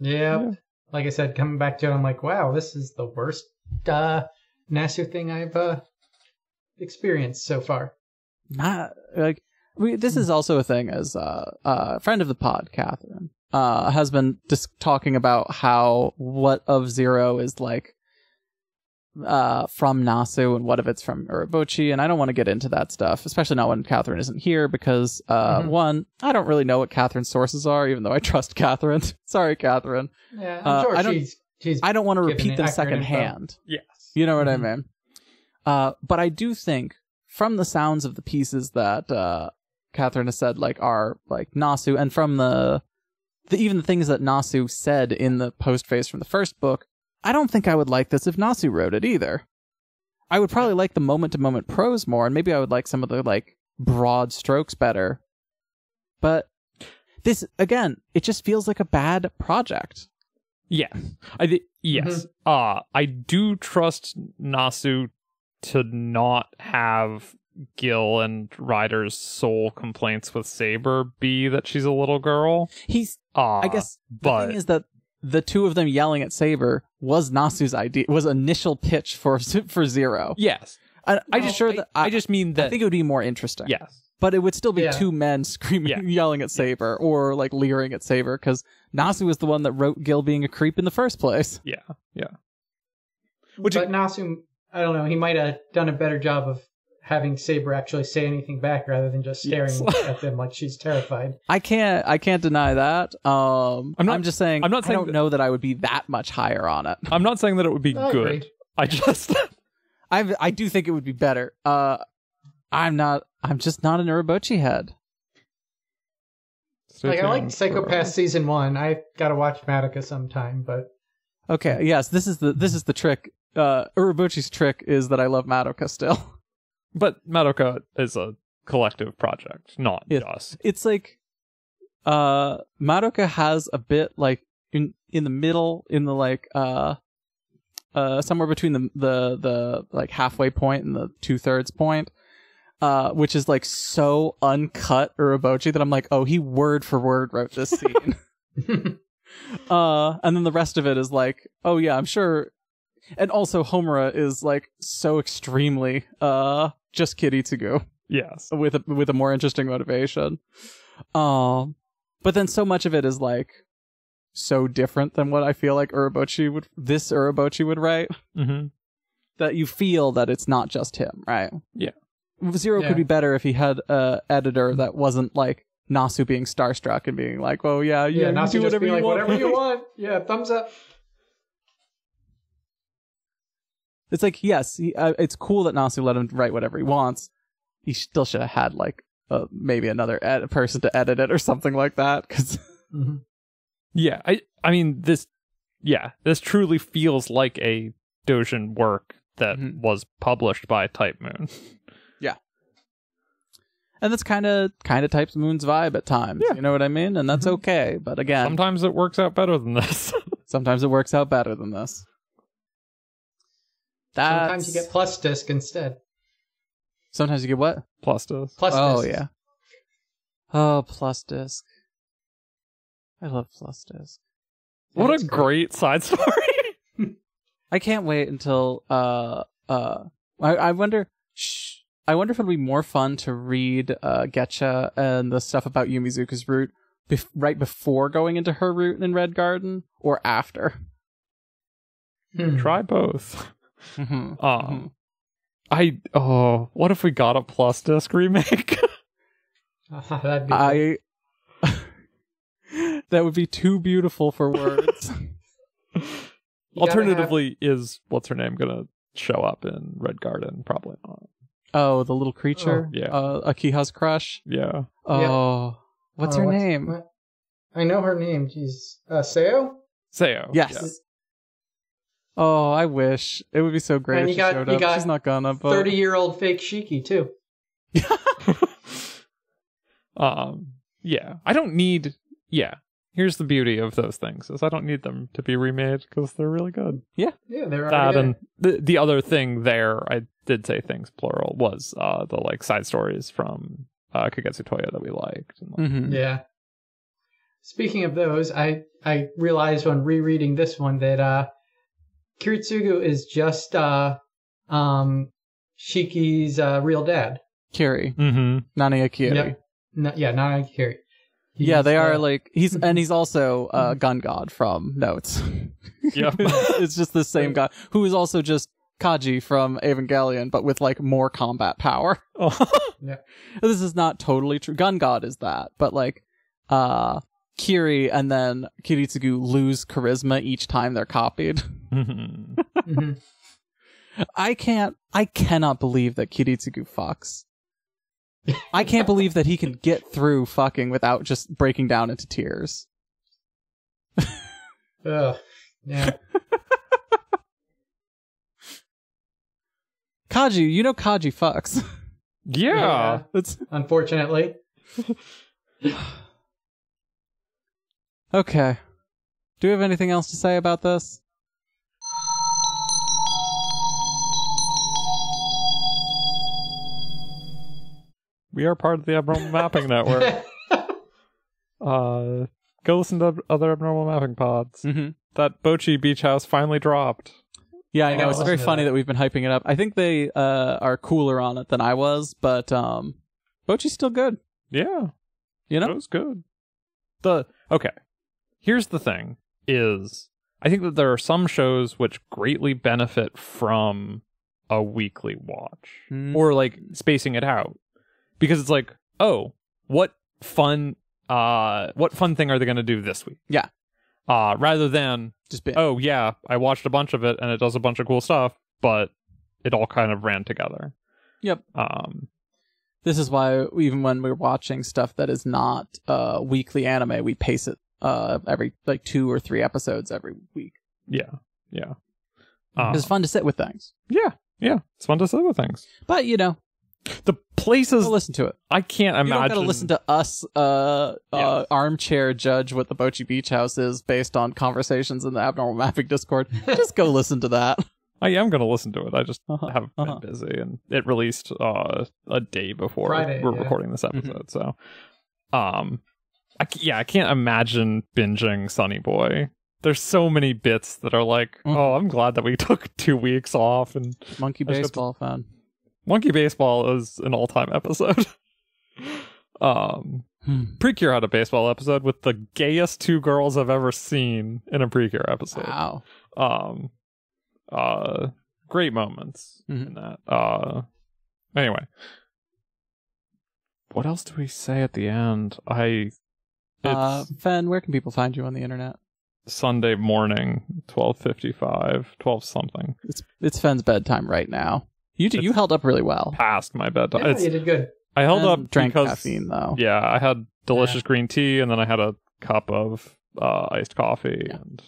Speaker 3: Yep.
Speaker 1: Yeah.
Speaker 3: Like I said, coming back to it, I'm like, wow, this is the worst uh, Nasu thing I've uh, experienced so far.
Speaker 2: not like we, this is also a thing as uh, a friend of the pod catherine uh, has been just talking about how what of zero is like uh, from nasu and what if it's from urobuchi and i don't want to get into that stuff especially not when catherine isn't here because uh,
Speaker 3: Mhm.
Speaker 2: one i don't really know what catherine's sources are even though i trust catherine (laughs) sorry catherine
Speaker 3: Yeah, I'm
Speaker 2: Uh,
Speaker 3: sure
Speaker 2: I don't-
Speaker 3: she's she's
Speaker 2: i don't want to
Speaker 3: Given
Speaker 2: repeat
Speaker 3: the
Speaker 2: them
Speaker 3: accurate info.
Speaker 2: secondhand
Speaker 1: Yes.
Speaker 2: you know what
Speaker 3: Mhm.
Speaker 2: I mean? Uh, but I do think from the sounds of the pieces that uh, Catherine has said, like are like Nasu, and from the, the even the things that Nasu said in the post phase from the first book, I don't think I would like this if Nasu wrote it either. I would probably like the moment to moment prose more, and maybe I would like some of the like broad strokes better. But this again, it just feels like a bad project.
Speaker 1: Yeah. I thi- yes.
Speaker 2: Mm-hmm.
Speaker 1: Uh I do trust Nasu to not have Gil and Ryder's sole complaints with Saber be that she's a little girl.
Speaker 2: He's.
Speaker 1: Uh
Speaker 2: I guess the
Speaker 1: but
Speaker 2: thing is that the two of them yelling at Saber was Nasu's idea. Was initial pitch for (laughs) for Zero.
Speaker 1: yes.
Speaker 2: I, I
Speaker 3: Well,
Speaker 2: just sure
Speaker 1: I-
Speaker 2: that
Speaker 1: I, just mean that
Speaker 2: I think it would be more interesting.
Speaker 1: yes.
Speaker 2: but it would still be
Speaker 3: Yeah.
Speaker 2: two men screaming,
Speaker 1: Yeah.
Speaker 2: (laughs) yelling at Saber or like leering at Saber because Nasu was the one that wrote Gil being a creep in the first place.
Speaker 1: Which
Speaker 3: but Nasu, I don't know, he might have done a better job of having Saber actually say anything back rather than just staring
Speaker 1: Yes.
Speaker 3: (laughs) at them like she's
Speaker 2: (laughs)
Speaker 3: terrified.
Speaker 2: I can't, I can't deny that. Um,
Speaker 1: I'm
Speaker 2: I'm,
Speaker 1: not-
Speaker 2: just saying,
Speaker 1: I'm not
Speaker 2: I
Speaker 1: saying
Speaker 2: don't
Speaker 1: that-
Speaker 2: know that I would be that much higher on it.
Speaker 1: I'm not saying that it would be
Speaker 3: I
Speaker 1: good.
Speaker 3: agree.
Speaker 1: I just (laughs)
Speaker 2: I, I do think it would be better. Uh, I'm not, I'm just not an Urobochi head.
Speaker 1: Stay
Speaker 3: Like I like
Speaker 1: tuned for-
Speaker 3: Psychopath season one. I gotta watch Madoka sometime, but (laughs)
Speaker 2: Okay, yes, this is the this is the trick. Uh, Urobochi's trick is that I love Madoka still. (laughs)
Speaker 1: But Madoka is a collective project, not
Speaker 2: Yes.
Speaker 1: us.
Speaker 2: it's like uh Madoka has a bit like in in the middle in the like uh uh somewhere between the the the like halfway point and the two thirds point uh which is like so uncut Urobochi that I'm like oh he word for word wrote this scene uh and then the rest of it is like oh yeah I'm sure and also Homura is like so extremely uh just kitty to go (laughs)
Speaker 1: Yes.
Speaker 2: with a, with a more interesting motivation. Um, but then so much of it is like so different than what I feel like Urobochi would this Urobochi would write
Speaker 1: Mm-hmm.
Speaker 2: that you feel that it's not just him, right?
Speaker 1: Yeah.
Speaker 2: Zero
Speaker 3: Yeah.
Speaker 2: could be better if he had a editor that wasn't like Nasu being starstruck and being like, "Well, yeah,
Speaker 3: yeah,
Speaker 2: yeah, you
Speaker 3: Nasu
Speaker 2: do
Speaker 3: just
Speaker 2: whatever
Speaker 3: be
Speaker 2: you
Speaker 3: like,
Speaker 2: want." (laughs)
Speaker 3: whatever you want. Yeah, thumbs up.
Speaker 2: It's like, yes, he, uh, it's cool that Nasu let him write whatever he wants. He still should have had like uh, maybe another ed- person to edit it or something like that because
Speaker 3: Mhm.
Speaker 1: Yeah, I I mean this yeah, this truly feels like a Dojin work that
Speaker 2: Mhm.
Speaker 1: was published by Type Moon.
Speaker 2: (laughs) and that's kind of kind of types moon's vibe at times
Speaker 1: Yeah.
Speaker 2: you know what i mean and that's
Speaker 3: Mm-hmm.
Speaker 2: okay but again sometimes.
Speaker 1: Sometimes it works out better than this. (laughs)
Speaker 2: it works out better than this that's,
Speaker 3: Sometimes you get plus disc instead.
Speaker 2: sometimes you get what
Speaker 1: Plus does.
Speaker 3: Plus
Speaker 2: oh
Speaker 3: disc.
Speaker 2: yeah oh plus disc i love plus disc
Speaker 1: What
Speaker 3: it's
Speaker 1: a great side story. (laughs)
Speaker 2: i can't wait until uh uh i, I wonder shh, i wonder if it'll be more fun to read uh getcha and the stuff about yumizuka's route bef- right before going into her route in red garden or after (laughs) Mm-hmm.
Speaker 3: Hmm.
Speaker 1: Try both.
Speaker 2: hmm
Speaker 1: Um I oh, what if we got a plus disc remake? (laughs)
Speaker 3: Ah, (laughs) that'd be cool.
Speaker 2: I (laughs) that would be too beautiful for
Speaker 1: (laughs)
Speaker 2: words.
Speaker 3: You gotta
Speaker 1: Alternatively, is what's her name gonna show up in Red Garden? Probably not.
Speaker 2: oh, the little creature,
Speaker 1: Oh, yeah.
Speaker 2: uh, Akiha's crush.
Speaker 1: Yeah.
Speaker 2: Oh,
Speaker 3: Yeah.
Speaker 2: what's
Speaker 3: Oh,
Speaker 2: her name?
Speaker 3: what- I know her name. Jeez, uh, Sayo.
Speaker 1: Sayo.
Speaker 2: Yes.
Speaker 1: yeah.
Speaker 2: Oh, I wish it would be so great if
Speaker 3: And you
Speaker 2: she
Speaker 3: got-
Speaker 2: showed
Speaker 3: you
Speaker 2: up.
Speaker 3: got
Speaker 2: She's not gonna. But
Speaker 3: Thirty-year-old fake Shiki too.
Speaker 1: um yeah i don't need yeah here's the beauty of those things is i don't need them to be remade because they're really good
Speaker 3: Yeah, they're
Speaker 1: that
Speaker 3: already
Speaker 1: and the, the other thing there i did say things plural was uh the like side stories from uh kagetsu toya that we liked and, like,
Speaker 2: Mhm.
Speaker 3: there. Yeah. Speaking of those, I I realized when rereading this one that uh, Kiritsugu is just uh, um, Shiki's uh, real dad.
Speaker 2: Kiri,
Speaker 1: Mhm.
Speaker 2: Nani Akiri.
Speaker 3: Yep. No, yeah, not Akiri. He's,
Speaker 2: Yeah, they are
Speaker 3: uh, Mm-hmm.
Speaker 2: like he's and he's also
Speaker 3: (laughs)
Speaker 2: uh, Gun God from Notes. (laughs)
Speaker 1: yep
Speaker 2: it's just the same guy who is also just Kaji from Evangelion, but with like more combat power. (laughs)
Speaker 3: (laughs)
Speaker 1: Oh.
Speaker 2: this is not totally true. Gun God is that, but like uh Kiri and then Kiritsugu lose charisma each time they're copied.
Speaker 1: Mhm.
Speaker 3: mhm.
Speaker 2: I can't I cannot believe that Kiritsugu fucks. I can't believe that he can get through fucking without just breaking down into tears.
Speaker 3: Ugh. Yeah.
Speaker 2: Kaji, you know Kaji fucks.
Speaker 1: (laughs) (laughs)
Speaker 2: (laughs)
Speaker 1: yeah,
Speaker 3: Yeah.
Speaker 2: That's
Speaker 3: Unfortunately.
Speaker 2: okay. Do we have anything else to say about this?
Speaker 1: We are part of the Abnormal Mapping
Speaker 3: (laughs)
Speaker 1: Network. Uh, go listen to other Abnormal Mapping pods.
Speaker 2: Mm-hmm.
Speaker 1: That Bochi Beach House finally dropped.
Speaker 2: Yeah, I
Speaker 3: I
Speaker 2: know.
Speaker 3: gotta
Speaker 2: It's
Speaker 3: listen
Speaker 2: very
Speaker 3: to
Speaker 2: funny
Speaker 3: that.
Speaker 2: that. we've been hyping it up. I think they uh, are cooler on it than I was, but um, Bochi's still good.
Speaker 1: Yeah,
Speaker 2: You know?
Speaker 1: that was good. The okay. Here's the thing: is I think that there are some shows which greatly benefit from a weekly watch.
Speaker 2: Mm.
Speaker 1: or like spacing it out because it's like oh what fun uh what fun thing are they going to do this week
Speaker 2: Yeah.
Speaker 1: uh rather than
Speaker 2: just been.
Speaker 1: oh yeah i watched a bunch of it and it does a bunch of cool stuff but it all kind of ran together
Speaker 2: Yep.
Speaker 1: um
Speaker 2: This is why even when we're watching stuff that is not uh, weekly anime, we pace it uh, every like two or three episodes every week.
Speaker 1: yeah yeah uh,
Speaker 2: It's fun to sit with things,
Speaker 1: yeah yeah it's fun to say the things
Speaker 2: but you know,
Speaker 1: the places
Speaker 2: we'll listen to it.
Speaker 1: i can't
Speaker 2: You
Speaker 1: imagine
Speaker 2: don't got to listen to us, uh,
Speaker 1: Yeah.
Speaker 2: uh, armchair judge what the Bochi Beach House is based on conversations in the Abnormal Mapping Discord. Just go listen
Speaker 1: (laughs)
Speaker 2: to that. (laughs)
Speaker 1: i am going to listen to it i just
Speaker 2: Uh-huh,
Speaker 1: have been
Speaker 2: uh-huh.
Speaker 1: busy and it released uh a day before
Speaker 3: Friday,
Speaker 1: we're
Speaker 3: yeah.
Speaker 1: recording this
Speaker 2: Mm-hmm.
Speaker 1: episode so um I, c- yeah i can't imagine binging sunny boy there's so many bits that are like
Speaker 2: Mhm.
Speaker 1: oh i'm glad that we (laughs) took two weeks off and
Speaker 2: Monkey
Speaker 1: I just got
Speaker 2: baseball fan.
Speaker 1: monkey baseball is an all-time episode (laughs) um
Speaker 2: Hmm.
Speaker 1: precure had a baseball episode with the gayest two girls i've ever seen in a precure episode
Speaker 2: Wow.
Speaker 1: um uh great moments
Speaker 2: Mhm.
Speaker 1: in that uh anyway what else do we say at the end i it's
Speaker 2: Uh, Fen, where can people find you on the internet?
Speaker 1: sunday morning 1255 12 something
Speaker 2: It's it's Fen's bedtime right now. You do, you
Speaker 1: It's-
Speaker 2: held up really well.
Speaker 1: past my bedtime
Speaker 3: yeah,
Speaker 1: It's-
Speaker 3: you did good.
Speaker 1: i held
Speaker 2: Fen
Speaker 1: up
Speaker 2: drank
Speaker 1: because
Speaker 2: caffeine though.
Speaker 1: yeah i had delicious green tea and then i had a cup of uh iced coffee
Speaker 2: Yeah.
Speaker 1: and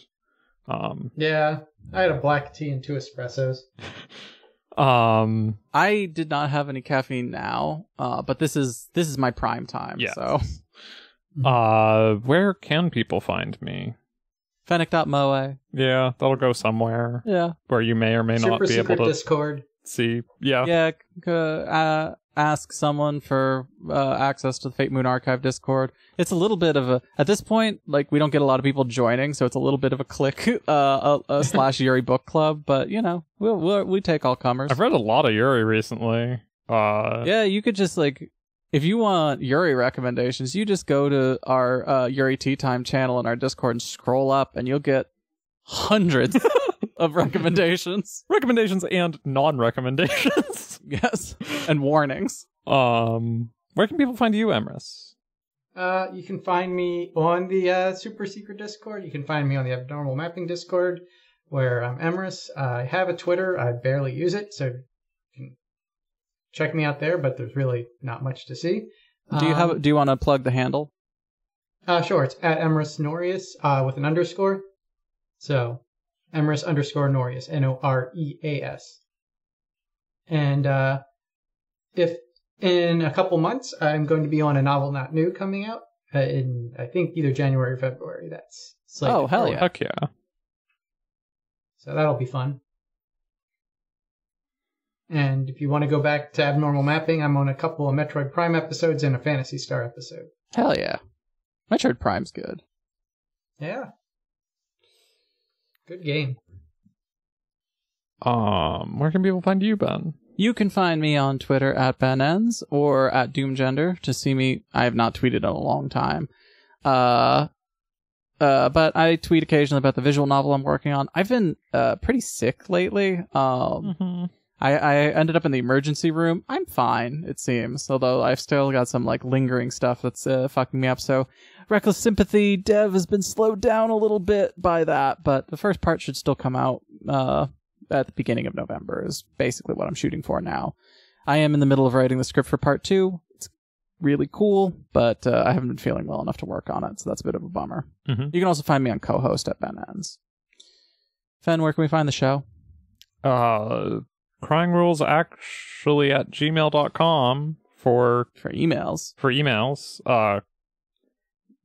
Speaker 1: um
Speaker 3: Yeah, I had a black tea and two espressos.
Speaker 1: um
Speaker 2: I did not have any caffeine now, uh, but this is this is my prime time.
Speaker 1: Yes.
Speaker 2: So
Speaker 1: uh where can people find me
Speaker 2: Fennec.moe.
Speaker 1: yeah that'll go somewhere
Speaker 2: Yeah.
Speaker 1: where you may or may not
Speaker 3: Super
Speaker 1: be able
Speaker 3: secret
Speaker 1: to
Speaker 3: Discord.
Speaker 1: see. Yeah.
Speaker 2: Yeah. c- uh, ask someone for uh, access to the Fate Moon Archive Discord. It's a little bit of a at this point, like we don't get a lot of people joining, so it's a little bit of a click (laughs) uh, a, a slash Yuri book club. But you know, we'll, we'll we take all comers.
Speaker 1: I've read a lot of Yuri recently. Uh,
Speaker 2: yeah, you could just like if you want Yuri recommendations, you just go to our uh, Yuri Tea Time channel in our Discord and scroll up, and you'll get hundreds (laughs) of recommendations.
Speaker 1: Recommendations and non recommendations.
Speaker 2: Yes, and warnings.
Speaker 1: (laughs) um, where can people find you, Emrys?
Speaker 3: Uh, you can find me on the uh, Super Secret Discord. You can find me on the Abnormal Mapping Discord, where I'm Emerus. I have a Twitter. I barely use it, so you can check me out there. But there's really not much to see.
Speaker 2: Do you
Speaker 3: Um,
Speaker 2: have? Do you want to plug the handle?
Speaker 3: Uh, sure, it's at Emerus Norius uh, with an underscore. So, Emerus underscore Norius, N O R E A S. And uh, if in a couple months I'm going to be on a novel not new coming out uh, in I think either January or February. That's slated
Speaker 2: Oh, hell
Speaker 3: for.
Speaker 2: yeah.
Speaker 1: Heck yeah.
Speaker 3: So that'll be fun. And if you want to go back to abnormal mapping, I'm on a couple of Metroid Prime episodes and a Fantasy Star episode.
Speaker 2: Hell yeah, Metroid Prime's good.
Speaker 3: Yeah. Good game.
Speaker 1: Um, where can people find you, Ben?
Speaker 2: You can find me on Twitter at Ben Enns or at Doomgender to see me. I have not tweeted in a long time. Uh, uh, but I tweet occasionally about the visual novel I'm working on. I've been uh, pretty sick lately.
Speaker 1: Hmm.
Speaker 2: Um, I, I ended up in the emergency room. I'm fine, it seems, although I've still got some like lingering stuff that's uh, fucking me up. So, Reckless Sympathy Dev has been slowed down a little bit by that, but the first part should still come out uh, at the beginning of November. Is basically what I'm shooting for now. I am in the middle of writing the script for part two. It's really cool, but uh, I haven't been feeling well enough to work on it, so that's a bit of a bummer.
Speaker 1: Mhm.
Speaker 2: You can also find me on co-host at Ben Ends. Fen, where can we find the show?
Speaker 1: Uh, crying rules actually at gmail.com for
Speaker 2: For emails.
Speaker 1: for emails. Uh,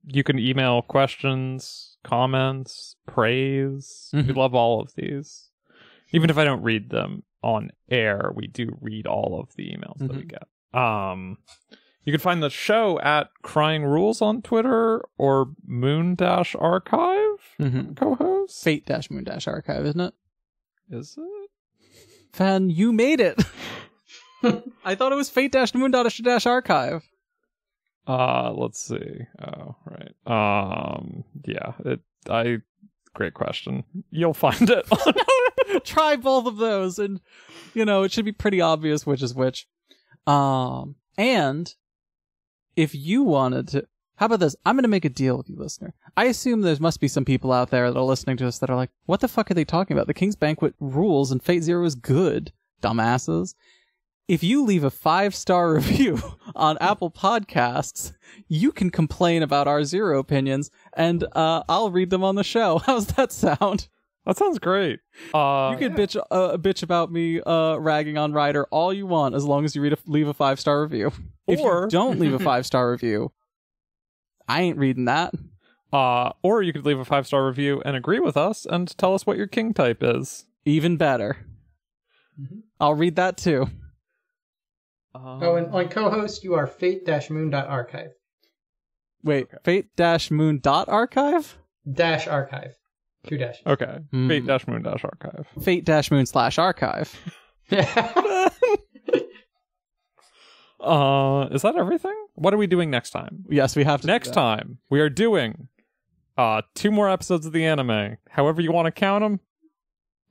Speaker 1: you can email questions, comments, praise. We
Speaker 2: Mhm.
Speaker 1: love all of these. Even if I don't read them on air, we do read all of the emails that we get. Um, you can find the show at Crying Rules on Twitter or Moon Dash Archive
Speaker 2: Mm-hmm.
Speaker 1: co host.
Speaker 2: Fate Dash Moon Dash Archive, isn't it?
Speaker 1: Is it?
Speaker 2: Fan, you made it. (laughs) I thought it was Fate Dash Moon Dash Dash Archive.
Speaker 1: Uh, let's see. Oh, right. Um, yeah. It. I. Great question. You'll find it. (laughs)
Speaker 2: (laughs)
Speaker 1: on-
Speaker 2: Try both of those, and you know it should be pretty obvious which is which. Um, and if you wanted to, how about this? I'm going to make a deal with you, listener. I assume there must be some people out there that are listening to us that are like, "What the fuck are they talking about? The King's Banquet rules, and Fate Zero is good, dumbasses." If you leave a five star (laughs) review on Apple Podcasts, you can complain about our zero opinions, and uh, I'll read them on the show. (laughs) How's that sound?
Speaker 1: that sounds great. Uh,
Speaker 2: You can bitch uh, bitch about me uh, ragging on Ryder all you want as long as you read a, leave a five star review. (laughs) if
Speaker 1: Or-
Speaker 2: you don't
Speaker 1: (laughs)
Speaker 2: leave a five star review, I ain't reading that.
Speaker 1: Uh, or you could leave a five star review and agree with us and tell us what your king type is.
Speaker 2: Even better,
Speaker 1: Mm-hmm.
Speaker 2: I'll read that too. Uh-huh.
Speaker 3: oh,
Speaker 2: Um,
Speaker 3: and on co-host, you are fate-moon.archive.
Speaker 2: Wait, fate dash moon dot archive,
Speaker 3: Dash archive. Two dash.
Speaker 1: Okay.
Speaker 2: Hmm.
Speaker 1: Fate dash moon dash archive.
Speaker 2: fate dash moon slash archive. (laughs)
Speaker 1: Uh, is that everything? What are we doing next time?
Speaker 2: Yes, we have to do
Speaker 1: Next
Speaker 2: that.
Speaker 1: time, we are doing uh two more episodes of the anime. However you want to count them.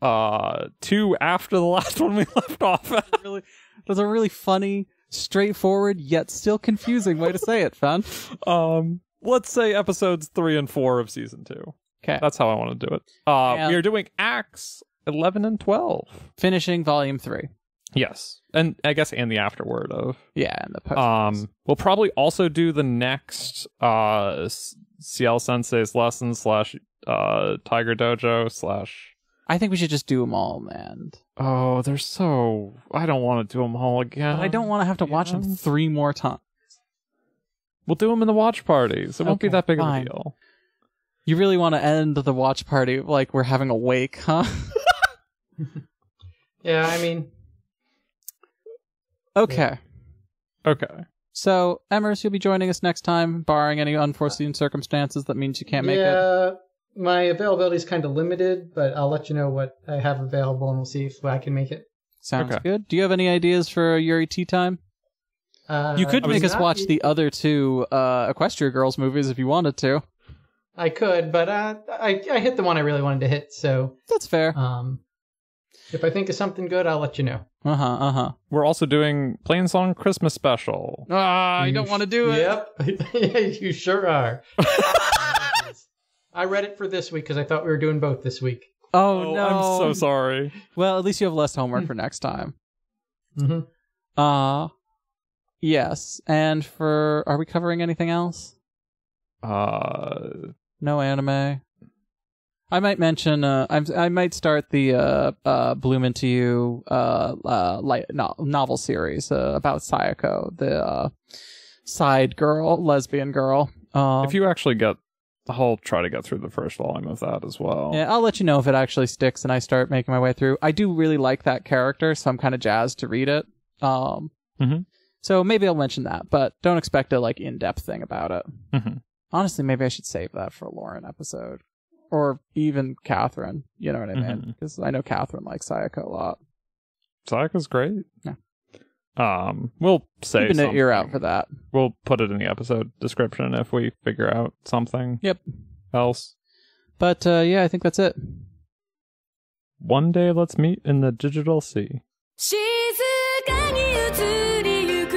Speaker 1: Uh, two after the (laughs) last one we left off. (laughs) at.
Speaker 2: Really, that's a really funny, straightforward yet still confusing way to say it, fan.
Speaker 1: um, let's say episodes three and four of season two.
Speaker 2: 'Kay.
Speaker 1: That's how I want to do it. Uh,
Speaker 2: Yeah.
Speaker 1: we are doing acts eleven and twelve.
Speaker 2: Finishing volume three.
Speaker 1: Yes, and I guess and the afterword of.
Speaker 2: Yeah, and the post.
Speaker 1: Um, we'll probably also do the next uh S- CL Sensei's lesson slash uh Tiger Dojo slash.
Speaker 2: I think we should just do them all, man.
Speaker 1: Oh, they're so. I don't want to do them all again.
Speaker 2: But I don't want to have to watch them
Speaker 1: um, yeah.
Speaker 2: three more times.
Speaker 1: We'll do them in the watch parties. It won't be
Speaker 2: Okay,
Speaker 1: that big of
Speaker 2: fine.
Speaker 1: a deal.
Speaker 2: You really want to end the watch party like we're having a wake, huh?
Speaker 3: (laughs)
Speaker 2: (laughs)
Speaker 3: yeah, I mean,
Speaker 2: okay.
Speaker 1: Okay.
Speaker 2: So, Emers, you'll be joining us next time, barring any unforeseen circumstances that means you can't make it.
Speaker 3: yeah, my availability is kind of limited, but I'll let you know what I have available, and we'll see if I can make it.
Speaker 2: Sounds
Speaker 1: Okay.
Speaker 2: good. Do you have any ideas for Yuri Tea Time?
Speaker 3: Uh,
Speaker 2: you could
Speaker 1: I was
Speaker 2: make us
Speaker 3: not-
Speaker 2: watch the other two uh, Equestria Girls movies if you wanted to.
Speaker 3: I could, but uh, I I hit the one I really wanted to hit. So,
Speaker 2: That's fair.
Speaker 3: um, if I think of something good, I'll let you know.
Speaker 2: Uh huh. Uh huh.
Speaker 1: We're also doing Plain Song Christmas Special.
Speaker 2: Ah, I
Speaker 3: Mm.
Speaker 2: don't want to do it.
Speaker 3: Yep, (laughs) you
Speaker 2: (laughs)
Speaker 3: sure are. I read it for this week because I thought we were doing both this week.
Speaker 2: Oh, no.
Speaker 1: I'm so sorry.
Speaker 2: Well, at least you have less homework for next time.
Speaker 3: Mm-hmm.
Speaker 2: Uh yes. And for are we covering anything else?
Speaker 1: Uh,
Speaker 2: No anime. I might mention uh I'm I might start the uh uh Bloom into You uh, uh light no, novel series uh, about Sayako, the uh side girl, lesbian girl. Um
Speaker 1: if you actually get, I'll try to get through the first volume of that as well.
Speaker 2: yeah, I'll let you know if it actually sticks and I start making my way through. I do really like that character, so I'm kind of jazzed to read it. Um,
Speaker 1: Mhm.
Speaker 2: so maybe I'll mention that, but don't expect a like in-depth thing about it.
Speaker 1: Mhm.
Speaker 2: Honestly, maybe I should save that for a Lauren episode, or even Catherine. You know what I
Speaker 1: Mm-hmm.
Speaker 2: mean? Because I know Catherine likes Sayako a lot.
Speaker 1: Sayaka's great.
Speaker 2: Yeah.
Speaker 1: Um, we'll say
Speaker 2: Keeping an ear out
Speaker 1: something.
Speaker 2: for that.
Speaker 1: We'll put it in the episode description if we figure out something
Speaker 2: Yep.
Speaker 1: else.
Speaker 2: But uh, yeah, I think that's it.
Speaker 1: One day, let's meet in the digital sea.
Speaker 5: 静かに移りゆく遠い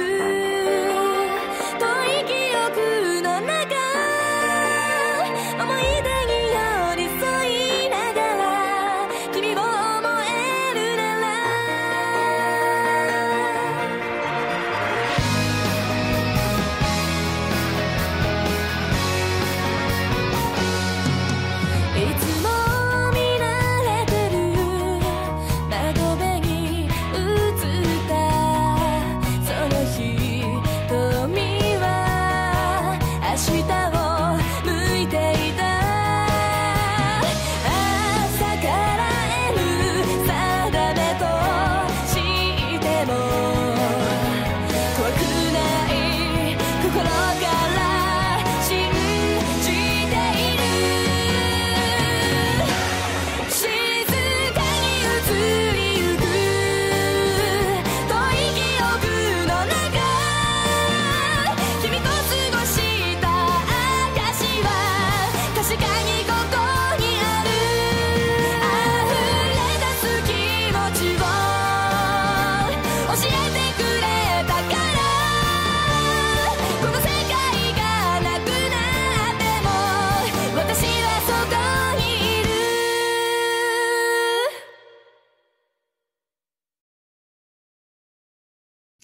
Speaker 5: 記憶の中思い出に寄り添いながら君を思えるならいつも見慣れてる窓辺に映った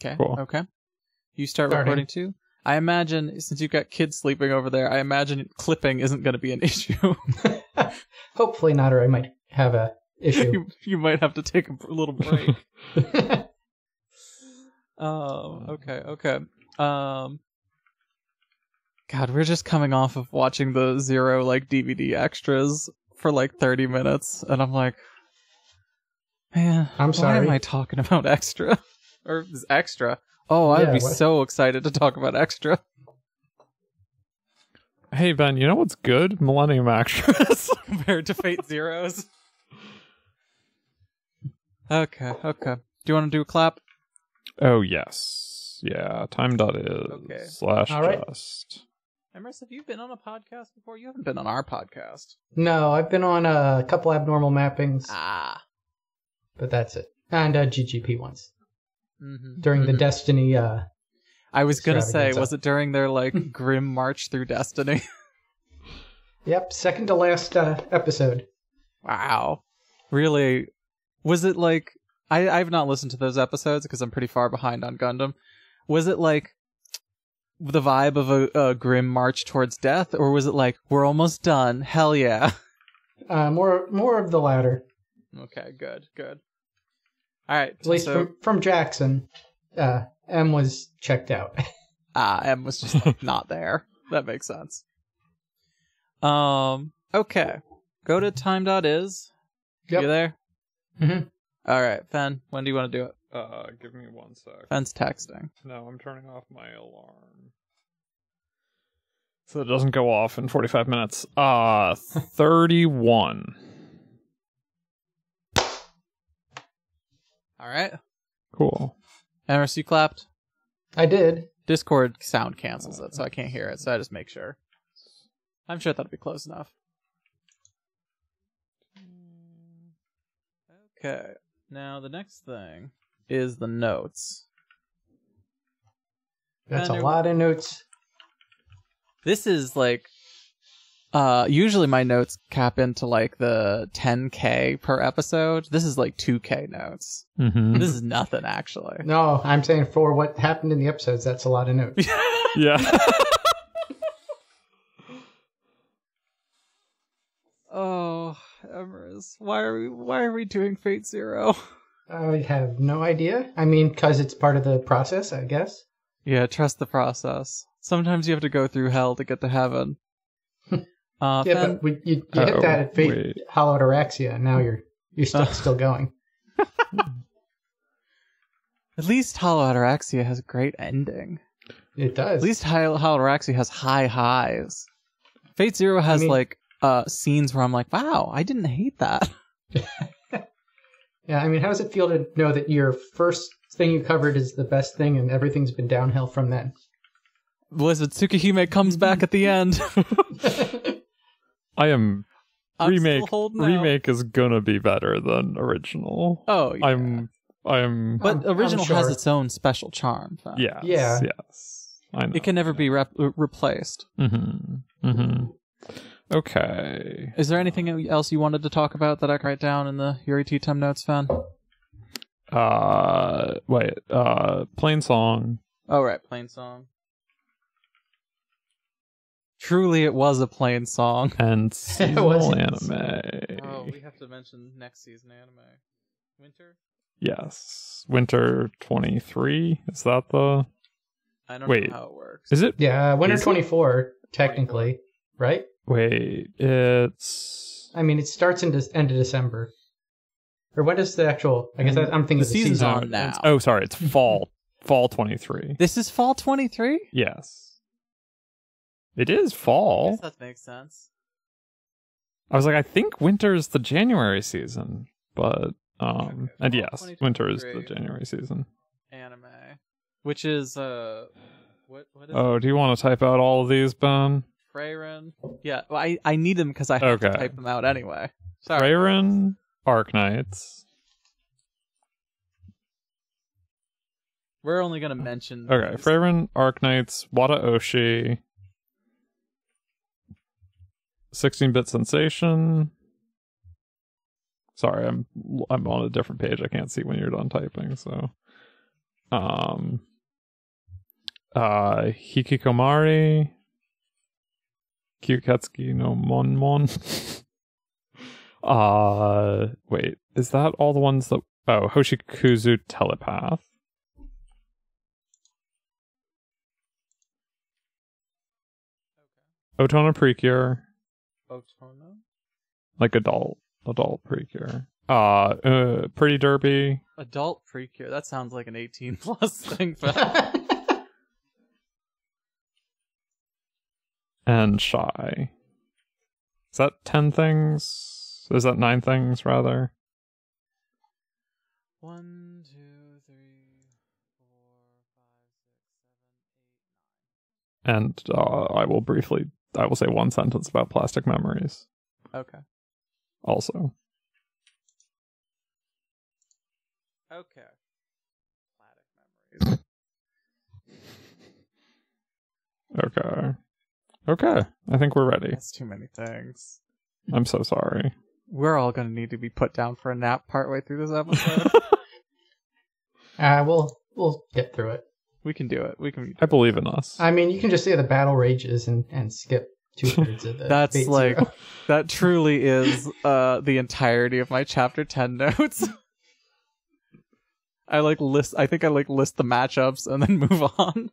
Speaker 2: Okay.
Speaker 1: Cool.
Speaker 2: Okay. You start
Speaker 3: Starting.
Speaker 2: recording too. I imagine since you've got kids sleeping over there, I imagine clipping isn't going to be an (laughs) issue.
Speaker 3: (laughs) Hopefully not, or I might have a
Speaker 2: (laughs)
Speaker 3: issue. (laughs)
Speaker 2: you, you might have to take a little break.
Speaker 3: yeah, Uh.
Speaker 2: Um. Okay. Okay. Um. God, we're just coming off of watching the zero like DVD extras for like thirty minutes, and I'm like, man,
Speaker 3: I'm
Speaker 2: Why
Speaker 3: sorry.
Speaker 2: am I talking about extra (laughs) or is extra? Oh, I'd
Speaker 3: Yeah,
Speaker 2: be
Speaker 3: what?
Speaker 2: so excited to talk about extra. (laughs)
Speaker 1: Hey Ben, you know what's good? Millennium Actress.
Speaker 2: compared to Fate
Speaker 3: (laughs)
Speaker 2: Zeros. Okay, okay. Do you want to do a clap?
Speaker 1: (laughs) oh yes, yeah. Time dot is
Speaker 2: Okay.
Speaker 1: slash
Speaker 3: All right.
Speaker 1: just.
Speaker 2: Emrys, have you been on a podcast before? You haven't been on our podcast.
Speaker 3: no, I've been on a couple abnormal mappings,
Speaker 2: Ah.
Speaker 3: but that's it. And uh, GGP once
Speaker 2: Mm-hmm.
Speaker 3: during the Destiny. Uh,
Speaker 2: I was gonna say,
Speaker 3: extravaganza.
Speaker 2: was it during their
Speaker 3: (laughs)
Speaker 2: like grim march through destiny?
Speaker 3: yep, second to last uh, episode.
Speaker 2: (laughs) wow, really? Was it like I, I've not listened to those episodes because I'm pretty far behind on Gundam. Was it like the vibe of a, a grim march towards death, or was it like we're almost done? Hell yeah!
Speaker 3: Uh, more, more of the latter,
Speaker 2: Okay, good, good. All right,
Speaker 3: at least
Speaker 2: so
Speaker 3: from, from Jackson. Uh, M was checked out. (laughs)
Speaker 2: ah, M was just (laughs) like, not there. That makes sense. Um, okay, go to time dot is.
Speaker 3: Yep.
Speaker 2: You there?
Speaker 3: Mhm.
Speaker 2: All right, Fen. When do you want to do it?
Speaker 1: Uh, give me one sec.
Speaker 2: Fen's texting.
Speaker 1: No, I'm turning off my alarm. So it doesn't go off in 45 minutes. Uh, (laughs) 31.
Speaker 2: All right.
Speaker 1: Cool.
Speaker 2: Emerson, you clapped.
Speaker 3: I did.
Speaker 2: Discord sound cancels it, so I can't hear it. So I just make sure. I'm sure that'll be close enough. Okay. Now the next thing is the notes.
Speaker 3: That's a
Speaker 2: And there-
Speaker 3: lot of notes.
Speaker 2: this is like uh usually my notes cap into like the 10k per episode this is like 2k notes
Speaker 1: Mm-hmm. (laughs)
Speaker 2: this is nothing (laughs) actually
Speaker 3: No, I'm saying for what happened in the episodes, that's a lot
Speaker 2: (laughs)
Speaker 3: of notes.
Speaker 1: yeah.
Speaker 2: oh Emrys, why are we why are we doing fate zero
Speaker 3: I have no idea. I mean, because it's part of the process, I guess.
Speaker 2: yeah trust the process sometimes you have to go through hell to get to (laughs) heaven uh
Speaker 3: Yeah,
Speaker 2: Fen-
Speaker 3: but we, you, you
Speaker 1: Oh,
Speaker 3: hit that at fate,
Speaker 1: wait.
Speaker 3: hollowed Araxia, and now you're
Speaker 2: (laughs)
Speaker 3: you're still, still going.
Speaker 2: at least hollow ataraxia has a great ending
Speaker 3: It
Speaker 2: At
Speaker 3: does.
Speaker 2: least Hal Haldoraxi has high highs. Fate Zero has
Speaker 3: mean-
Speaker 2: like uh scenes where I'm like, wow, I didn't hate that.
Speaker 3: yeah, I mean, how does it feel to know that your first thing you covered is the best thing, and everything's been downhill from then? (laughs)
Speaker 2: Blizzard Tsukihime comes back at the end. (laughs)
Speaker 1: I am.
Speaker 2: I'm
Speaker 1: remake
Speaker 2: still holding out.
Speaker 1: remake is gonna be better than original.
Speaker 2: Oh, yeah.
Speaker 1: I'm. I'm.
Speaker 2: but
Speaker 3: I'm- I'm
Speaker 2: original has
Speaker 3: sure.
Speaker 2: its own special charm. though.
Speaker 1: Yes.
Speaker 3: Yeah.
Speaker 1: Yes. I know.
Speaker 2: It can never be rep- uh, replaced.
Speaker 1: Mm-hmm. Mm-hmm. Okay.
Speaker 2: Is there anything else you wanted to talk about that I can write down in the Yuri T. Tum notes, fan?
Speaker 1: Uh, wait. Uh, plain song.
Speaker 2: Oh, right. Plain song. Truly, it was a plain song.
Speaker 3: (laughs)
Speaker 1: and seasonal
Speaker 3: wasn't-
Speaker 1: anime.
Speaker 2: Oh, have to mention next season anime. Winter?
Speaker 1: Yes, winter twenty three. Is that the?
Speaker 2: I
Speaker 1: know Wait.
Speaker 2: how it works.
Speaker 1: Is it?
Speaker 3: Yeah, uh, Winter
Speaker 1: Is it?
Speaker 3: 24, technically, right?
Speaker 1: Wait, it's.
Speaker 3: I mean, it starts in de- end of December. Or what is the actual? I guess I, I'm thinking
Speaker 2: The
Speaker 3: of the
Speaker 2: season's
Speaker 3: season.
Speaker 2: on now.
Speaker 1: it's- oh, sorry, it's fall. fall twenty three.
Speaker 2: This is fall 23?
Speaker 1: Yes, it is fall.
Speaker 2: that makes sense.
Speaker 1: I was like, I think winter is the January season, but um,
Speaker 2: Okay,
Speaker 1: and
Speaker 2: fall
Speaker 1: yes, winter is the
Speaker 2: 2023.
Speaker 1: January season.
Speaker 2: Anime. Which is, uh, what, what is
Speaker 1: Oh, do you want to type out all of these, Ben?
Speaker 2: Freyren? Yeah, well, I, I need them because I have to
Speaker 1: Okay.
Speaker 2: type them out anyway. Sorry.
Speaker 1: Rayren, Arknights.
Speaker 2: We're only going to mention.
Speaker 1: Okay,
Speaker 2: these.
Speaker 1: Freyren, Arknights, Wada Oshi, 16 bit sensation. Sorry, I'm I'm on a different page. I can't see when you're done typing, so um, uh, Hikikomari, Kyukatsuki no Monmon. (laughs) uh, wait, is that all the ones that? Oh, Hoshikuzu Telepath. Otona Precure,
Speaker 2: Otono?
Speaker 1: like adult, adult Precure. Uh, uh, Pretty Derby,
Speaker 2: Adult Precure. That sounds like an 18 plus (laughs) thing, but
Speaker 1: (laughs) and Shy. Is that 10 things? Is that 9 things, rather?
Speaker 2: One, two, three, four, five,
Speaker 1: And uh, I will briefly, I will say one sentence about plastic memories
Speaker 2: six, seven, eight.
Speaker 1: also.
Speaker 2: Okay. Okay. Plastic memories.
Speaker 1: Okay. Okay. I think we're ready.
Speaker 2: That's too many things.
Speaker 1: I'm so sorry.
Speaker 2: We're all gonna need to be put down for a nap partway through this
Speaker 1: (laughs)
Speaker 2: episode.
Speaker 3: (laughs) uh, we'll we'll get through it.
Speaker 2: we can do it. We can.
Speaker 1: I believe in us.
Speaker 3: I mean, you can just say the battle rages and and skip two thirds of
Speaker 2: (laughs)
Speaker 3: it.
Speaker 2: That's like that. Truly is uh the entirety of my chapter ten notes. (laughs) I like list. I think I like list the matchups and then (laughs) move on.